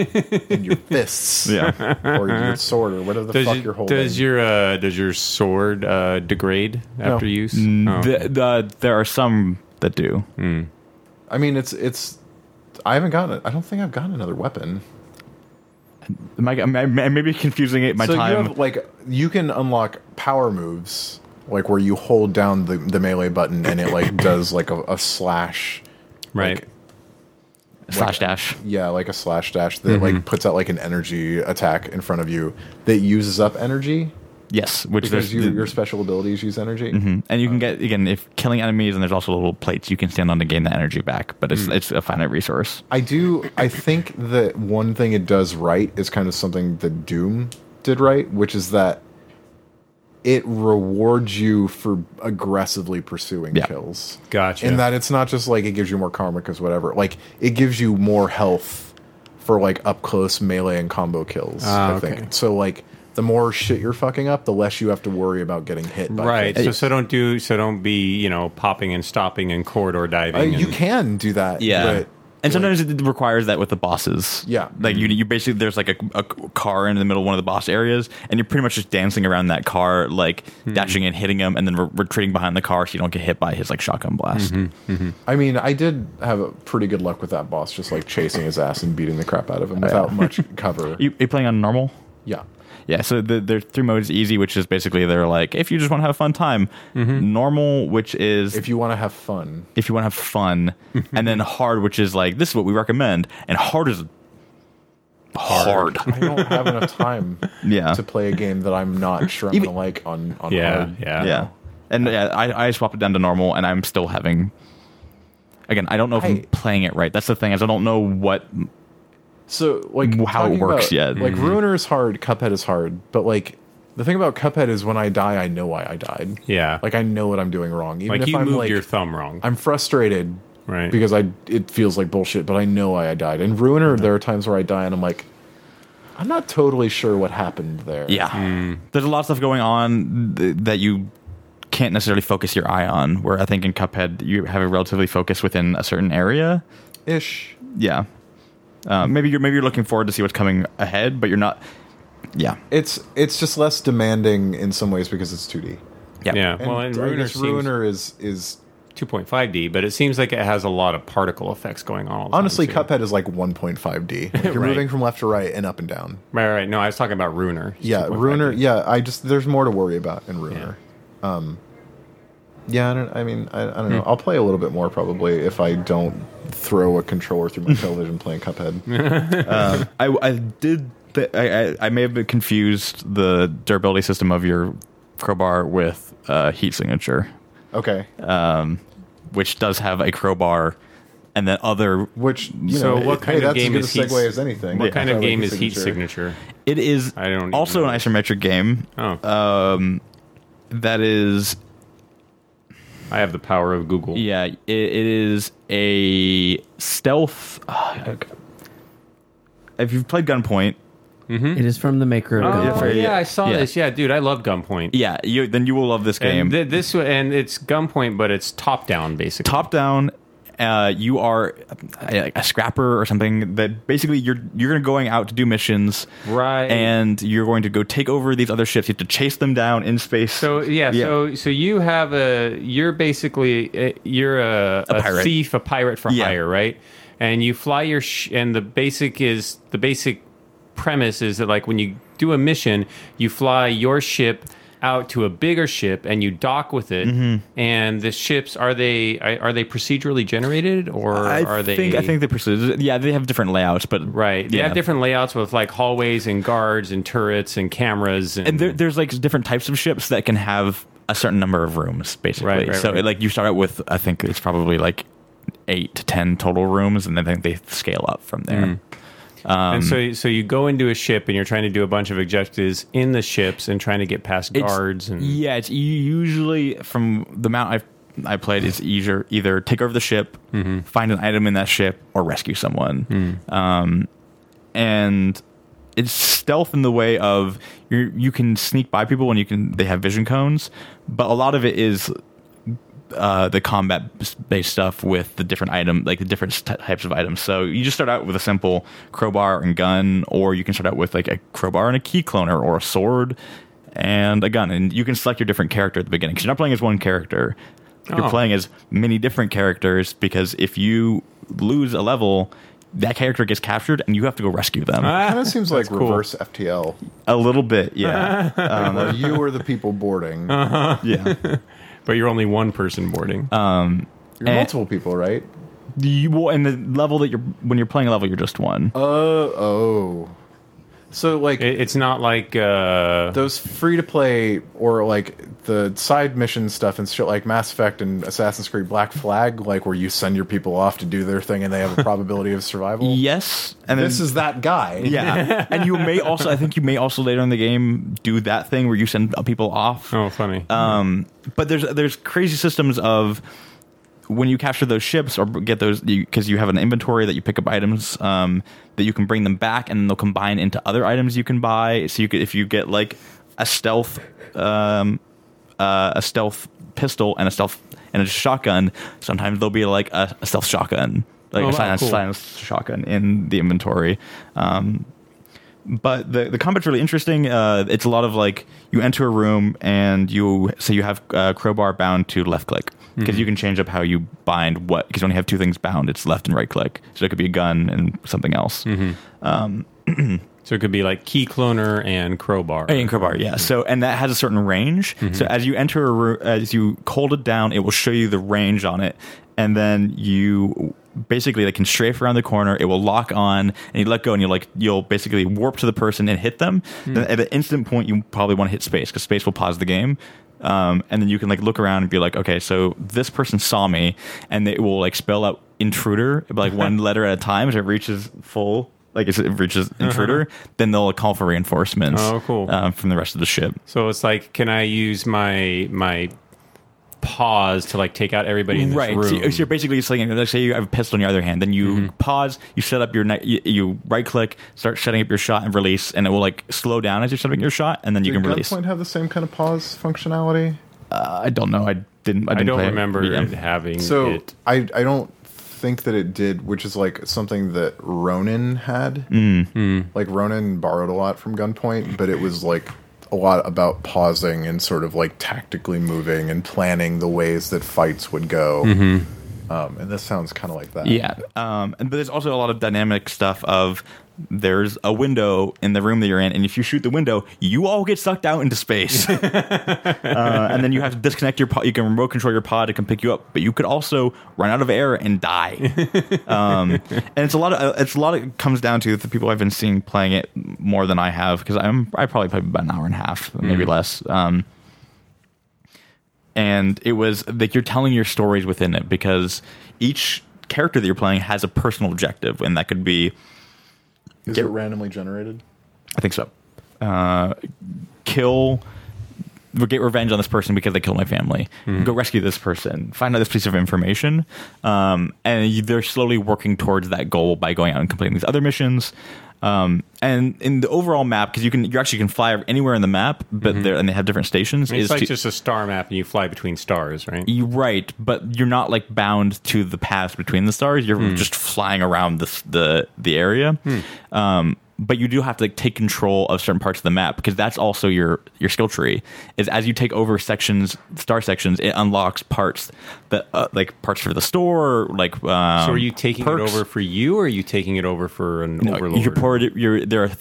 Speaker 2: and your fists,
Speaker 4: yeah.
Speaker 2: or your sword, or whatever the
Speaker 3: Does,
Speaker 2: fuck
Speaker 3: you-
Speaker 2: you're holding.
Speaker 3: does your uh, does your sword uh, degrade after use? Oh.
Speaker 4: The, the, there are some that do.
Speaker 2: I mean, it's it's. I haven't gotten it. I don't think I've gotten another weapon.
Speaker 4: Am I, am I, am I maybe confusing it? My
Speaker 2: so
Speaker 4: time.
Speaker 2: you have like you can unlock power moves, like where you hold down the, the melee button and it like does like a, a slash,
Speaker 3: right.
Speaker 4: slash dash.
Speaker 2: yeah, like a slash dash that
Speaker 4: Mm-hmm.
Speaker 2: like puts out like an energy attack in front of you that uses up energy
Speaker 4: Yes, which
Speaker 2: because
Speaker 4: there's Mm-hmm.
Speaker 2: you, your special abilities use energy.
Speaker 4: And you can get again if killing enemies, and there's also little plates you can stand on to gain that energy back. But it's it's a finite resource.
Speaker 2: I do. I think that one thing it does right is kind of something that Doom did right, which is that it rewards you for aggressively pursuing
Speaker 4: Yeah.
Speaker 2: kills.
Speaker 3: Gotcha.
Speaker 2: In that it's not just like it gives you more karma because whatever. Like it gives you more health for like up close melee and combo kills. I
Speaker 3: Ah, okay.
Speaker 2: think so. Like the more shit you're fucking up, the less you have to worry about getting hit. By
Speaker 3: Right.
Speaker 2: kills.
Speaker 3: So so don't do so don't be you know popping and stopping and corridor diving.
Speaker 2: Uh, you
Speaker 3: and-
Speaker 2: can do that.
Speaker 4: Yeah.
Speaker 2: but
Speaker 4: And sometimes it requires that with the bosses.
Speaker 2: Yeah.
Speaker 4: Like you, you basically there's like a, a car in the middle of one of the boss areas, and you're pretty much just dancing around that car, like
Speaker 2: Hmm.
Speaker 4: dashing and hitting him, and then re- retreating behind the car so you don't get hit by his like shotgun blast.
Speaker 2: Mm-hmm. I mean, I did have a pretty good luck with that boss, just like chasing his ass and beating the crap out of him without much cover.
Speaker 4: Oh, You, you playing on normal?
Speaker 2: yeah.
Speaker 4: Yeah. So the, there's three modes: easy, which is basically they're like if you just want to have a fun time; normal, which is
Speaker 2: Mm-hmm. If you want to have fun,
Speaker 4: if you want to have fun, and then hard, which is like this is what we recommend, and hard is hard.
Speaker 2: I don't have enough time
Speaker 4: Yeah.
Speaker 2: to play a game that I'm not sure I'm going to like on, on
Speaker 3: Yeah.
Speaker 2: hard.
Speaker 3: Yeah.
Speaker 4: yeah, and yeah, I I swapped it down to normal, and I'm still having. Again, I don't know if I'm
Speaker 2: Hey.
Speaker 4: playing it right. That's the thing is I don't know what.
Speaker 2: So, like,
Speaker 4: How it
Speaker 2: talking
Speaker 4: works
Speaker 2: about-
Speaker 4: yet. Mm-hmm.
Speaker 2: Like, Ruiner is hard, Cuphead is hard, but like, the thing about Cuphead is when I die, I know why I died.
Speaker 3: Yeah.
Speaker 2: Like, I know what I'm doing wrong. Even
Speaker 3: Like
Speaker 2: if
Speaker 3: you
Speaker 2: I'm
Speaker 3: moved
Speaker 2: like,
Speaker 3: your thumb wrong.
Speaker 2: I'm frustrated.
Speaker 3: Right.
Speaker 2: because I it feels like bullshit, but I know I, I died. In Ruiner, there are times where I die and I'm like, I'm not totally sure what happened there.
Speaker 4: Yeah. Mm. There's a lot of stuff going on th- that you can't necessarily focus your eye on, where I think in Cuphead, you have a relatively focus within a certain area.
Speaker 2: ish.
Speaker 4: Yeah. Uh, maybe you're maybe you're looking forward to see what's coming ahead, but you're not. Yeah,
Speaker 2: It's it's just less demanding in some ways because it's 2D.
Speaker 4: yeah,
Speaker 3: yeah. well, and
Speaker 2: I
Speaker 3: Ruiner
Speaker 2: guess
Speaker 3: seems
Speaker 2: Ruiner is is
Speaker 3: 2.5D, but it seems like it has a lot of particle effects going on. All the
Speaker 2: honestly
Speaker 3: time, too.
Speaker 2: Cuphead is like 1.5D. Like, you're
Speaker 3: Right.
Speaker 2: moving from left to right and up and down.
Speaker 3: Right, right. No, I was talking about Ruiner. It's
Speaker 2: Yeah,
Speaker 3: 2.5D.
Speaker 2: Ruiner. Yeah, I just there's more to worry about in Ruiner. Um, yeah, I don't. I mean, I, I don't
Speaker 3: Hmm.
Speaker 2: know. I'll play a little bit more probably if I don't throw a controller through my television playing Cuphead.
Speaker 4: I, I did. Th- I, I I may have been confused the durability system of your crowbar with uh, heat signature,
Speaker 2: Okay,
Speaker 4: which does have a crowbar, and then other.
Speaker 2: which you
Speaker 3: So
Speaker 2: know,
Speaker 3: what
Speaker 2: hey,
Speaker 3: kind of
Speaker 2: that's
Speaker 3: game
Speaker 2: as
Speaker 3: is
Speaker 2: good
Speaker 3: heat
Speaker 2: a segue
Speaker 3: s-
Speaker 2: as anything.
Speaker 3: What kind of
Speaker 2: Probably
Speaker 3: game is Heat Signature?
Speaker 4: It is
Speaker 3: I don't even
Speaker 4: also an
Speaker 3: know.
Speaker 4: isometric game Um,
Speaker 3: Oh,
Speaker 4: that is
Speaker 3: I have the power of Google.
Speaker 4: Yeah, it, it is a stealth. ah, if you've played Gunpoint,
Speaker 1: It is from the maker of
Speaker 3: Oh,
Speaker 1: Gunpoint.
Speaker 3: yeah, I saw
Speaker 4: Yeah.
Speaker 3: this. Yeah, dude, I love
Speaker 2: E
Speaker 3: Gunpoint.
Speaker 4: yeah, you then you will love this game.
Speaker 3: And th- this and it's Gunpoint, but it's top down basically.
Speaker 4: Top down, uh, you are a, a scrapper or something that basically you're you're going out to do missions,
Speaker 3: Right.
Speaker 4: And you're going to go take over these other ships. You have to chase them down in space.
Speaker 3: So yeah,
Speaker 4: Yeah.
Speaker 3: so so you have a you're basically uh, you're a, a,
Speaker 4: pirate.
Speaker 3: thief, a pirate for
Speaker 4: Yeah.
Speaker 3: hire, right? And you fly your sh- and the basic is the basic premise is that like when you do a mission, you fly your ship out to a bigger ship and you dock with it.
Speaker 4: Mm-hmm.
Speaker 3: And the ships are they are they procedurally generated or
Speaker 4: I
Speaker 3: are they
Speaker 4: think I think they pursue. Yeah, they have different layouts, but
Speaker 3: Right. They
Speaker 4: yeah.
Speaker 3: have different layouts with like hallways and guards and turrets and cameras and,
Speaker 4: and there, there's like different types of ships that can have a certain number of rooms basically
Speaker 3: Right, right,
Speaker 4: so
Speaker 3: right.
Speaker 4: It, like you start out with i think it's probably like eight to ten total rooms and then I think they scale up from there
Speaker 3: Hmm.
Speaker 4: Um,
Speaker 3: and so so you go into a ship and you're trying to do a bunch of objectives in the ships and trying to get past
Speaker 4: It's-
Speaker 3: guards and
Speaker 4: yeah it's u- usually from the amount i've I played it's either either take over the ship, find an item in that ship, or rescue someone. Um, and it's stealth in the way of you you can sneak by people and you can they have vision cones, but a lot of it is uh, the combat based stuff with the different item, like the different t- types of items. So you just start out with a simple crowbar and gun, or you can start out with like a crowbar and a key cloner, or a sword and a gun, and you can select your different character at the beginning because you're not playing as one character. You're
Speaker 3: Oh.
Speaker 4: playing as many different characters because if you lose a level, that character gets captured and you have to go rescue them.
Speaker 3: Uh.
Speaker 2: Kind of seems like
Speaker 3: cool.
Speaker 2: reverse FTL.
Speaker 4: A little bit, yeah,
Speaker 2: where you were the people boarding.
Speaker 4: yeah.
Speaker 3: but you're only one person boarding.
Speaker 4: Uh,
Speaker 2: You're multiple people, right?
Speaker 4: You will, and the level that you're when you're playing a level, you're just one.
Speaker 2: Oh, oh. So like
Speaker 3: It- it's not like uh,
Speaker 2: those free to play or like the side mission stuff and shit like Mass Effect and Assassin's Creed Black Flag, like where you send your people off to do their thing and they have a probability of survival.
Speaker 4: yes, and then,
Speaker 2: This is that guy.
Speaker 4: Yeah, and you may also, I think you may also later in the game do that thing where you send people off.
Speaker 3: oh funny.
Speaker 4: Um, but there's there's crazy systems of when you capture those ships or get those because you, have an inventory that you pick up items um, that you can bring them back and they'll combine into other items you can buy. So you could if you get like a stealth um, uh, a stealth pistol and a stealth and a shotgun, sometimes there'll be like a, a stealth shotgun, like
Speaker 3: Oh,
Speaker 4: a
Speaker 3: wow,
Speaker 4: silenced
Speaker 3: cool.
Speaker 4: silenced shotgun in the inventory. Um, but the the combat's really interesting. Uh, it's a lot of like you enter a room and you so you have uh, crowbar bound to left click because
Speaker 3: Mm-hmm.
Speaker 4: you can change up how you bind what because you only have two things bound. It's left and right click, so it could be a gun and something else.
Speaker 3: so it could be like key cloner and crowbar.
Speaker 4: An anchor bar, yeah. So and that has a certain range.
Speaker 3: Mm-hmm.
Speaker 4: So as you enter a room, as you hold it down, it will show you the range on it, and then you basically like can strafe around the corner. It will lock on, and you let go, and you like you'll basically warp to the person and hit them.
Speaker 3: Hmm.
Speaker 4: Then at the instant point, you probably want to hit space because space will pause the game. Um, and then you can like look around and be like, okay, so this person saw me, and it will like spell out intruder like one letter at a time. As it reaches full, like as it reaches intruder, then they'll call for reinforcements
Speaker 3: Uh-huh. Oh, cool.
Speaker 4: um, from the rest of the ship.
Speaker 3: So it's like, can I use my my pause to like take out everybody in this
Speaker 4: right.
Speaker 3: room.
Speaker 4: So, you- so you're basically just like, let's say you have a pistol in your other hand, then you pause, you set up your, ni- you, you right click, start setting up your shot and release, and it will like slow down as you're setting up your shot, and then you
Speaker 2: Did
Speaker 4: can release.
Speaker 2: Gunpoint have the same kind of pause functionality?
Speaker 4: Uh, I don't know. I didn't. I, didn't
Speaker 3: I don't
Speaker 4: play it.
Speaker 3: remember
Speaker 4: Yeah.
Speaker 3: it having
Speaker 2: So
Speaker 3: it.
Speaker 2: I I don't think that it did, which is like something that Ronin had.
Speaker 3: Hmm.
Speaker 2: Like Ronin borrowed a lot from Gunpoint, but it was like a lot about pausing and sort of like tactically moving and planning the ways that fights would go.
Speaker 3: Mm-hmm.
Speaker 2: Um, and this sounds kind of like that.
Speaker 4: Yeah. Um, and, but there's also a lot of dynamic stuff of there's a window in the room that you're in, and if you shoot the window, you all get sucked out into space. uh, and then you have to disconnect your pod. You can remote control your pod; it can pick you up. But you could also run out of air and die. Um, and it's a lot of it's a lot of it comes down to the people I've been seeing playing it more than I have because I'm I probably played about an hour and a half, maybe less. Um, and it was like you're telling your stories within it because each character that you're playing has a personal objective, and that could be
Speaker 2: Is
Speaker 4: Get-
Speaker 2: it randomly generated?
Speaker 4: I think so. Uh, kill, get revenge on this person because they killed my family.
Speaker 3: Mm-hmm.
Speaker 4: Go rescue this person. Find out this piece of information. Um, and you- they're slowly working towards that goal by going out and completing these other missions. Um, and in the overall map, because you can, you actually can fly anywhere in the map, but they're and they have different stations.
Speaker 3: Mm-hmm. It's
Speaker 4: is
Speaker 3: like
Speaker 4: to-
Speaker 3: just a star map, and you fly between stars, right?
Speaker 4: You're right, but you're not like bound to the path between the stars. You're
Speaker 3: Hmm.
Speaker 4: just flying around the the, the area. Um, but you do have to like, take control of certain parts of the map because that's also your your skill tree. Is as you take over sections, star sections, it unlocks parts that uh, like parts for the store, like um,
Speaker 3: So are you taking
Speaker 4: perks.
Speaker 3: it over for you, or are you taking it over for an
Speaker 4: No,
Speaker 3: overlord?
Speaker 4: You're poured, you're, there are th-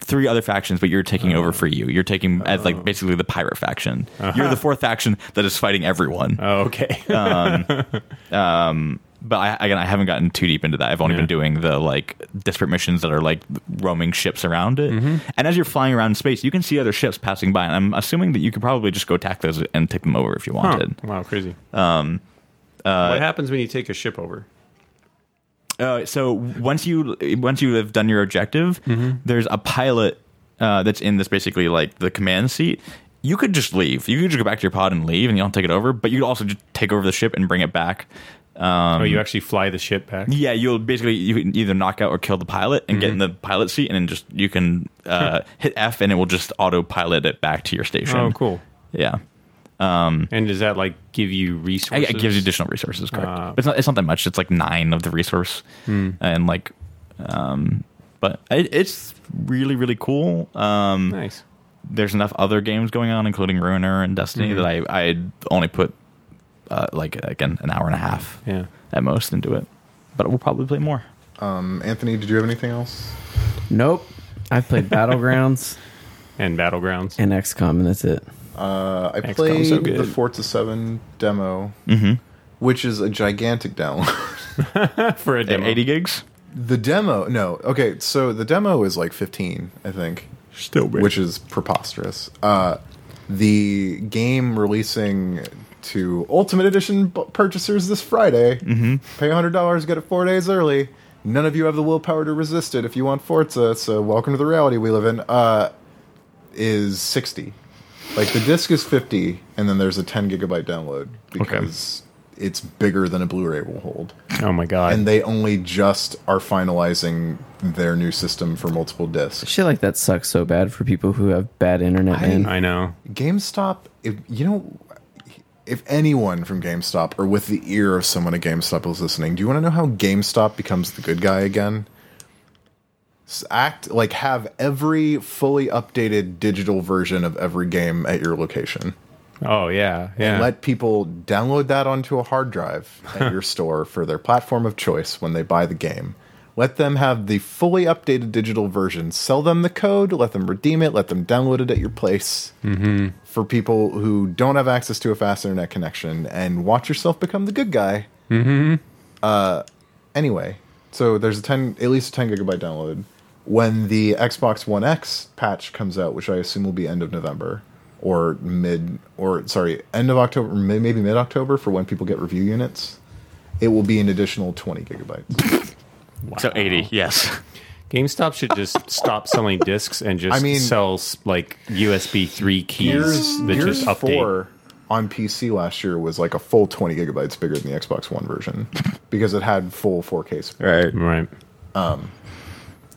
Speaker 4: three other factions, but you're taking
Speaker 3: Oh.
Speaker 4: over for you. You're taking as like basically the pirate faction. You're the fourth faction that is fighting everyone.
Speaker 3: Uh-huh. oh, okay.
Speaker 4: but I, again, I haven't gotten too deep into that. I've only
Speaker 3: Yeah.
Speaker 4: been doing the like disparate missions that are like roaming ships around it.
Speaker 3: Mm-hmm.
Speaker 4: And as you're flying around in space, you can see other ships passing by. And I'm assuming that you could probably just go attack those and take them over if you
Speaker 3: Huh.
Speaker 4: wanted.
Speaker 3: Wow, crazy. what happens when you take a ship over?
Speaker 4: Uh, so once you once you have done your objective,
Speaker 3: Mm-hmm.
Speaker 4: there's a pilot uh, that's in this basically like the command seat. You could just leave. You could just go back to your pod and leave, and you don't take it over. But you could also just take over the ship and bring it back.
Speaker 3: oh, you actually fly the ship back.
Speaker 4: Yeah, you'll basically you can either knock out or kill the pilot and
Speaker 3: Mhm.
Speaker 4: get in the pilot seat, and then just you can uh, hit F and it will just autopilot it back to your station.
Speaker 3: Oh, cool.
Speaker 4: Yeah,
Speaker 3: And does that like give you
Speaker 4: I,
Speaker 3: resources?
Speaker 4: it gives you additional resources. Correct.
Speaker 3: Ah.
Speaker 4: But it's not. It's not that much. It's like nine of the resource,
Speaker 3: Hmm.
Speaker 4: and like, um, but it, it's really really cool. Um,
Speaker 3: nice.
Speaker 4: there's enough other games going on, including Ruiner and Destiny, that
Speaker 3: Mm-hmm.
Speaker 4: I I only put uh, like again an hour and a half
Speaker 3: Yeah.
Speaker 4: at most into it, but we'll probably play more.
Speaker 2: Um, Anthony, did you have anything else?
Speaker 1: Nope. I've played Battlegrounds
Speaker 3: And battlegrounds.
Speaker 1: and XCOM, and that's it.
Speaker 2: Uh, I played
Speaker 3: XCOM's so
Speaker 2: the
Speaker 3: good.
Speaker 2: Forza 7 demo, which is a gigantic download.
Speaker 3: for a demo.
Speaker 4: Eighty gigs.
Speaker 2: The demo, no. Okay, so the demo is like 15, I think,
Speaker 4: Still
Speaker 2: which is preposterous. Uh, the game releasing to Ultimate Edition bu- purchasers this Friday. Mm-hmm. Pay $100, get it four days early. None of you have the willpower to resist it if you want Forza, so welcome to the reality we live in. Uh, is 60. Like the disc is 50, and then there's a 10 gigabyte download because it's bigger than a Blu ray will hold
Speaker 3: oh my god.
Speaker 2: and they only just are finalizing their new system for multiple discs.
Speaker 1: Shit like that sucks so bad for people who have bad internet, man.
Speaker 3: I know.
Speaker 2: GameStop, if you know if anyone from GameStop or with the ear of someone at GameStop is listening, do you want to know how GameStop becomes the good guy again? S- Act like have every fully updated digital version of every game at your location.
Speaker 3: Oh yeah. Yeah.
Speaker 2: Let people download that onto a hard drive at your store for their platform of choice when they buy the game. Let them have the fully updated digital version. Sell them the code, let them redeem it, let them download it at your place for people who don't have access to a fast internet connection and watch yourself become the good guy. Mm-hmm. Uh, anyway, so there's a 10, at least a 10 gigabyte download. When the Xbox One X patch comes out, which I assume will be end of November or mid, or sorry, end of October, may- maybe mid October for when people get review units, it will be an additional 20 gigabytes.
Speaker 4: So eighty. Yes.
Speaker 3: GameStop should just stop selling discs and just
Speaker 2: I mean-
Speaker 3: sell s- like USB three keys
Speaker 2: Gears,
Speaker 3: that
Speaker 2: Gears
Speaker 3: just update.
Speaker 2: 4 on PC last year was like a full 20 gigabytes bigger than the Xbox One version because it had full 4K support.
Speaker 4: Right.
Speaker 3: Right.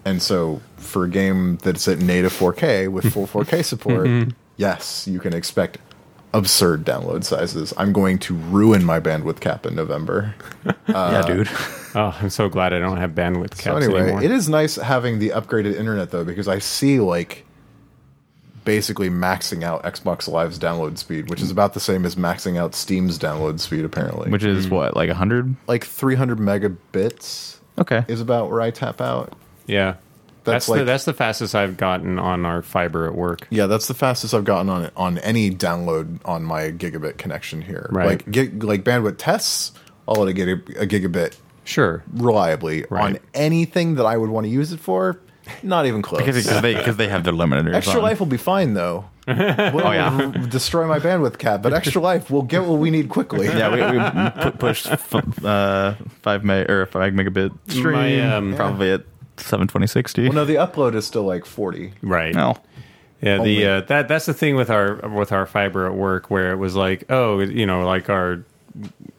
Speaker 2: And so for a game that's at native 4K with full 4K support, yes, you can expect absurd download sizes. I'm going to ruin my bandwidth cap in November.
Speaker 4: yeah, dude.
Speaker 3: Oh, I'm so glad I don't have bandwidth caps
Speaker 2: So anyway,
Speaker 3: anymore.
Speaker 2: it is nice having the upgraded internet though because I see like basically maxing out Xbox Live's download speed, which is about the same as maxing out Steam's download speed apparently.
Speaker 4: Which is what, like hundred?
Speaker 2: like 300 megabits
Speaker 4: Okay.
Speaker 2: is about where I tap out.
Speaker 3: yeah. That's,
Speaker 2: That's
Speaker 3: the
Speaker 2: like-
Speaker 3: that's the fastest I've gotten on our fiber at work.
Speaker 2: Yeah, that's the fastest I've gotten on on any download on my gigabit connection here.
Speaker 3: Right.
Speaker 2: Like gig, like bandwidth tests all at a, gig, a gigabit
Speaker 3: Sure.
Speaker 2: reliably on
Speaker 3: Right.
Speaker 2: anything that I would want to use it for. Not even close.
Speaker 4: Because they, 'cause they have their limiters.
Speaker 2: Extra
Speaker 4: on.
Speaker 2: Life will be fine though. oh yeah, destroy my bandwidth cap, but Extra Life will get what we need quickly.
Speaker 4: Yeah, we, we pu- pushed f- uh, five meg or five megabit stream
Speaker 3: My, um,
Speaker 4: probably at seven twenty sixty.
Speaker 2: Well, no, the upload is still like forty.
Speaker 3: Right.
Speaker 4: No.
Speaker 3: Yeah,
Speaker 2: Only-
Speaker 3: the uh, that that's the thing with our with our fiber at work where it was like, oh, you know, like our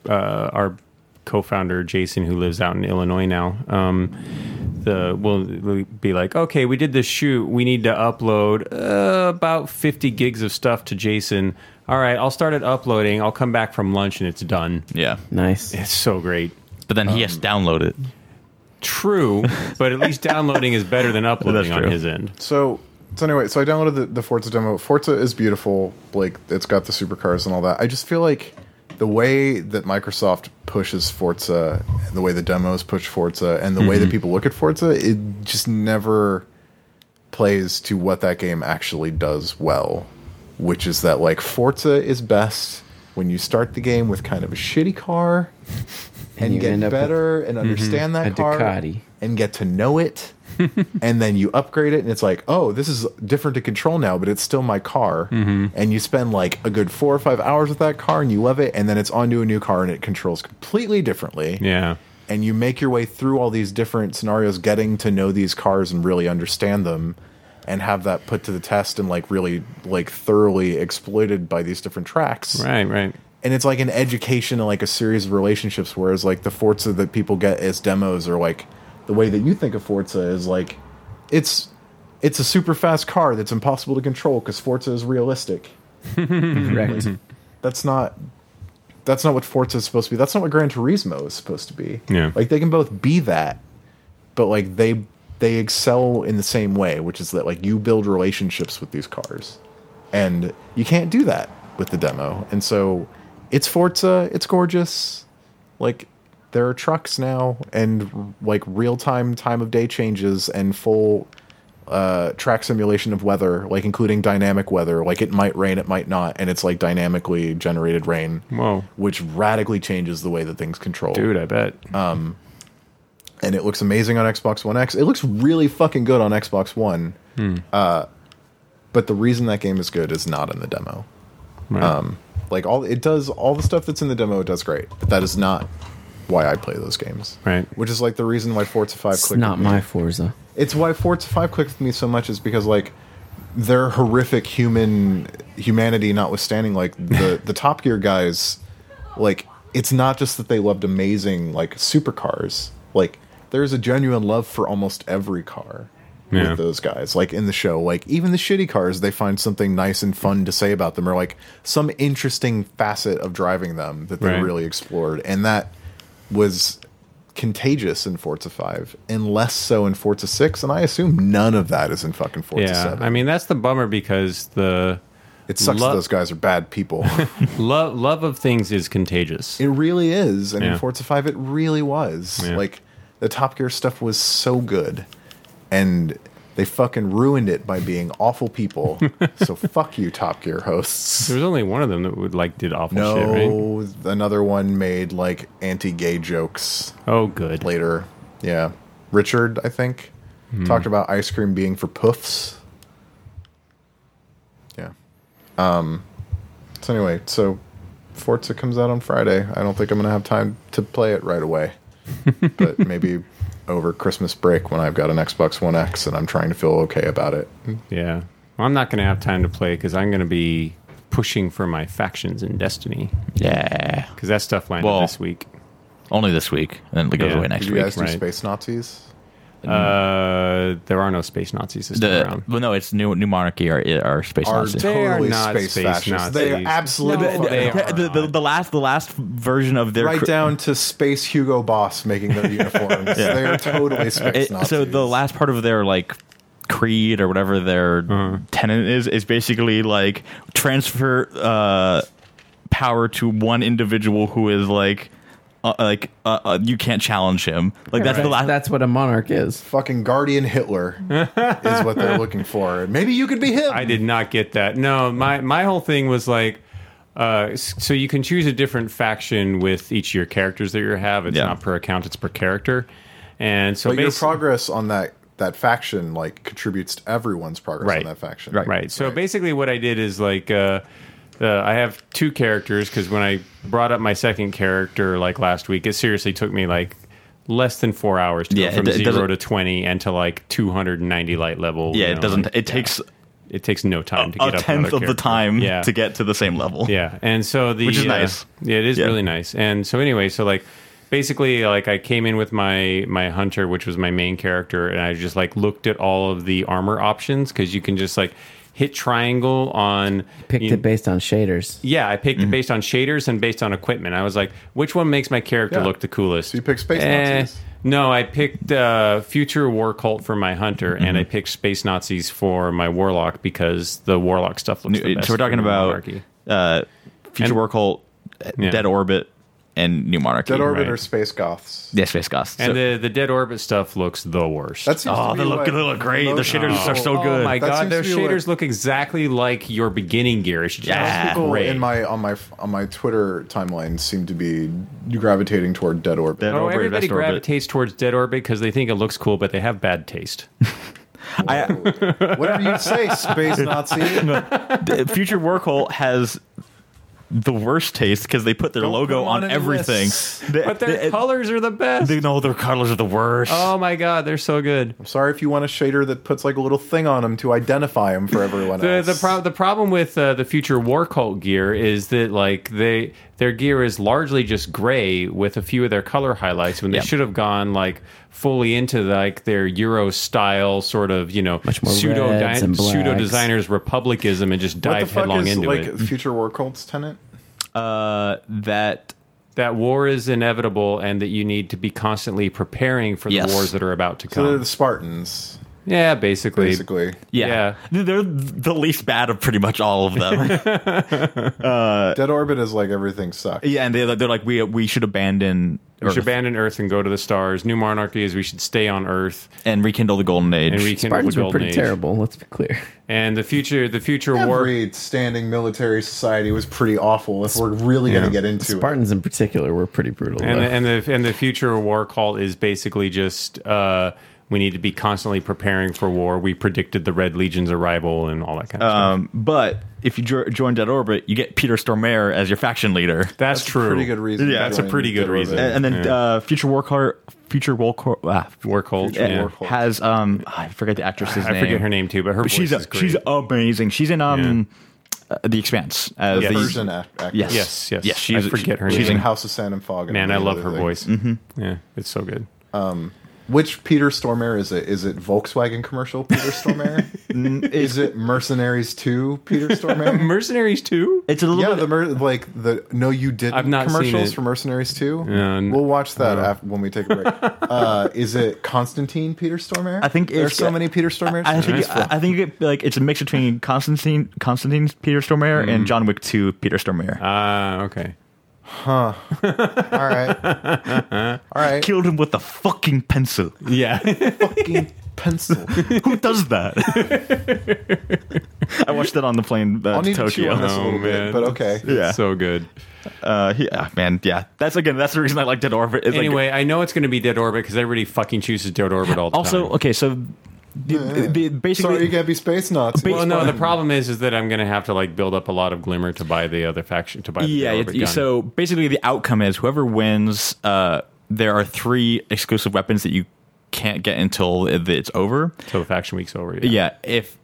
Speaker 3: uh, our co-founder Jason who lives out in Illinois now. Um, the will will be like, okay, we did this shoot. We need to upload uh, about fifty gigs of stuff to Jason. All right, I'll start at uploading. I'll come back from lunch and it's done.
Speaker 4: Yeah,
Speaker 1: Nice.
Speaker 3: It's so great.
Speaker 4: but then he has to download it.
Speaker 3: True, but at least downloading is better than uploading on
Speaker 4: true.
Speaker 3: his end.
Speaker 2: So so anyway, so I downloaded the, the Forza demo. Forza is beautiful. Like it's got the supercars and all that. I just feel like the way that Microsoft pushes Forza, the way the demos push Forza, and the way that people look at Forza, it just never plays to what that game actually does well, which is that like Forza is best when you start the game with kind of a shitty car and,
Speaker 1: you
Speaker 2: get
Speaker 1: end up with-
Speaker 2: better and understand that
Speaker 1: A
Speaker 2: car
Speaker 1: Ducati.
Speaker 2: and get to know it and then you upgrade it and it's like oh this is different to control now but it's still my car
Speaker 3: Mm-hmm.
Speaker 2: and you spend like a good four or five hours with that car and you love it and then it's onto a new car and it controls completely differently
Speaker 3: Yeah.
Speaker 2: and you make your way through all these different scenarios getting to know these cars and really understand them and have that put to the test and like really like thoroughly exploited by these different tracks
Speaker 3: Right. Right.
Speaker 2: and it's like an education and like a series of relationships whereas like the forza that people get as demos are like the way that you think of forza is like it's it's a super fast car that's impossible to control because forza is realistic
Speaker 1: Correct.
Speaker 2: that's not that's not what forza is supposed to be that's not what gran turismo is supposed to be
Speaker 3: Yeah.
Speaker 2: like they can both be that but like they they excel in the same way which is that like you build relationships with these cars and you can't do that with the demo and so it's forza it's gorgeous like there are trucks now and like real time time of day changes and full uh, track simulation of weather like including dynamic weather like it might rain it might not and it's like dynamically generated rain
Speaker 3: Whoa.
Speaker 2: which radically changes the way that things control
Speaker 3: Dude, I bet.
Speaker 2: and it looks amazing on Xbox One X. It looks really fucking good on Xbox One. Uh,
Speaker 3: Hmm.
Speaker 2: but the reason that game is good is not in the demo. Um,
Speaker 3: Right.
Speaker 2: Like all it does, all the stuff that's in the demo it does great, but that is not why I play those games.
Speaker 3: Right.
Speaker 2: Which is like the reason why Forza Five
Speaker 1: It's
Speaker 2: clicked.
Speaker 1: not
Speaker 2: with me.
Speaker 1: my Forza.
Speaker 2: It's why Forza Five clicked with me so much is because like their horrific human humanity notwithstanding, like the the Top Gear guys, like it's not just that they loved amazing like supercars. Like there's a genuine love for almost every car
Speaker 3: Yeah.
Speaker 2: with those guys. Like in the show, like even the shitty cars, they find something nice and fun to say about them, or like some interesting facet of driving them that they
Speaker 3: Right.
Speaker 2: really explored, and that was contagious in Forza 5 and less so in Forza 6 and I assume none of that is in fucking Forza
Speaker 3: yeah,
Speaker 2: 7.
Speaker 3: I mean that's the bummer because the
Speaker 2: it sucks
Speaker 3: lo-
Speaker 2: that those guys are bad people.
Speaker 3: love love of things is contagious.
Speaker 2: it really is and
Speaker 3: Yeah.
Speaker 2: in Forza 5 it really was.
Speaker 3: Yeah.
Speaker 2: Like the Top Gear stuff was so good and they fucking ruined it by being awful people. so fuck you Top Gear hosts.
Speaker 3: there was only one of them that would like did awful shit, right?
Speaker 2: No, another one made like anti-gay jokes
Speaker 3: Oh, good.
Speaker 2: later. Yeah. Richard, I think, talked about ice cream being for puffs. Yeah. Um so anyway, so Forza comes out on Friday. I don't think I'm going to have time to play it right away. but maybe over Christmas break when I've got an Xbox One X and I'm trying to feel okay about it.
Speaker 3: Yeah, Well, I'm not gonna have time to play because I'm gonna be pushing for my factions in Destiny
Speaker 4: Yeah.
Speaker 3: because that stuff landed
Speaker 4: Well,
Speaker 3: this week.
Speaker 4: Only this week, and then it goes
Speaker 3: Yeah.
Speaker 4: away
Speaker 2: Did
Speaker 4: next
Speaker 2: you
Speaker 4: week.
Speaker 2: guys do
Speaker 3: right.
Speaker 2: space Nazis?
Speaker 3: Uh, there are no space Nazis this time
Speaker 4: The
Speaker 3: around.
Speaker 4: well, no, it's new new monarchy or or space
Speaker 2: Are
Speaker 4: Nazi.
Speaker 3: They are
Speaker 2: totally
Speaker 3: not
Speaker 2: space,
Speaker 3: space
Speaker 2: fascists. They are
Speaker 3: Nazis.
Speaker 2: absolutely
Speaker 3: No, they are.
Speaker 4: the, the, the last the last version of their
Speaker 2: right
Speaker 4: cr-
Speaker 2: down to space Hugo Boss making their uniforms. They are totally space
Speaker 4: it-
Speaker 2: Nazis.
Speaker 4: so the last part of their like creed or whatever their
Speaker 3: Uh-huh.
Speaker 4: tenant is is basically like transfer uh power to one individual who is like uh, like uh, uh, you can't challenge him like that's the last
Speaker 1: That's what a monarch is.
Speaker 2: fucking guardian Hitler is what they're looking for. Maybe you could be him.
Speaker 3: I did not get that. No, my my whole thing was like, uh, s- so you can choose a different faction with each of your characters that you have. It's
Speaker 4: Yeah.
Speaker 3: not per account; it's per character. And so,
Speaker 2: but your
Speaker 3: basi-
Speaker 2: progress on that that faction like contributes to everyone's progress
Speaker 3: Right.
Speaker 2: on that faction.
Speaker 3: right. So basically, what I did is like, uh, uh, I have two characters because when I brought up my second character like last week, it seriously took me like less than four hours to
Speaker 4: Yeah,
Speaker 3: go from
Speaker 4: it- it
Speaker 3: zero
Speaker 4: doesn't-
Speaker 3: to twenty and to like two hundred and ninety light level. you
Speaker 4: yeah it
Speaker 3: know,
Speaker 4: doesn't
Speaker 3: and
Speaker 4: it takes
Speaker 3: It takes no time to
Speaker 4: a
Speaker 3: get up another
Speaker 4: tenth of the
Speaker 3: character.
Speaker 4: time
Speaker 3: Yeah.
Speaker 4: to get to the same level
Speaker 3: Yeah, and so the
Speaker 4: Which is
Speaker 3: uh,
Speaker 4: nice.
Speaker 3: Yeah, it is
Speaker 4: Yeah.
Speaker 3: really nice. And so anyway, so like basically like I came in with my my hunter, which was my main character, and I just like looked at all of the armor options because you can just like hit triangle on
Speaker 1: Picked
Speaker 3: you-
Speaker 1: it based on shaders.
Speaker 3: yeah, I
Speaker 4: Mm-hmm.
Speaker 3: picked it based on shaders and based on equipment. I was like, which one makes my character
Speaker 2: Yeah.
Speaker 3: look the coolest? Eh,
Speaker 2: So you picked Space Nazis.
Speaker 3: No, I picked uh, Future War Cult for my hunter,
Speaker 4: Mm-hmm.
Speaker 3: and I picked Space Nazis for my warlock because the warlock stuff looks. the best
Speaker 4: so we're talking
Speaker 3: for
Speaker 4: about
Speaker 3: monarchy.
Speaker 4: uh future
Speaker 3: And-
Speaker 4: war cult
Speaker 3: Yeah.
Speaker 4: dead orbit and new monarchy
Speaker 2: Dead Orbit
Speaker 3: Right.
Speaker 2: or Space Goths.
Speaker 4: yeah space goths
Speaker 3: And
Speaker 4: So-
Speaker 3: the, the dead orbit stuff looks the worst.
Speaker 2: That seems
Speaker 4: Oh,
Speaker 2: to be
Speaker 4: they look-
Speaker 2: what
Speaker 4: they look great. The
Speaker 2: most
Speaker 4: shaders
Speaker 2: people-
Speaker 4: are so Oh good.
Speaker 3: my
Speaker 2: That
Speaker 3: god,
Speaker 2: seems
Speaker 3: their
Speaker 2: to be what-
Speaker 3: shaders look exactly like your beginning gear. It's just
Speaker 4: Yeah.
Speaker 2: People
Speaker 3: great.
Speaker 2: in my on my on my Twitter timeline seem to be gravitating toward Dead Orbit.
Speaker 4: Dead
Speaker 3: oh,
Speaker 4: Orbit,
Speaker 3: everybody
Speaker 4: Best Orbit.
Speaker 3: gravitates towards dead orbit because they think it looks cool, but they have bad taste.
Speaker 2: Whatever you say, Space Nazi.
Speaker 4: The Future War Cult has the worst taste because they put their
Speaker 2: Don't put
Speaker 4: logo
Speaker 2: 'em
Speaker 4: on,
Speaker 2: on any
Speaker 4: everything.
Speaker 2: lists.
Speaker 4: They-
Speaker 3: but their
Speaker 4: they-
Speaker 3: colors are the best.
Speaker 4: they- no, their colors are the worst.
Speaker 3: oh my god, they're so good.
Speaker 2: Sorry if you want a shader that puts like a little thing on them to identify them for everyone
Speaker 3: The,
Speaker 2: else.
Speaker 3: the, pro- the problem with uh, the future war cult gear is that like they their gear is largely just gray with a few of their color highlights when they
Speaker 4: Yeah.
Speaker 3: should have gone like fully into like their Euro style sort of you know
Speaker 1: more
Speaker 3: pseudo
Speaker 1: reds and blacks.
Speaker 3: pseudo designers republicism and just
Speaker 2: what
Speaker 3: dive
Speaker 2: the fuck
Speaker 3: headlong
Speaker 2: is
Speaker 3: into
Speaker 2: like
Speaker 3: it.
Speaker 2: Future War Cult's tenant?
Speaker 4: Uh, that
Speaker 3: That war is inevitable and that you need to be constantly preparing for the
Speaker 4: Yes.
Speaker 3: wars that are about to
Speaker 2: So they're
Speaker 3: come.
Speaker 2: the Spartans,
Speaker 3: yeah, basically.
Speaker 2: basically.
Speaker 4: yeah, they're the least bad of pretty much all of them.
Speaker 2: Dead Orbit is like everything sucks.
Speaker 4: yeah, and they're, they're like we we should abandon
Speaker 3: We should
Speaker 4: Earth
Speaker 3: abandon Earth and go to the stars. New monarchy is we should stay on Earth
Speaker 4: and rekindle the Golden Age.
Speaker 3: and rekindle
Speaker 1: Spartans
Speaker 3: the
Speaker 1: were
Speaker 3: golden
Speaker 1: pretty
Speaker 3: age.
Speaker 1: terrible. Let's be clear.
Speaker 3: And the future, the future war.
Speaker 2: Every standing military society was pretty awful. If we're really going to get into
Speaker 1: Spartans in particular were pretty brutal.
Speaker 3: and
Speaker 1: though.
Speaker 3: the, and the and the future war call is basically just uh, we need to be constantly preparing for war. We predicted the Red Legion's arrival and all that kind of stuff.
Speaker 4: Um, but if you jo- join Dead Orbit, you get Peter Stormare as your faction leader.
Speaker 3: That's,
Speaker 2: it,
Speaker 3: true.
Speaker 2: pretty good reason. to
Speaker 4: Yeah, that's
Speaker 3: a
Speaker 2: join
Speaker 3: pretty good
Speaker 2: Dead Orbit.
Speaker 3: reason.
Speaker 4: and, and then
Speaker 3: Yeah.
Speaker 4: uh, Future War Cult, Future War Cult, ah,
Speaker 3: War cult.
Speaker 4: yeah,
Speaker 3: yeah.
Speaker 2: Cult.
Speaker 4: has um, I forget the actress's
Speaker 3: I
Speaker 4: name.
Speaker 3: forget her name too, but her
Speaker 4: But
Speaker 3: voice
Speaker 4: she's
Speaker 3: is great.
Speaker 4: she's amazing. She's in um uh, the Expanse as
Speaker 3: Yes.
Speaker 4: the
Speaker 2: Persian act- actress.
Speaker 4: Yes.
Speaker 3: yes, yes,
Speaker 4: Yes, she's-
Speaker 3: I forget her
Speaker 4: she's
Speaker 2: She's in
Speaker 3: name.
Speaker 2: House of Sand and Fog. and
Speaker 3: Man, I
Speaker 2: every
Speaker 3: love
Speaker 2: other
Speaker 3: her
Speaker 2: thing.
Speaker 3: voice. Mm-hmm. Yeah, it's so good.
Speaker 2: Which Peter Stormare is it? Is it Volkswagen commercial Peter Stormare? is it Mercenaries 2 Peter Stormare?
Speaker 3: Mercenaries too.
Speaker 4: It's a little
Speaker 2: yeah,
Speaker 4: bit.
Speaker 2: the mer- like the no you didn't
Speaker 3: I've not seen
Speaker 2: commercials
Speaker 3: it.
Speaker 2: for Mercenaries 2.
Speaker 3: Yeah, n-
Speaker 2: we'll watch that af when we take a break. uh, is it Constantine Peter Stormare?
Speaker 4: I think
Speaker 2: there's
Speaker 4: it's-
Speaker 2: so many Peter Stormares.
Speaker 4: I
Speaker 2: It's
Speaker 4: think I, I think it, like it's a mix between Constantine Constantine Peter Stormare
Speaker 3: Mm-hmm.
Speaker 4: and John Wick Two Peter Stormare.
Speaker 3: Ah, okay.
Speaker 2: All right. All right.
Speaker 4: Killed him with a fucking pencil.
Speaker 3: Yeah,
Speaker 2: Fucking pencil.
Speaker 4: Who does that? I watched that on the plane uh,
Speaker 2: I'll
Speaker 4: to
Speaker 2: need to chew
Speaker 4: Tokyo.
Speaker 2: on this a little bit, but okay.
Speaker 4: Yeah.
Speaker 3: Oh, so good.
Speaker 4: Uh, he- ah, man, yeah. That's again. That's the reason I like Dead Orbit. It's like-
Speaker 3: Anyway, I know it's going to be Dead Orbit because everybody fucking chooses Dead Orbit all the time.
Speaker 4: also okay. So, the, the, basically,
Speaker 2: Sorry, you can't be space nuts.
Speaker 3: Well, Oh, no. The problem is, is that I'm going to have to like build up a lot of glimmer to buy the other faction to buy. The
Speaker 4: yeah
Speaker 3: Orbit
Speaker 4: it-
Speaker 3: gun.
Speaker 4: so basically the outcome is whoever wins uh, there are three exclusive weapons that you can't get until it- it's over
Speaker 3: till the faction week's over.
Speaker 4: yeah if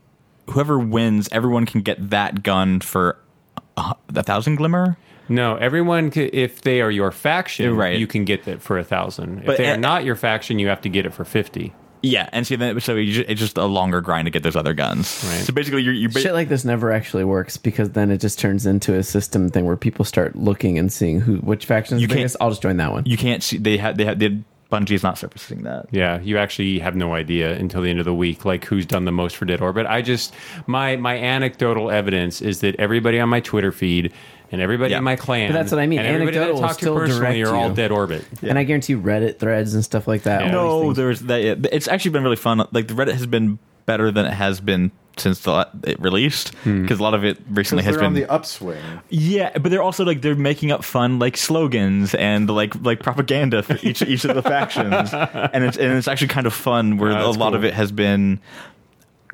Speaker 4: whoever wins everyone can get that gun for uh, a thousand glimmer.
Speaker 3: No, everyone, c- if they are your faction,
Speaker 4: Right.
Speaker 3: you can get that for a thousand. If
Speaker 4: But
Speaker 3: they are
Speaker 4: a-
Speaker 3: not your faction, you have to get it for fifty.
Speaker 4: Yeah, and see, then, so you ju- it's just a longer grind to get those other guns.
Speaker 3: Right.
Speaker 4: So basically, you're, you ba-
Speaker 1: Shit like this never actually works because then it just turns into a system thing where people start looking and seeing who which faction's
Speaker 4: You
Speaker 1: the
Speaker 4: can't-
Speaker 1: biggest. I'll just join that one.
Speaker 4: you can't see they had they had they Bungie's not surfacing that.
Speaker 3: Yeah, you actually have no idea until the end of the week, like who's done the most for Dead Orbit. I just my my anecdotal evidence is that everybody on my Twitter feed and everybody
Speaker 4: Yeah.
Speaker 3: in my clan,
Speaker 1: But that's what I mean.
Speaker 3: and everybody that I
Speaker 1: Anecdotal will
Speaker 3: talk to
Speaker 1: still
Speaker 3: personally,
Speaker 1: direct
Speaker 3: are all
Speaker 1: you.
Speaker 3: Dead Orbit.
Speaker 1: And I guarantee you Reddit threads and stuff like that.
Speaker 3: Yeah.
Speaker 1: all these
Speaker 4: No,
Speaker 1: things-
Speaker 4: there's that. yeah, It's actually been really fun. Like the Reddit has been better than it has been since the, it released
Speaker 3: Hmm.
Speaker 4: because a lot of it recently has
Speaker 2: they're on
Speaker 4: been
Speaker 2: the upswing.
Speaker 4: yeah. But they're also like they're making up fun like slogans and like like propaganda for each each of the factions, and it's and it's actually kind of fun where a
Speaker 3: Yeah, that's
Speaker 4: lot
Speaker 3: cool. Mm-hmm.
Speaker 4: of it has been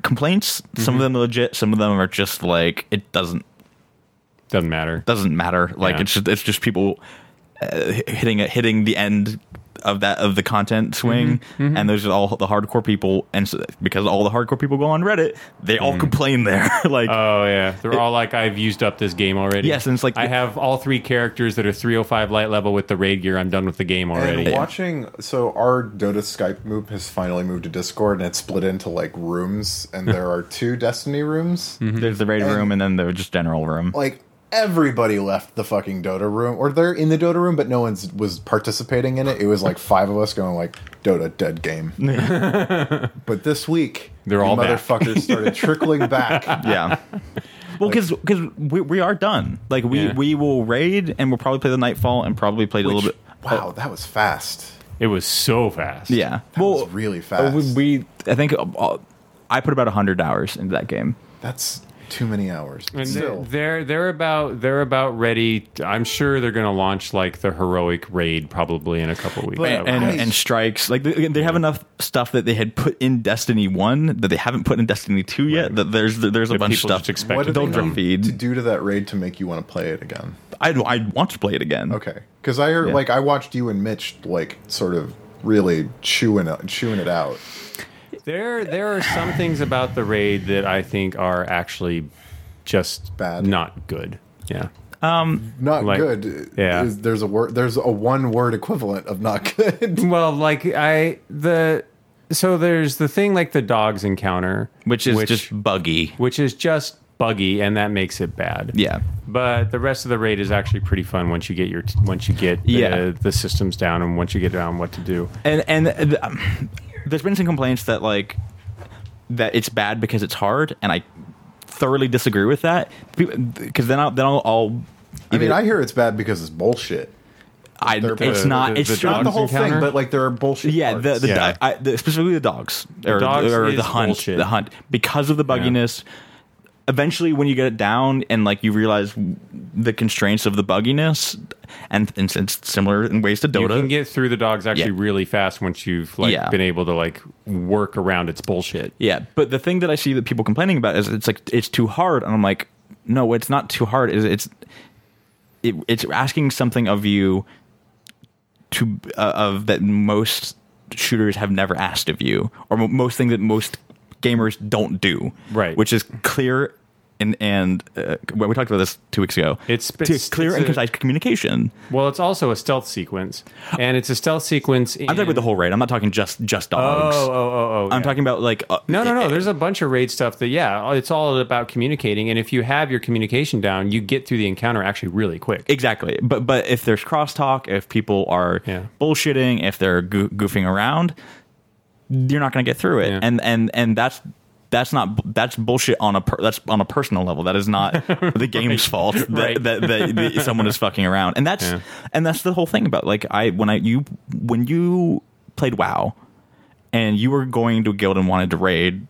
Speaker 4: complaints. Some of them are legit. Some of them are just like it doesn't
Speaker 3: Doesn't matter.
Speaker 4: doesn't matter. Like
Speaker 3: Yeah.
Speaker 4: it's just, it's just people uh, h- hitting it, hitting the end of that of the content swing,
Speaker 3: Mm-hmm.
Speaker 4: and those are all the hardcore people. And so, because all the hardcore people go on Reddit, they
Speaker 3: Mm-hmm.
Speaker 4: all complain there. like
Speaker 3: Oh yeah, they're all like, I've used up this game already.
Speaker 4: Yes, and it's like-
Speaker 3: I have all three characters that are 305 light level with the raid gear. I'm done with the game already.
Speaker 2: And watching, so our Dota Skype group has finally moved to Discord, and it's split into like rooms, and there are two Destiny rooms.
Speaker 4: there's the raid room, and then the just general room.
Speaker 2: Like everybody left the fucking Dota room, or they're in the Dota room, but no one's was participating in it. It was like five of us going like Dota dead game. but this week,
Speaker 3: They're
Speaker 2: you
Speaker 3: all back.
Speaker 2: motherfuckers started trickling back.
Speaker 4: yeah. Well, because we, we are done. Like we,
Speaker 3: Yeah.
Speaker 4: we will raid, and we'll probably play the Nightfall, and probably play a little bit.
Speaker 2: Wow, that was fast.
Speaker 3: It was so fast.
Speaker 4: Yeah.
Speaker 2: That was really
Speaker 4: uh,
Speaker 2: fast.
Speaker 4: we, we I think uh, uh, I put about hundred hours into that game.
Speaker 2: That's too many hours.
Speaker 3: And they're,
Speaker 2: Still,
Speaker 3: they're they're about they're about ready. to- I'm sure they're going to launch like the heroic raid probably in a couple weeks.
Speaker 2: But-
Speaker 3: I would
Speaker 4: and,
Speaker 2: Nice.
Speaker 4: and strikes. Like they, they have enough stuff that they had put in Destiny One that they haven't put in Destiny Two yet. That there's there's a
Speaker 3: That
Speaker 4: bunch of
Speaker 3: people
Speaker 4: stuff.
Speaker 3: just expect
Speaker 2: what
Speaker 3: it
Speaker 2: did they
Speaker 3: to
Speaker 4: Don't
Speaker 3: come.
Speaker 4: feed.
Speaker 2: to do to that raid to make you want to play it again?
Speaker 4: I'd I'd want to play it again.
Speaker 2: Okay, because I heard
Speaker 4: Yeah.
Speaker 2: like I watched you and Mitch like sort of really chewing it, chewing it out.
Speaker 3: There there are some things about the raid that I think are actually just
Speaker 2: Bad.
Speaker 3: not good. Yeah.
Speaker 2: Not
Speaker 3: Like,
Speaker 2: good.
Speaker 3: yeah.
Speaker 2: Is- there's a word. There's a one word equivalent of not good.
Speaker 3: Well, like I the so there's the thing like the dogs encounter,
Speaker 4: Which is just buggy.
Speaker 3: which is just buggy, and that makes it bad.
Speaker 4: Yeah.
Speaker 3: But the rest of the raid is actually pretty fun once you get your once you get the,
Speaker 4: Yeah.
Speaker 3: the systems down and once you get down what to do.
Speaker 4: And and uh, um, there's been some complaints that like that it's bad because it's hard, and I thoroughly disagree with that. Because then I'll then I'll. I'll
Speaker 2: I mean, I hear it's bad because it's bullshit.
Speaker 4: I,
Speaker 2: they're-
Speaker 4: it's
Speaker 2: the-
Speaker 4: not.
Speaker 3: the-
Speaker 4: it's
Speaker 3: the
Speaker 4: not
Speaker 2: Not the
Speaker 3: Dogs
Speaker 2: whole
Speaker 3: encounter?
Speaker 2: thing, but like there are bullshit.
Speaker 4: Yeah,
Speaker 2: parts.
Speaker 4: the, the,
Speaker 3: Yeah.
Speaker 4: I, the specifically the dogs or
Speaker 3: dogs
Speaker 4: or the
Speaker 3: is
Speaker 4: hunt,
Speaker 3: bullshit.
Speaker 4: the hunt because of the bugginess. Eventually, when you get it down and like you realize the constraints of the bugginess, and, and it's similar in ways to
Speaker 3: You
Speaker 4: Dota.
Speaker 3: can get through the dogs actually
Speaker 4: Yeah.
Speaker 3: really fast once you've like
Speaker 4: Yeah.
Speaker 3: been able to like work around its bullshit.
Speaker 4: yeah, but the thing that I see that people complaining about is it's like it's too hard, and I'm like, no, it's not too hard. Is it's it, it's asking something of you to uh, of that most shooters have never asked of you, or mo- most thing that most gamers don't do,
Speaker 3: Right.
Speaker 4: Which is clear and and uh, well, we talked about this two weeks ago.
Speaker 3: It's-
Speaker 4: To-
Speaker 3: it's-
Speaker 4: clear
Speaker 3: it's
Speaker 4: and
Speaker 3: a-
Speaker 4: concise communication.
Speaker 3: Well, it's also a stealth sequence, and it's a stealth sequence. In,
Speaker 4: I'm talking about the whole raid. I'm not talking just just dogs.
Speaker 3: Oh, oh, oh, oh.
Speaker 4: I'm
Speaker 3: yeah.
Speaker 4: talking about like uh,
Speaker 3: No, no, no. There's a bunch of raid stuff that, yeah, it's all about communicating. And if you have your communication down, you get through the encounter actually really quick.
Speaker 4: Exactly, but but if there's crosstalk, if people are
Speaker 3: Yeah.
Speaker 4: bullshitting, if they're goo- goofing around, you're not going to get through it,
Speaker 3: Yeah.
Speaker 4: and and and that's that's not that's bullshit on a per, that's on a personal level. That is not the game's fault that,
Speaker 3: Right.
Speaker 4: that, that, that someone is fucking around, and that's and that's the whole thing about like I when I you when you played WoW, and you were going to a guild and wanted to raid,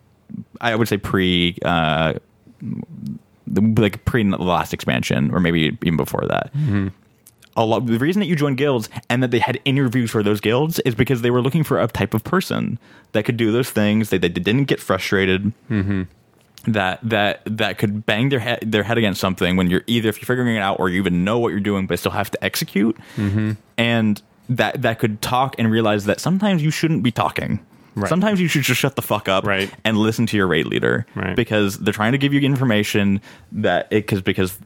Speaker 4: I would say pre uh, the- like pre the last expansion or maybe even before that. A lot. The reason that you joined guilds and that they had interviews for those guilds is because they were looking for a type of person that could do those things. That they didn't get frustrated. That that that could bang their head their head against something when you're either if you're figuring it out or you even know what you're doing but still have to execute. And that that could talk and realize that sometimes you shouldn't be talking. Sometimes you should just shut the fuck up
Speaker 3: Right.
Speaker 4: and listen to your raid leader
Speaker 3: Right.
Speaker 4: because they're trying to give you information that it because because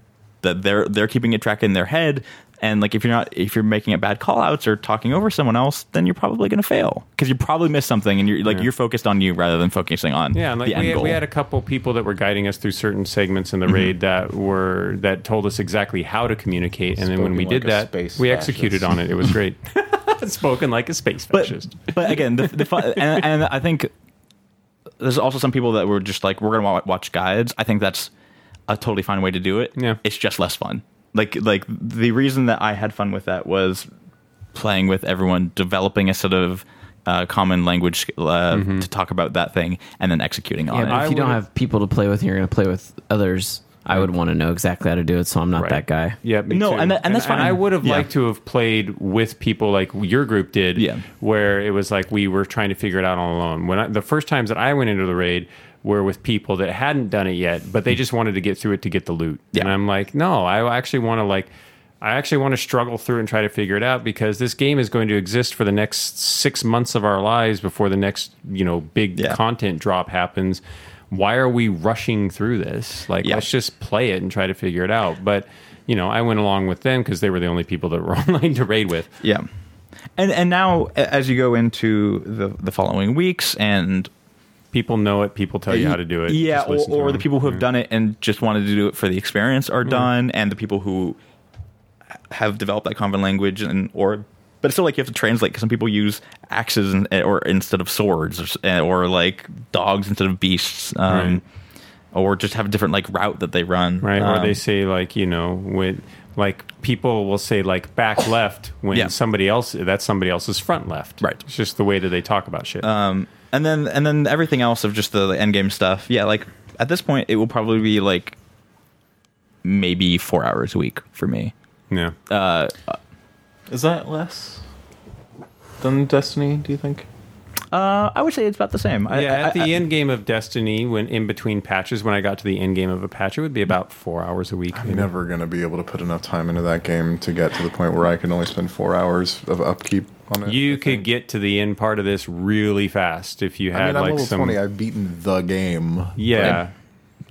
Speaker 4: that they're they're keeping it track in their head. And like if you're not if you're making it bad call outs or talking over someone else, then you're probably going to fail because you probably missed something and you're like you're focused on you rather than focusing on
Speaker 3: Yeah, and like
Speaker 4: the end
Speaker 3: we,
Speaker 4: goal. Mm-hmm.
Speaker 3: we had a couple people that were guiding us through certain segments in the raid that were that told us exactly how to communicate, and then when we
Speaker 2: Spoken
Speaker 3: did
Speaker 2: like a
Speaker 3: that,
Speaker 2: space
Speaker 3: we
Speaker 2: fascist.
Speaker 3: executed on it. It was great. Spoken like a space
Speaker 4: but,
Speaker 3: fascist.
Speaker 4: but again, the, the fun, and, and I think there's also some people that were just like, we're gonna wa- watch guides. I think that's a totally fine way to do it.
Speaker 3: Yeah.
Speaker 4: it's just less fun. Like like the reason that I had fun with that was playing with everyone, developing a sort of uh, common language uh,
Speaker 3: Mm-hmm.
Speaker 4: to talk about that thing, and then executing on
Speaker 1: Yeah, but
Speaker 4: it.
Speaker 1: if you don't have people to play with, and you're going to play with others. I would want to know exactly how to do it, so I'm not that guy.
Speaker 3: Yeah, me
Speaker 4: No,
Speaker 3: too.
Speaker 4: and that- and that's fine.
Speaker 3: I would have
Speaker 4: Yeah.
Speaker 3: liked to have played with people like your group did,
Speaker 4: Yeah.
Speaker 3: where it was like we were trying to figure it out all alone. When I, the first times that I went into the raid were with people that hadn't done it yet, but they just wanted to get through it to get the loot.
Speaker 4: Mm. Yeah.
Speaker 3: And I'm like, no, I actually want to like. I actually want to struggle through and try to figure it out because this game is going to exist for the next six months of our lives before the next, you know, big
Speaker 4: Yeah.
Speaker 3: content drop happens. Why are we rushing through this? Like,
Speaker 4: Yeah.
Speaker 3: let's just play it and try to figure it out. But you know, I went along with them because they were the only people that were online to raid with.
Speaker 4: Yeah. And and now a- as you go into the the following weeks and
Speaker 3: People know it. People tell you how to do it.
Speaker 4: Yeah,
Speaker 3: Just
Speaker 4: or,
Speaker 3: listen to
Speaker 4: or the
Speaker 3: them. Mm-hmm.
Speaker 4: people who have done it and just wanted to do it for the experience are done, and the people who have developed that common language and or. But it's still like you have to translate because some people use axes and, or instead of swords, or, s- eh, or like dogs instead of beasts, um,
Speaker 3: Right.
Speaker 4: or just have a different like route that they run.
Speaker 3: right? or
Speaker 4: Um,
Speaker 3: they say like you know when like people will say like back left when
Speaker 4: Yeah.
Speaker 3: somebody else that's somebody else's front left.
Speaker 4: Right.
Speaker 3: It's just the way that they talk about shit.
Speaker 4: Um, and then and then everything else of just the, the end game stuff. Yeah, like at this point, it will probably be like maybe four hours a week for me.
Speaker 3: yeah.
Speaker 4: uh,
Speaker 2: Is that less than Destiny? Do you think?
Speaker 4: Uh, I would say it's about the same. I-
Speaker 3: yeah, at
Speaker 4: I-
Speaker 3: the end game of Destiny, when in between patches, when I got to the end game of a patch, it would be about four hours a week.
Speaker 2: I'm
Speaker 3: maybe.
Speaker 2: never gonna be able to put enough time into that game to get to the point where I can only spend four hours of upkeep on it.
Speaker 3: You could get to the end part of this really fast if you
Speaker 2: I
Speaker 3: had
Speaker 2: mean, I'm
Speaker 3: like
Speaker 2: level
Speaker 3: some.
Speaker 2: twenty. I've beaten the game.
Speaker 3: yeah,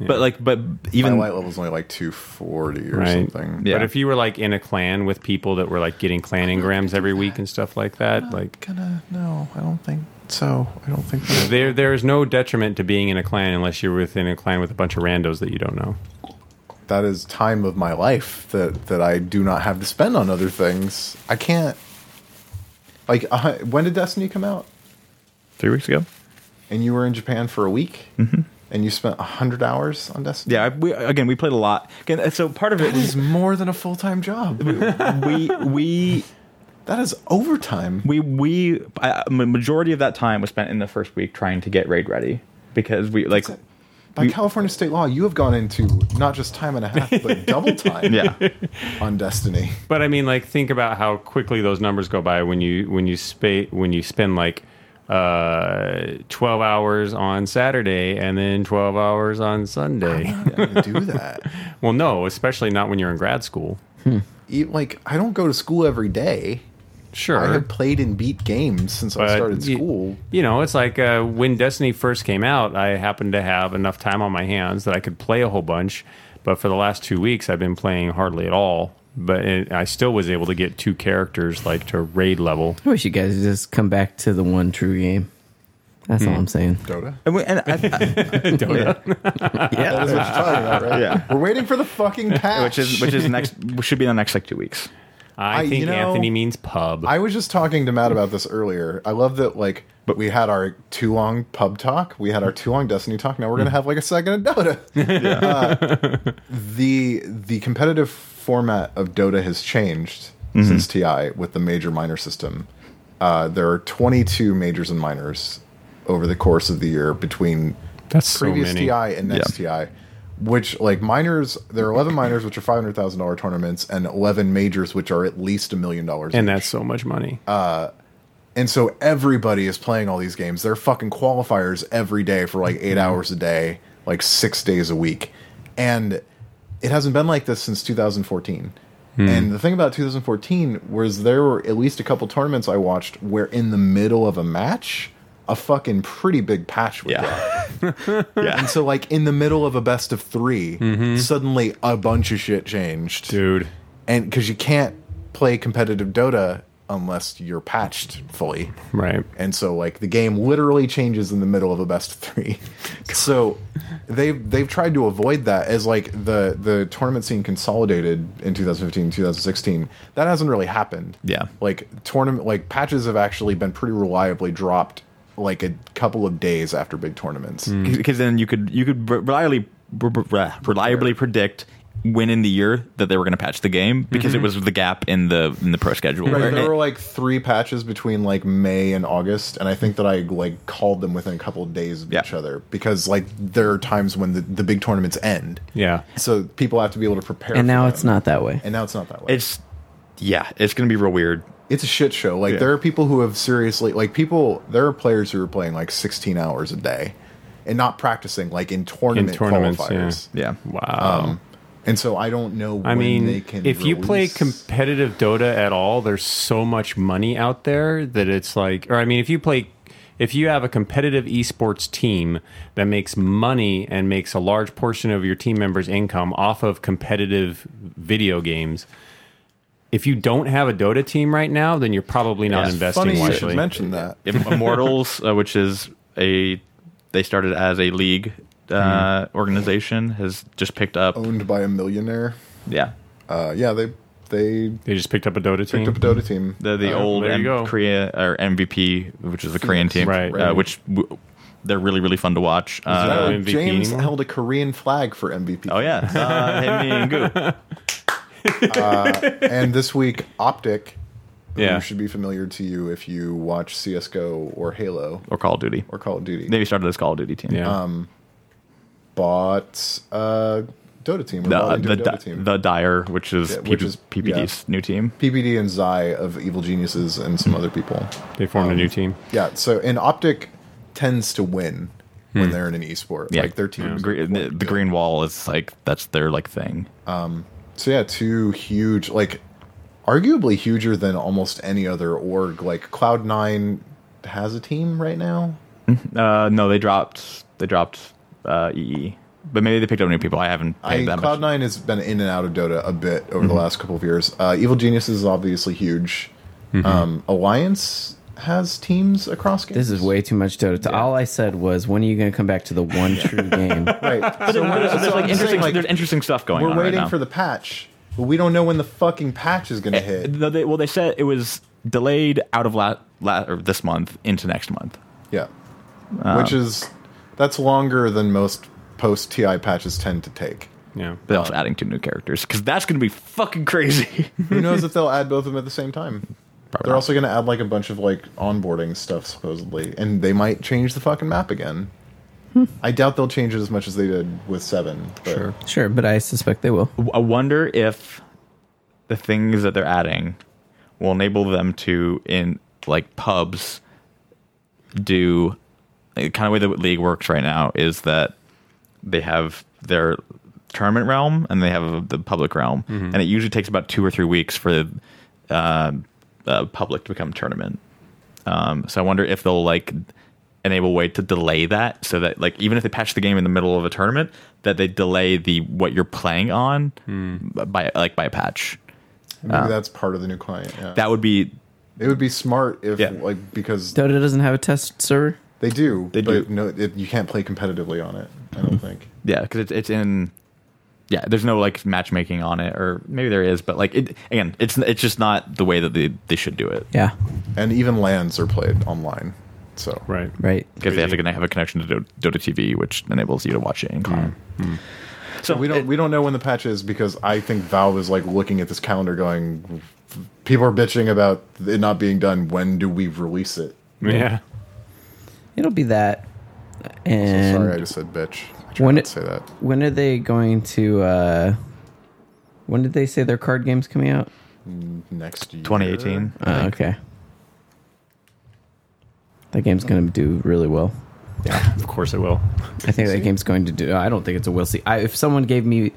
Speaker 4: But like, but
Speaker 2: My
Speaker 4: even
Speaker 2: light level's only like 240 or
Speaker 3: Right.
Speaker 2: something.
Speaker 4: Yeah.
Speaker 3: But if you were like in a clan with people that were like getting clan engrams every week and stuff like that, like
Speaker 2: Gonna no, I don't think so. I don't think so.
Speaker 3: there there is no detriment to being in a clan unless you're within a clan with a bunch of randos that you don't know.
Speaker 2: that is time of my life that that I do not have to spend on other things. I can't. Like, uh, when did Destiny come out?
Speaker 4: three weeks ago.
Speaker 2: And you were in Japan for a week, and you spent hundred hours on Destiny.
Speaker 4: Mm-hmm. Yeah, I- we, again, we played a lot. Again, and so part of it
Speaker 2: that
Speaker 4: was
Speaker 2: is more than a full time job.
Speaker 4: we we
Speaker 2: that is overtime.
Speaker 4: we we I- a majority of that time was spent in the first week trying to get raid ready because we like
Speaker 2: By California state law, you have gone into not just time and a half, but double time
Speaker 4: yeah
Speaker 2: on Destiny.
Speaker 3: But I mean, like, think about how quickly those numbers go by when you when you spa- when you spend like uh 12 hours on Saturday and then 12 hours on Sunday.
Speaker 2: I'm gonna do that.
Speaker 3: well, no, especially not when you're in grad school.
Speaker 2: E- Like, I don't go to school every day.
Speaker 3: Sure.
Speaker 2: I have played and beat games since I
Speaker 3: But
Speaker 2: started
Speaker 3: you-
Speaker 2: school.
Speaker 3: You, know, it's like uh, when Destiny first came out, I happened to have enough time on my hands that I could play a whole bunch. But for the last two weeks, I've been playing hardly at all. But it, I still was able to get two characters like to raid level.
Speaker 1: I wish you guys would just come back to the one true game. That's all I'm saying.
Speaker 2: Dota.
Speaker 4: and, we, and I,
Speaker 2: That is what you're talking about, right?
Speaker 4: Yeah.
Speaker 2: We're waiting for the fucking
Speaker 4: I, which
Speaker 2: patch.
Speaker 4: is which is next should be in the next like two weeks
Speaker 3: I,
Speaker 2: I- you
Speaker 3: think
Speaker 2: know,
Speaker 3: Anthony means pub.
Speaker 2: I was just talking to Matt about this earlier. I love that, like, but we had our too long pub talk. We had our too long Destiny talk. Now we're
Speaker 3: Mm.
Speaker 2: gonna have like a second of Dota. Uh, the the competitive format of Dota has changed
Speaker 3: Mm-hmm.
Speaker 2: since TI with the major minor system. Uh, there are 22 majors and minors over the course of the year between
Speaker 3: That's so
Speaker 2: previous
Speaker 3: many.
Speaker 2: TI and next TI, which like minors, there are 11 minors, which are $500,000 tournaments, and 11 majors, which are at least a million dollars.
Speaker 3: and
Speaker 2: each.
Speaker 3: that's so much money.
Speaker 2: Uh, And so everybody is playing all these games. They're fucking qualifiers every day for like
Speaker 4: Mm-hmm.
Speaker 2: eight hours a day, like six days a week. And it hasn't been like this since 2014.
Speaker 4: Hmm.
Speaker 2: And the thing about 2014 was there were at least a couple tournaments I watched where in the middle of a match, a fucking pretty big patch with that.
Speaker 4: yeah. Mm-hmm.
Speaker 2: And so, like in the middle of a best of 3 suddenly a bunch of shit changed,
Speaker 3: dude.
Speaker 2: and because you can't play competitive Dota unless you're patched fully,
Speaker 3: Right.
Speaker 2: and so like the game literally changes in the middle of a best of three. so they've they've tried to avoid that as like the the tournament scene consolidated in 2015 2016. That hasn't really happened.
Speaker 4: Yeah.
Speaker 2: like tournament like patches have actually been pretty reliably dropped like a couple of days after big tournaments.
Speaker 4: because then you could you could re- reliably re- re- reliably predict when in the year that they were going to patch the game because it was the gap in the in the pro schedule.
Speaker 2: Right,
Speaker 4: Where
Speaker 2: there
Speaker 4: it-
Speaker 2: were like three patches between like May and August, and I think that I like called them within a couple of days of
Speaker 4: Yeah.
Speaker 2: each other because like there are times when the, the big tournaments end.
Speaker 3: Yeah.
Speaker 2: So people have to be able to prepare.
Speaker 1: And
Speaker 2: for
Speaker 1: now
Speaker 2: them.
Speaker 1: it's not that way.
Speaker 2: And now it's not that way. It's,
Speaker 4: it's yeah, it's going to be real weird.
Speaker 2: a shit show. Like
Speaker 4: Yeah.
Speaker 2: there are people who have seriously like people. There are players who are playing like 16 hours a day and not practicing like in tournament
Speaker 3: tournaments,
Speaker 2: qualifiers.
Speaker 4: Yeah.
Speaker 3: Wow.
Speaker 2: And so I don't know. When
Speaker 3: I
Speaker 2: they
Speaker 3: mean,
Speaker 2: can
Speaker 3: if you play
Speaker 2: release-
Speaker 3: competitive Dota at all, there's so much money out there that it's like, or I mean, if you play, if you have a competitive esports team that makes money and makes a large portion of your team members' income off of competitive video games, if you don't have a Dota team right now, then you're probably not
Speaker 4: Yeah,
Speaker 3: investing
Speaker 2: funny you
Speaker 3: wisely.
Speaker 2: should mention that.
Speaker 4: Im- Immortals, uh, which is a they started as a league uh,
Speaker 2: Mm-hmm.
Speaker 4: organization, has just picked up.
Speaker 2: Owned by a millionaire.
Speaker 4: Yeah,
Speaker 2: Uh, yeah, they they
Speaker 3: they just picked up a Dota team.
Speaker 2: picked up a Dota team.
Speaker 4: the the
Speaker 3: Oh,
Speaker 4: old
Speaker 3: there you
Speaker 4: M-
Speaker 3: go.
Speaker 4: Korea or MVP, which is the Korean team,
Speaker 3: Right,
Speaker 4: uh,
Speaker 3: right.
Speaker 4: which w- they're really really fun to watch.
Speaker 3: that
Speaker 4: Uh,
Speaker 3: what- MVP
Speaker 2: James
Speaker 3: anymore?
Speaker 2: held a Korean flag for MVP.
Speaker 4: oh yeah, uh, Henry and Goo.
Speaker 2: and this week, Optic,
Speaker 3: Yeah.
Speaker 2: who should be familiar to you if you watch CS:GO or Halo
Speaker 4: or Call of Duty.
Speaker 2: or Call of Duty,
Speaker 4: They started as Call of Duty team.
Speaker 3: Yeah.
Speaker 2: um, bought uh, Dota team. Or bought
Speaker 4: The,
Speaker 2: into
Speaker 4: the,
Speaker 2: a Dota team.
Speaker 4: the Dire, which is,
Speaker 2: Yeah, which
Speaker 4: P-
Speaker 2: is-
Speaker 4: PPD's new team.
Speaker 2: PBD and Zai of Evil Geniuses and some other people.
Speaker 3: they formed a
Speaker 2: um,
Speaker 3: new team.
Speaker 2: Yeah. So, and Optic tends to win when they're in an esport.
Speaker 4: Hmm. Yeah.
Speaker 2: Like their team.
Speaker 4: Gre- the, the green wall is like that's their like thing.
Speaker 2: So yeah, two huge, like arguably huger than almost any other org. Like Cloud Nine has a team right now.
Speaker 4: Uh, no, they dropped they dropped uh, EE, but maybe they picked up new people. I haven't paid
Speaker 2: I,
Speaker 4: that
Speaker 2: Cloud
Speaker 4: much. Mm-hmm.
Speaker 2: Nine has been in and out of Dota a bit over the last couple of years. Uh, Evil Geniuses is obviously huge.
Speaker 4: Mm-hmm.
Speaker 2: Um, Alliance has teams across games.
Speaker 1: This is way too much Dota. To, All I said was, when are you going to come back to the one true game?
Speaker 2: right. So we're-
Speaker 4: There's,
Speaker 2: so
Speaker 4: like,
Speaker 2: I'm
Speaker 4: interesting,
Speaker 2: saying, like,
Speaker 4: there's interesting stuff going
Speaker 2: we're
Speaker 4: on
Speaker 2: waiting
Speaker 4: right now. Eh,
Speaker 2: for the patch, but we don't know when the fucking patch is going to hit.
Speaker 4: No, they, well, they said it was delayed out of la- la- or this month into next month.
Speaker 2: Yeah,
Speaker 4: Oh.
Speaker 2: which is that's longer than most post TI patches tend to take.
Speaker 3: Yeah.
Speaker 4: But they're also adding two new characters because that's going to be fucking crazy.
Speaker 2: Who knows if they'll add both of them at the same time? They're
Speaker 4: not.
Speaker 2: also going to add like a bunch of like onboarding stuff supposedly, and they might change the fucking map again.
Speaker 4: Hmm.
Speaker 2: I doubt they'll change it as much as they did with seven. But sure.
Speaker 1: sure, but I suspect they will.
Speaker 4: I wonder if the things that they're adding will enable them to in like pubs do like, kind of way the league works right now is that they have their tournament realm and they have the public realm and it usually takes about two or three weeks for uh, uh, public to become tournament um, so i wonder if they'll like enable a way to delay that so that like even if they patch the game in the middle of a tournament that they delay the what you're playing on b- by like by a patch
Speaker 2: Maybe that's part of the new client. Yeah.
Speaker 4: Ah. that would be
Speaker 2: it would be smart if
Speaker 4: Yeah.
Speaker 2: like because
Speaker 1: Dota doesn't have a test server.
Speaker 2: they do,
Speaker 4: They
Speaker 2: but
Speaker 4: do. Mm-hmm.
Speaker 2: no, it, you can't play competitively on it. I don't think.
Speaker 4: yeah because it's, it's in yeah there's no like matchmaking on it or maybe there is but like it again it's it's just not the way that they, they should do it
Speaker 1: Yeah,
Speaker 2: And even lands are played online. So
Speaker 3: Right.
Speaker 1: right.
Speaker 4: because they have to gonna have a connection to Do- Dota TV, which enables you to watch it in cloud. So
Speaker 2: we don't we don't know when the patch is because I think Valve is like looking at this calendar going people are bitching about it not being done when do we release it
Speaker 3: Yeah.
Speaker 1: It'll be that. And
Speaker 2: sorry I just said bitch I tried
Speaker 1: when
Speaker 2: not
Speaker 1: it-
Speaker 2: to say that
Speaker 1: when are they going to? uh When did they say their card game's coming out?
Speaker 2: next year
Speaker 4: 2018.
Speaker 1: Oh, okay. That game's going to do really well.
Speaker 3: Of course it will.
Speaker 1: I think that game's going to do. I don't think it's a will see. I, if someone gave me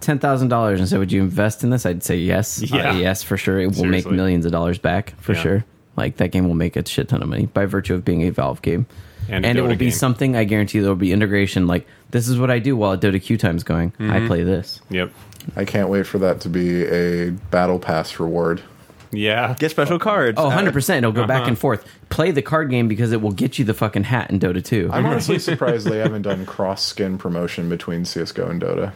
Speaker 1: ten thousand dollars and said, "Would you invest in this?" I'd say yes.
Speaker 3: Yeah.
Speaker 1: Uh, yes, for sure. It will make
Speaker 3: Seriously.
Speaker 1: millions of dollars back for
Speaker 3: Yeah.
Speaker 1: sure. Like that game will make a shit ton of money by virtue of being a Valve game,
Speaker 3: And
Speaker 1: and,
Speaker 3: a
Speaker 1: it
Speaker 3: Dota
Speaker 1: will be
Speaker 3: game.
Speaker 1: something I guarantee there will be integration. Like this is what I do while Dota Q time's going. I play this.
Speaker 3: Yep.
Speaker 2: I can't wait for that to be a battle pass reward.
Speaker 3: Yeah.
Speaker 4: Get special cards.
Speaker 1: Oh, 100 percent. It'll go back and forth. Play the card game because it will get you the fucking hat in Dota 2.
Speaker 2: I'm honestly surprised they haven't done cross skin promotion between CS:GO and Dota.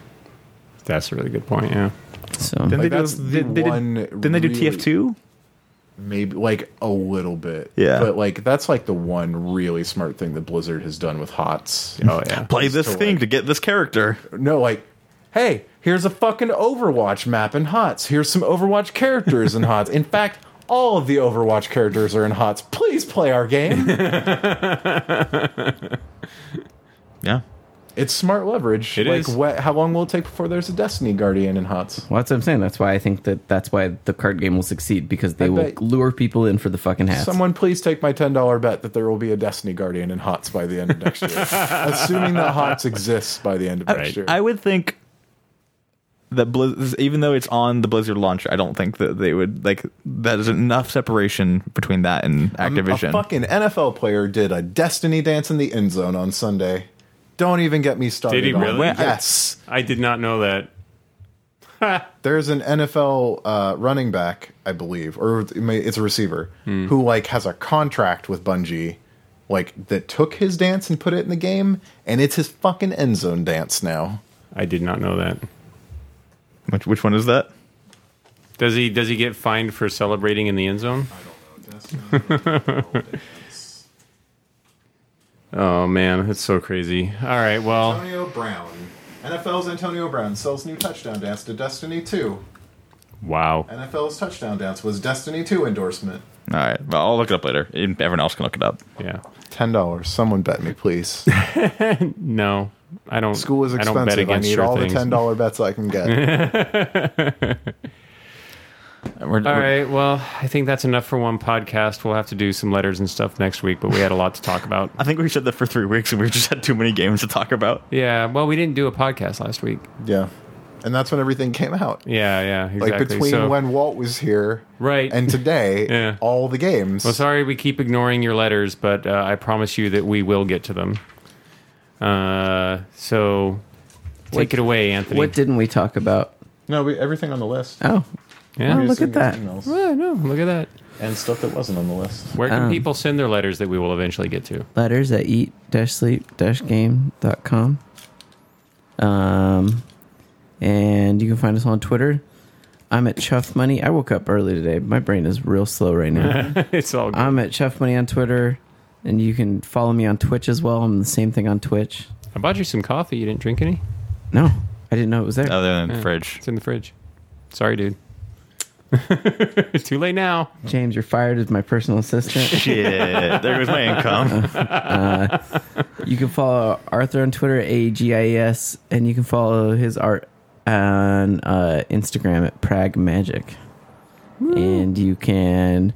Speaker 3: That's a really good point. Yeah.
Speaker 1: So
Speaker 4: Didn't
Speaker 2: Like,
Speaker 4: they do,
Speaker 2: that's the
Speaker 4: did, they did-
Speaker 2: one
Speaker 4: didn't they do
Speaker 2: really-
Speaker 4: TF2?
Speaker 2: Maybe like a little bit.
Speaker 4: Yeah.
Speaker 2: But like that's like the one really smart thing that Blizzard has done with HOTS.
Speaker 3: Oh yeah.
Speaker 4: Play this
Speaker 2: to
Speaker 4: thing
Speaker 2: like-
Speaker 4: to get this character.
Speaker 2: No, like, hey, here's a fucking Overwatch map in HOTS. Here's some Overwatch characters in HOTS. In fact, all of the Overwatch characters are in HOTS. Please play our game.
Speaker 4: Yeah.
Speaker 2: it's smart leverage.
Speaker 3: It
Speaker 2: like,
Speaker 3: is.
Speaker 2: wha- how long will it take before there's a Destiny Guardian in HOTS?
Speaker 1: Well, that's what I'm saying. That's why I think that that's why the card game will succeed because they
Speaker 2: I
Speaker 1: will
Speaker 2: bet-
Speaker 1: lure people in for the fucking hats.
Speaker 2: Someone please take my ten dollar bet that there will be a Destiny Guardian in HOTS by the end of next year, assuming that HOTS exists by the end of next year.
Speaker 4: I would think that Blizz, even though it's on the Blizzard launcher, I don't think that they would like that is enough separation between that and Activision.
Speaker 2: Mm, A fucking NFL player did a Destiny dance in the end zone on Sunday. Don't even get me started.
Speaker 3: Did he
Speaker 2: on-
Speaker 3: really?
Speaker 2: Yes.
Speaker 3: I did not know that.
Speaker 2: There's an NFL uh, running back, I believe, or it may- it's a receiver,
Speaker 3: Hmm.
Speaker 2: who like has a contract with Bungie, like that took his dance and put it in the game, and it's his fucking end zone dance now.
Speaker 3: I did not know that.
Speaker 4: which which one is that?
Speaker 3: Does he does he get fined for celebrating in the end zone? Oh man, that's so crazy. All right, well,
Speaker 2: Antonio Brown. NFL's Antonio Brown sells new touchdown dance to Destiny 2.
Speaker 3: wow.
Speaker 2: NFL's touchdown dance was Destiny 2 endorsement.
Speaker 4: All right, well I'll look it up later. Everyone else can look it up.
Speaker 3: Yeah.
Speaker 2: $10. Someone bet me, please.
Speaker 3: No, I don't.
Speaker 2: School is
Speaker 3: I don't bet
Speaker 2: expensive. I,
Speaker 3: against
Speaker 2: need
Speaker 3: your
Speaker 2: all
Speaker 3: things.
Speaker 2: the ten dollar bets I can get.
Speaker 4: We're,
Speaker 3: All
Speaker 4: we're-
Speaker 3: right, well, I think that's enough for one podcast. We'll have to do some letters and stuff next week, but we had a lot to talk about.
Speaker 4: I think we said that for three weeks, and we've just had too many games to talk about.
Speaker 3: Yeah, well, we didn't do a podcast last week.
Speaker 2: yeah, and that's when everything came out.
Speaker 3: Yeah, yeah, exactly.
Speaker 2: Like between
Speaker 3: so,
Speaker 2: when Walt was here,
Speaker 3: Right.
Speaker 2: and today,
Speaker 3: Yeah.
Speaker 2: all the games.
Speaker 3: well, sorry we keep ignoring your letters, but uh, I promise you that we will get to them. Uh, so take
Speaker 1: What-
Speaker 3: it away, Anthony.
Speaker 1: what didn't we talk about?
Speaker 2: no, we, everything on the list.
Speaker 1: Oh,
Speaker 3: yeah,
Speaker 1: Oh,
Speaker 2: We
Speaker 1: look
Speaker 2: just
Speaker 1: at that.
Speaker 2: didn't get emails
Speaker 3: Yeah, no, look at that.
Speaker 2: and stuff that wasn't on the list.
Speaker 3: Where can
Speaker 1: Um,
Speaker 3: people send their letters that we will eventually get to?
Speaker 1: letters at eat sleep game.com. Um, and you can find us on Twitter. I'm at Chuff Money. I woke up early today. My brain is real slow right now.
Speaker 3: it's all good.
Speaker 1: I'm at Chuff Money on Twitter, and you can follow me on Twitch as well. I'm the same thing on Twitch.
Speaker 3: I bought you some coffee. You didn't drink any?
Speaker 1: No, I didn't know it was there.
Speaker 4: Other than the fridge,
Speaker 3: It's in the fridge. Sorry, dude. it's too late now.
Speaker 1: James, you're fired as my personal assistant.
Speaker 4: shit, there goes my income.
Speaker 1: You can follow Arthur on Twitter, A G I E S, and you can follow his art on uh, Instagram at Prag Magic. And you can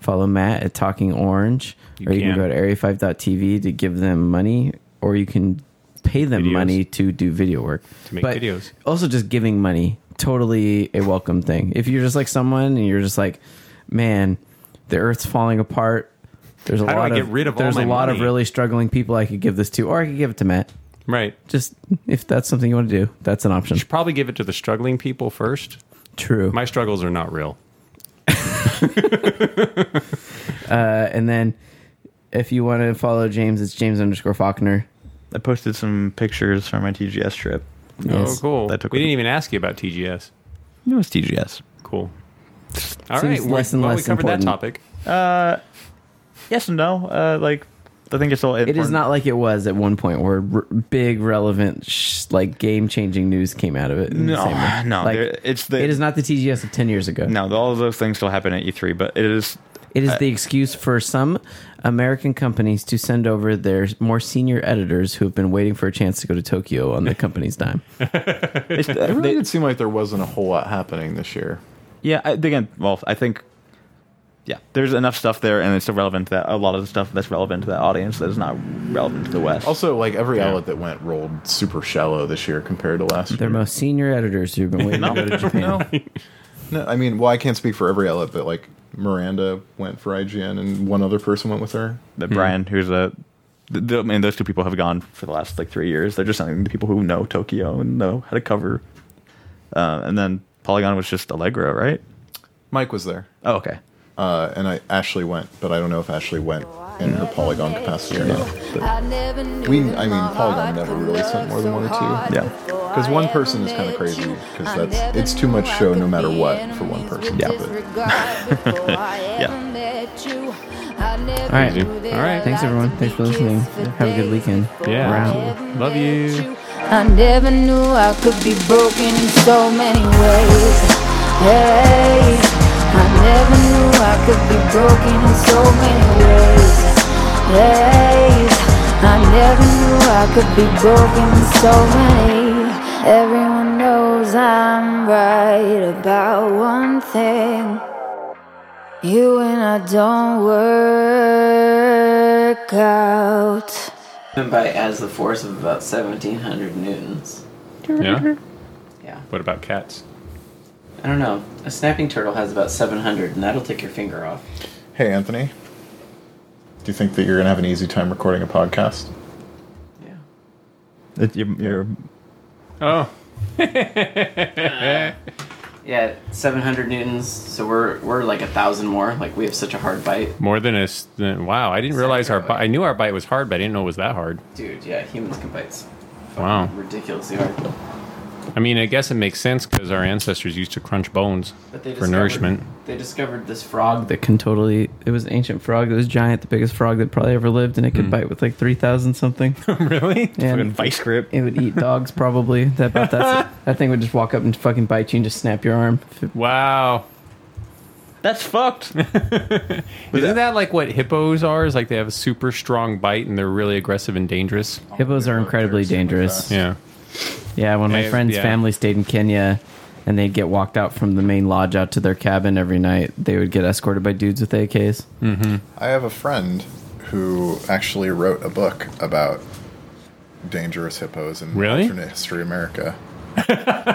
Speaker 1: follow Matt at Talking Orange,
Speaker 3: You
Speaker 1: or you can.
Speaker 3: can.
Speaker 1: go to area5.tv to give them money, or you can pay them
Speaker 3: Videos.
Speaker 1: money to do video work.
Speaker 3: To make videos.
Speaker 1: Also, just giving money, totally a welcome thing. If you're just like someone and you're just like, man, the earth's falling apart. There's a
Speaker 3: How do I
Speaker 1: lot
Speaker 3: get
Speaker 1: of
Speaker 3: rid of all
Speaker 1: there's
Speaker 3: my
Speaker 1: a lot of
Speaker 3: money?
Speaker 1: really really struggling people I could give this to, or I could give it to Matt.
Speaker 3: Right.
Speaker 1: Just if that's something you want to do, that's an option.
Speaker 3: Should probably give it to the struggling people first.
Speaker 1: True.
Speaker 3: My struggles are not real.
Speaker 1: Uh, and then if you want to follow James, it's James underscore Faulkner.
Speaker 4: I posted some pictures from my TGS trip.
Speaker 3: Oh, cool.
Speaker 4: That took
Speaker 3: we
Speaker 4: a-
Speaker 3: didn't even ask you about TGS.
Speaker 4: It was TGS.
Speaker 3: Cool. All
Speaker 1: Seems
Speaker 3: right. we-
Speaker 1: less and
Speaker 3: well, we
Speaker 1: less
Speaker 3: covered
Speaker 1: important.
Speaker 3: that topic.
Speaker 4: Uh, yes and no. Uh, like I think it's all.
Speaker 1: It is not like it was at one point where r- big, relevant, sh- like game changing news came out of it. in the
Speaker 4: No,
Speaker 1: same way.
Speaker 4: no,
Speaker 1: Like,
Speaker 4: there- it's the-
Speaker 1: it is not the TGS of ten years ago.
Speaker 4: No, all of those things still happen at E3, but it is.
Speaker 1: It
Speaker 3: uh,
Speaker 1: is the excuse for some American companies to send over their more senior editors who have been waiting for a chance to go to Tokyo on the company's dime.
Speaker 4: It's, uh,
Speaker 2: It really
Speaker 4: they-
Speaker 2: did seem like there wasn't a whole lot happening this year.
Speaker 4: yeah, I, again, well, I think. Yeah, there's enough stuff there, and it's still relevant to that. A lot of the stuff that's relevant to that audience that is not relevant to the West.
Speaker 2: Also, like every outlet that went rolled super shallow this year compared to last. year.
Speaker 1: Their most senior editors who've been waiting to go to Japan.
Speaker 2: No, I mean, well, I can't speak for every outlet, but like Miranda went for IGN, and one other person went with her.
Speaker 4: that Brian, who's a, th th- I mean, those two people have gone for the last like three years. They're just something the people who know Tokyo and know how to cover. Uh, and then Polygon was just Allegro, right?
Speaker 2: Mike was there,
Speaker 4: Oh, okay.
Speaker 2: uh, and I Ashley went, but I don't know if Ashley went in her Polygon capacity or not. But
Speaker 6: We, I mean, Polygon never really sent more than one or two.
Speaker 4: Yeah.
Speaker 6: Because one person is kind of crazy. Because that's it's too much show, no matter what, for one person.
Speaker 4: Yeah.
Speaker 6: yeah.
Speaker 1: All right. All right. Thanks, everyone. Thanks for listening. Have a good weekend.
Speaker 3: Yeah.
Speaker 1: We're out.
Speaker 3: Love you.
Speaker 6: I never knew I could be broken in so many ways. Hey, I never knew I could be broken in so many ways. Hey, I never knew I could be broken in so many. Everyone knows I'm right about one thing. You and I don't work out.
Speaker 7: by as the force of about 1700 newtons.
Speaker 3: Yeah.
Speaker 7: Yeah.
Speaker 3: What about cats?
Speaker 7: I don't know. A snapping turtle has about 700, and that'll take your finger off.
Speaker 2: hey, Anthony, do you think that you're gonna have an easy time recording a podcast?
Speaker 7: Yeah.
Speaker 4: It, you're, you're,
Speaker 3: Oh,
Speaker 7: Yeah, 700 newtons. So we're we're like a thousand more. Like we have such a hard bite,
Speaker 3: more than a s- than- wow! I didn't realize our. bi- I knew our bite was hard, but I didn't know it was that hard.
Speaker 7: dude. Yeah, humans can bite s-
Speaker 3: Wow.
Speaker 7: ridiculously hard,
Speaker 3: I mean, I guess it makes sense because our ancestors used to crunch bones
Speaker 7: but they
Speaker 3: for
Speaker 7: discovered-
Speaker 3: nourishment.
Speaker 7: They discovered this frog that
Speaker 1: That can totally. It was an ancient frog. It was giant, the biggest frog that probably ever lived, and it
Speaker 3: Hmm.
Speaker 1: could bite with like three thousand something.
Speaker 3: really?
Speaker 1: And
Speaker 4: vice grip.
Speaker 1: it would eat dogs probably. That about that's, that thing would just walk up and fucking bite you and just snap your arm.
Speaker 3: Wow.
Speaker 4: That's fucked.
Speaker 3: Isn't that like what hippos are? Is like they have a super strong bite and they're really aggressive and dangerous.
Speaker 1: Hippos are incredibly
Speaker 2: Something like
Speaker 1: dangerous.
Speaker 3: Yeah.
Speaker 1: Yeah, when my
Speaker 3: Yeah,
Speaker 1: friend's
Speaker 3: yeah.
Speaker 1: family stayed in Kenya and they'd get walked out from the main lodge out to their cabin every night, they would get escorted by dudes with AKs.
Speaker 2: I have a friend who actually wrote a book about dangerous hippos in
Speaker 3: Really?
Speaker 2: alternate history America.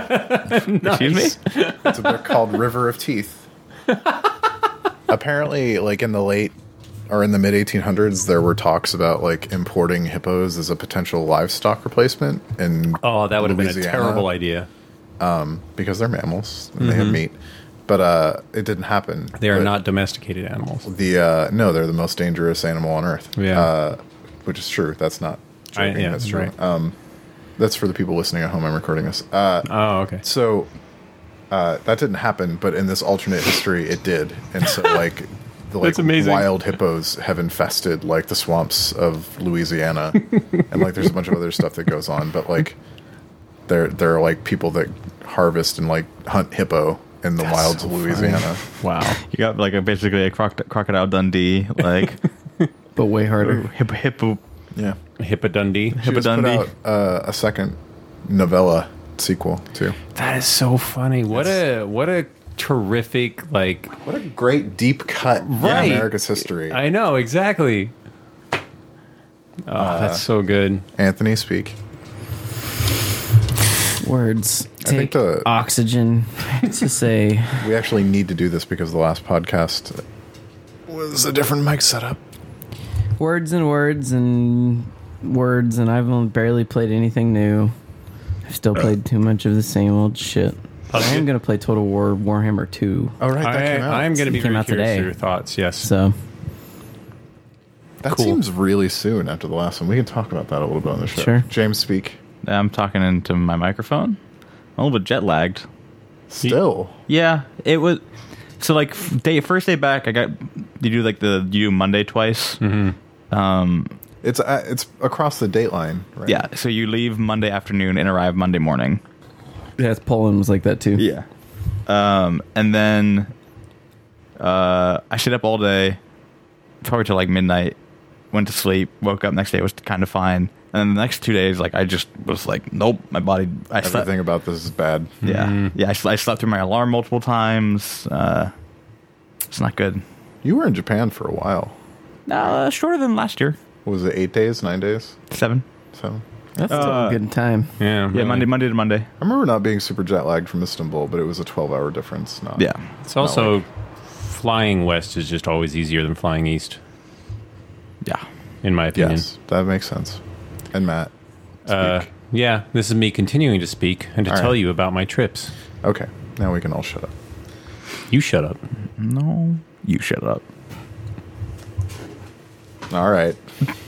Speaker 4: Excuse me.
Speaker 2: It's a book called River of Teeth. Apparently, like in the late or in the mid 1800s, there were talks about like importing hippos as a potential livestock replacement, and
Speaker 3: Oh, that would have been a
Speaker 2: Louisiana.
Speaker 3: terrible idea.
Speaker 2: because they're mammals and they have meat. But uh, it didn't happen.
Speaker 3: Mm-hmm. They are
Speaker 2: But
Speaker 3: not domesticated animals.
Speaker 2: the uh, no. They're the most dangerous animal on earth.
Speaker 3: Yeah.
Speaker 2: uh, which is true. That's not.
Speaker 3: I-
Speaker 2: Joking.
Speaker 3: yeah,
Speaker 2: that's true.
Speaker 3: right.
Speaker 2: Um, that's for the people listening at home. I'm recording this. Uh,
Speaker 3: Oh, okay.
Speaker 2: so uh, that didn't happen, but in this alternate history, it did, and so like the like
Speaker 3: That's amazing.
Speaker 2: wild hippos have infested like the swamps of Louisiana, and like there's a bunch of other stuff that goes on, but like there there are like people that harvest and like hunt hippo in the wilds of Louisiana.
Speaker 3: Wow.
Speaker 4: You got like a basically a croc- crocodile Dundee, like
Speaker 1: But way harder.
Speaker 4: hip hippo
Speaker 2: Yeah,
Speaker 3: Hippa Dundee.
Speaker 2: she
Speaker 4: hippo
Speaker 2: just put
Speaker 4: Dundee.
Speaker 2: out uh, a second novella sequel too.
Speaker 3: That is so funny. What a what a terrific like.
Speaker 2: What a great deep cut
Speaker 3: Right.
Speaker 2: in America's history.
Speaker 3: I know exactly. Oh, that's so good.
Speaker 2: Anthony, speak.
Speaker 1: Words. Take
Speaker 2: think the-
Speaker 1: oxygen to say
Speaker 2: We actually need to do this because the last podcast was a different mic setup.
Speaker 1: words and words and words, and I've only barely played anything new. I've still played too much of the same old shit. I am going to play Total War Warhammer 2.
Speaker 2: Oh right, that
Speaker 3: I,
Speaker 2: came out.
Speaker 3: I'm going to be
Speaker 1: It came
Speaker 3: very
Speaker 1: out
Speaker 3: curious
Speaker 1: today.
Speaker 3: to your thoughts. Yes.
Speaker 1: So,
Speaker 2: that
Speaker 3: cool.
Speaker 2: seems really soon after the last one. We can talk about that a little bit on the show.
Speaker 1: Sure.
Speaker 2: James, speak.
Speaker 4: I'm talking into my microphone. I'm a little bit jet lagged.
Speaker 2: Still,
Speaker 4: Yeah, it was. So like f- day first day back, I got you do like the you do Monday twice.
Speaker 2: it's uh, it's across the dateline, right?
Speaker 4: Yeah, so you leave Monday afternoon and arrive Monday morning.
Speaker 1: yeah, Poland was like that too.
Speaker 4: Yeah, um, and then uh, I stayed up all day, probably till like midnight. Went to sleep, woke up next day was kind of fine, and then the next two days like I just was like, nope, my body. I slept.
Speaker 2: Everything about this is bad.
Speaker 3: Hmm.
Speaker 4: Yeah, yeah, I, sl- I slept through my alarm multiple times. Uh, it's not good.
Speaker 2: You were in Japan for a while.
Speaker 4: Uh, shorter than last year,
Speaker 2: Was it eight days, nine days?
Speaker 4: seven.
Speaker 2: So
Speaker 1: That's still a good time.
Speaker 3: yeah.
Speaker 4: Yeah,
Speaker 3: really.
Speaker 4: Monday, Monday to Monday.
Speaker 2: I remember not being super jet lagged from Istanbul, but it was a twelve hour difference. Not
Speaker 4: Yeah.
Speaker 3: It's also flying west is just always easier than flying east,
Speaker 4: Yeah.
Speaker 3: in my opinion.
Speaker 2: Yes, that makes sense. And Matt,
Speaker 3: Uh, yeah, this is me continuing to speak and to
Speaker 2: All
Speaker 3: tell
Speaker 2: right.
Speaker 3: you about my trips.
Speaker 2: okay, now we can all shut up.
Speaker 3: You shut up.
Speaker 4: No, you shut up.
Speaker 2: All right,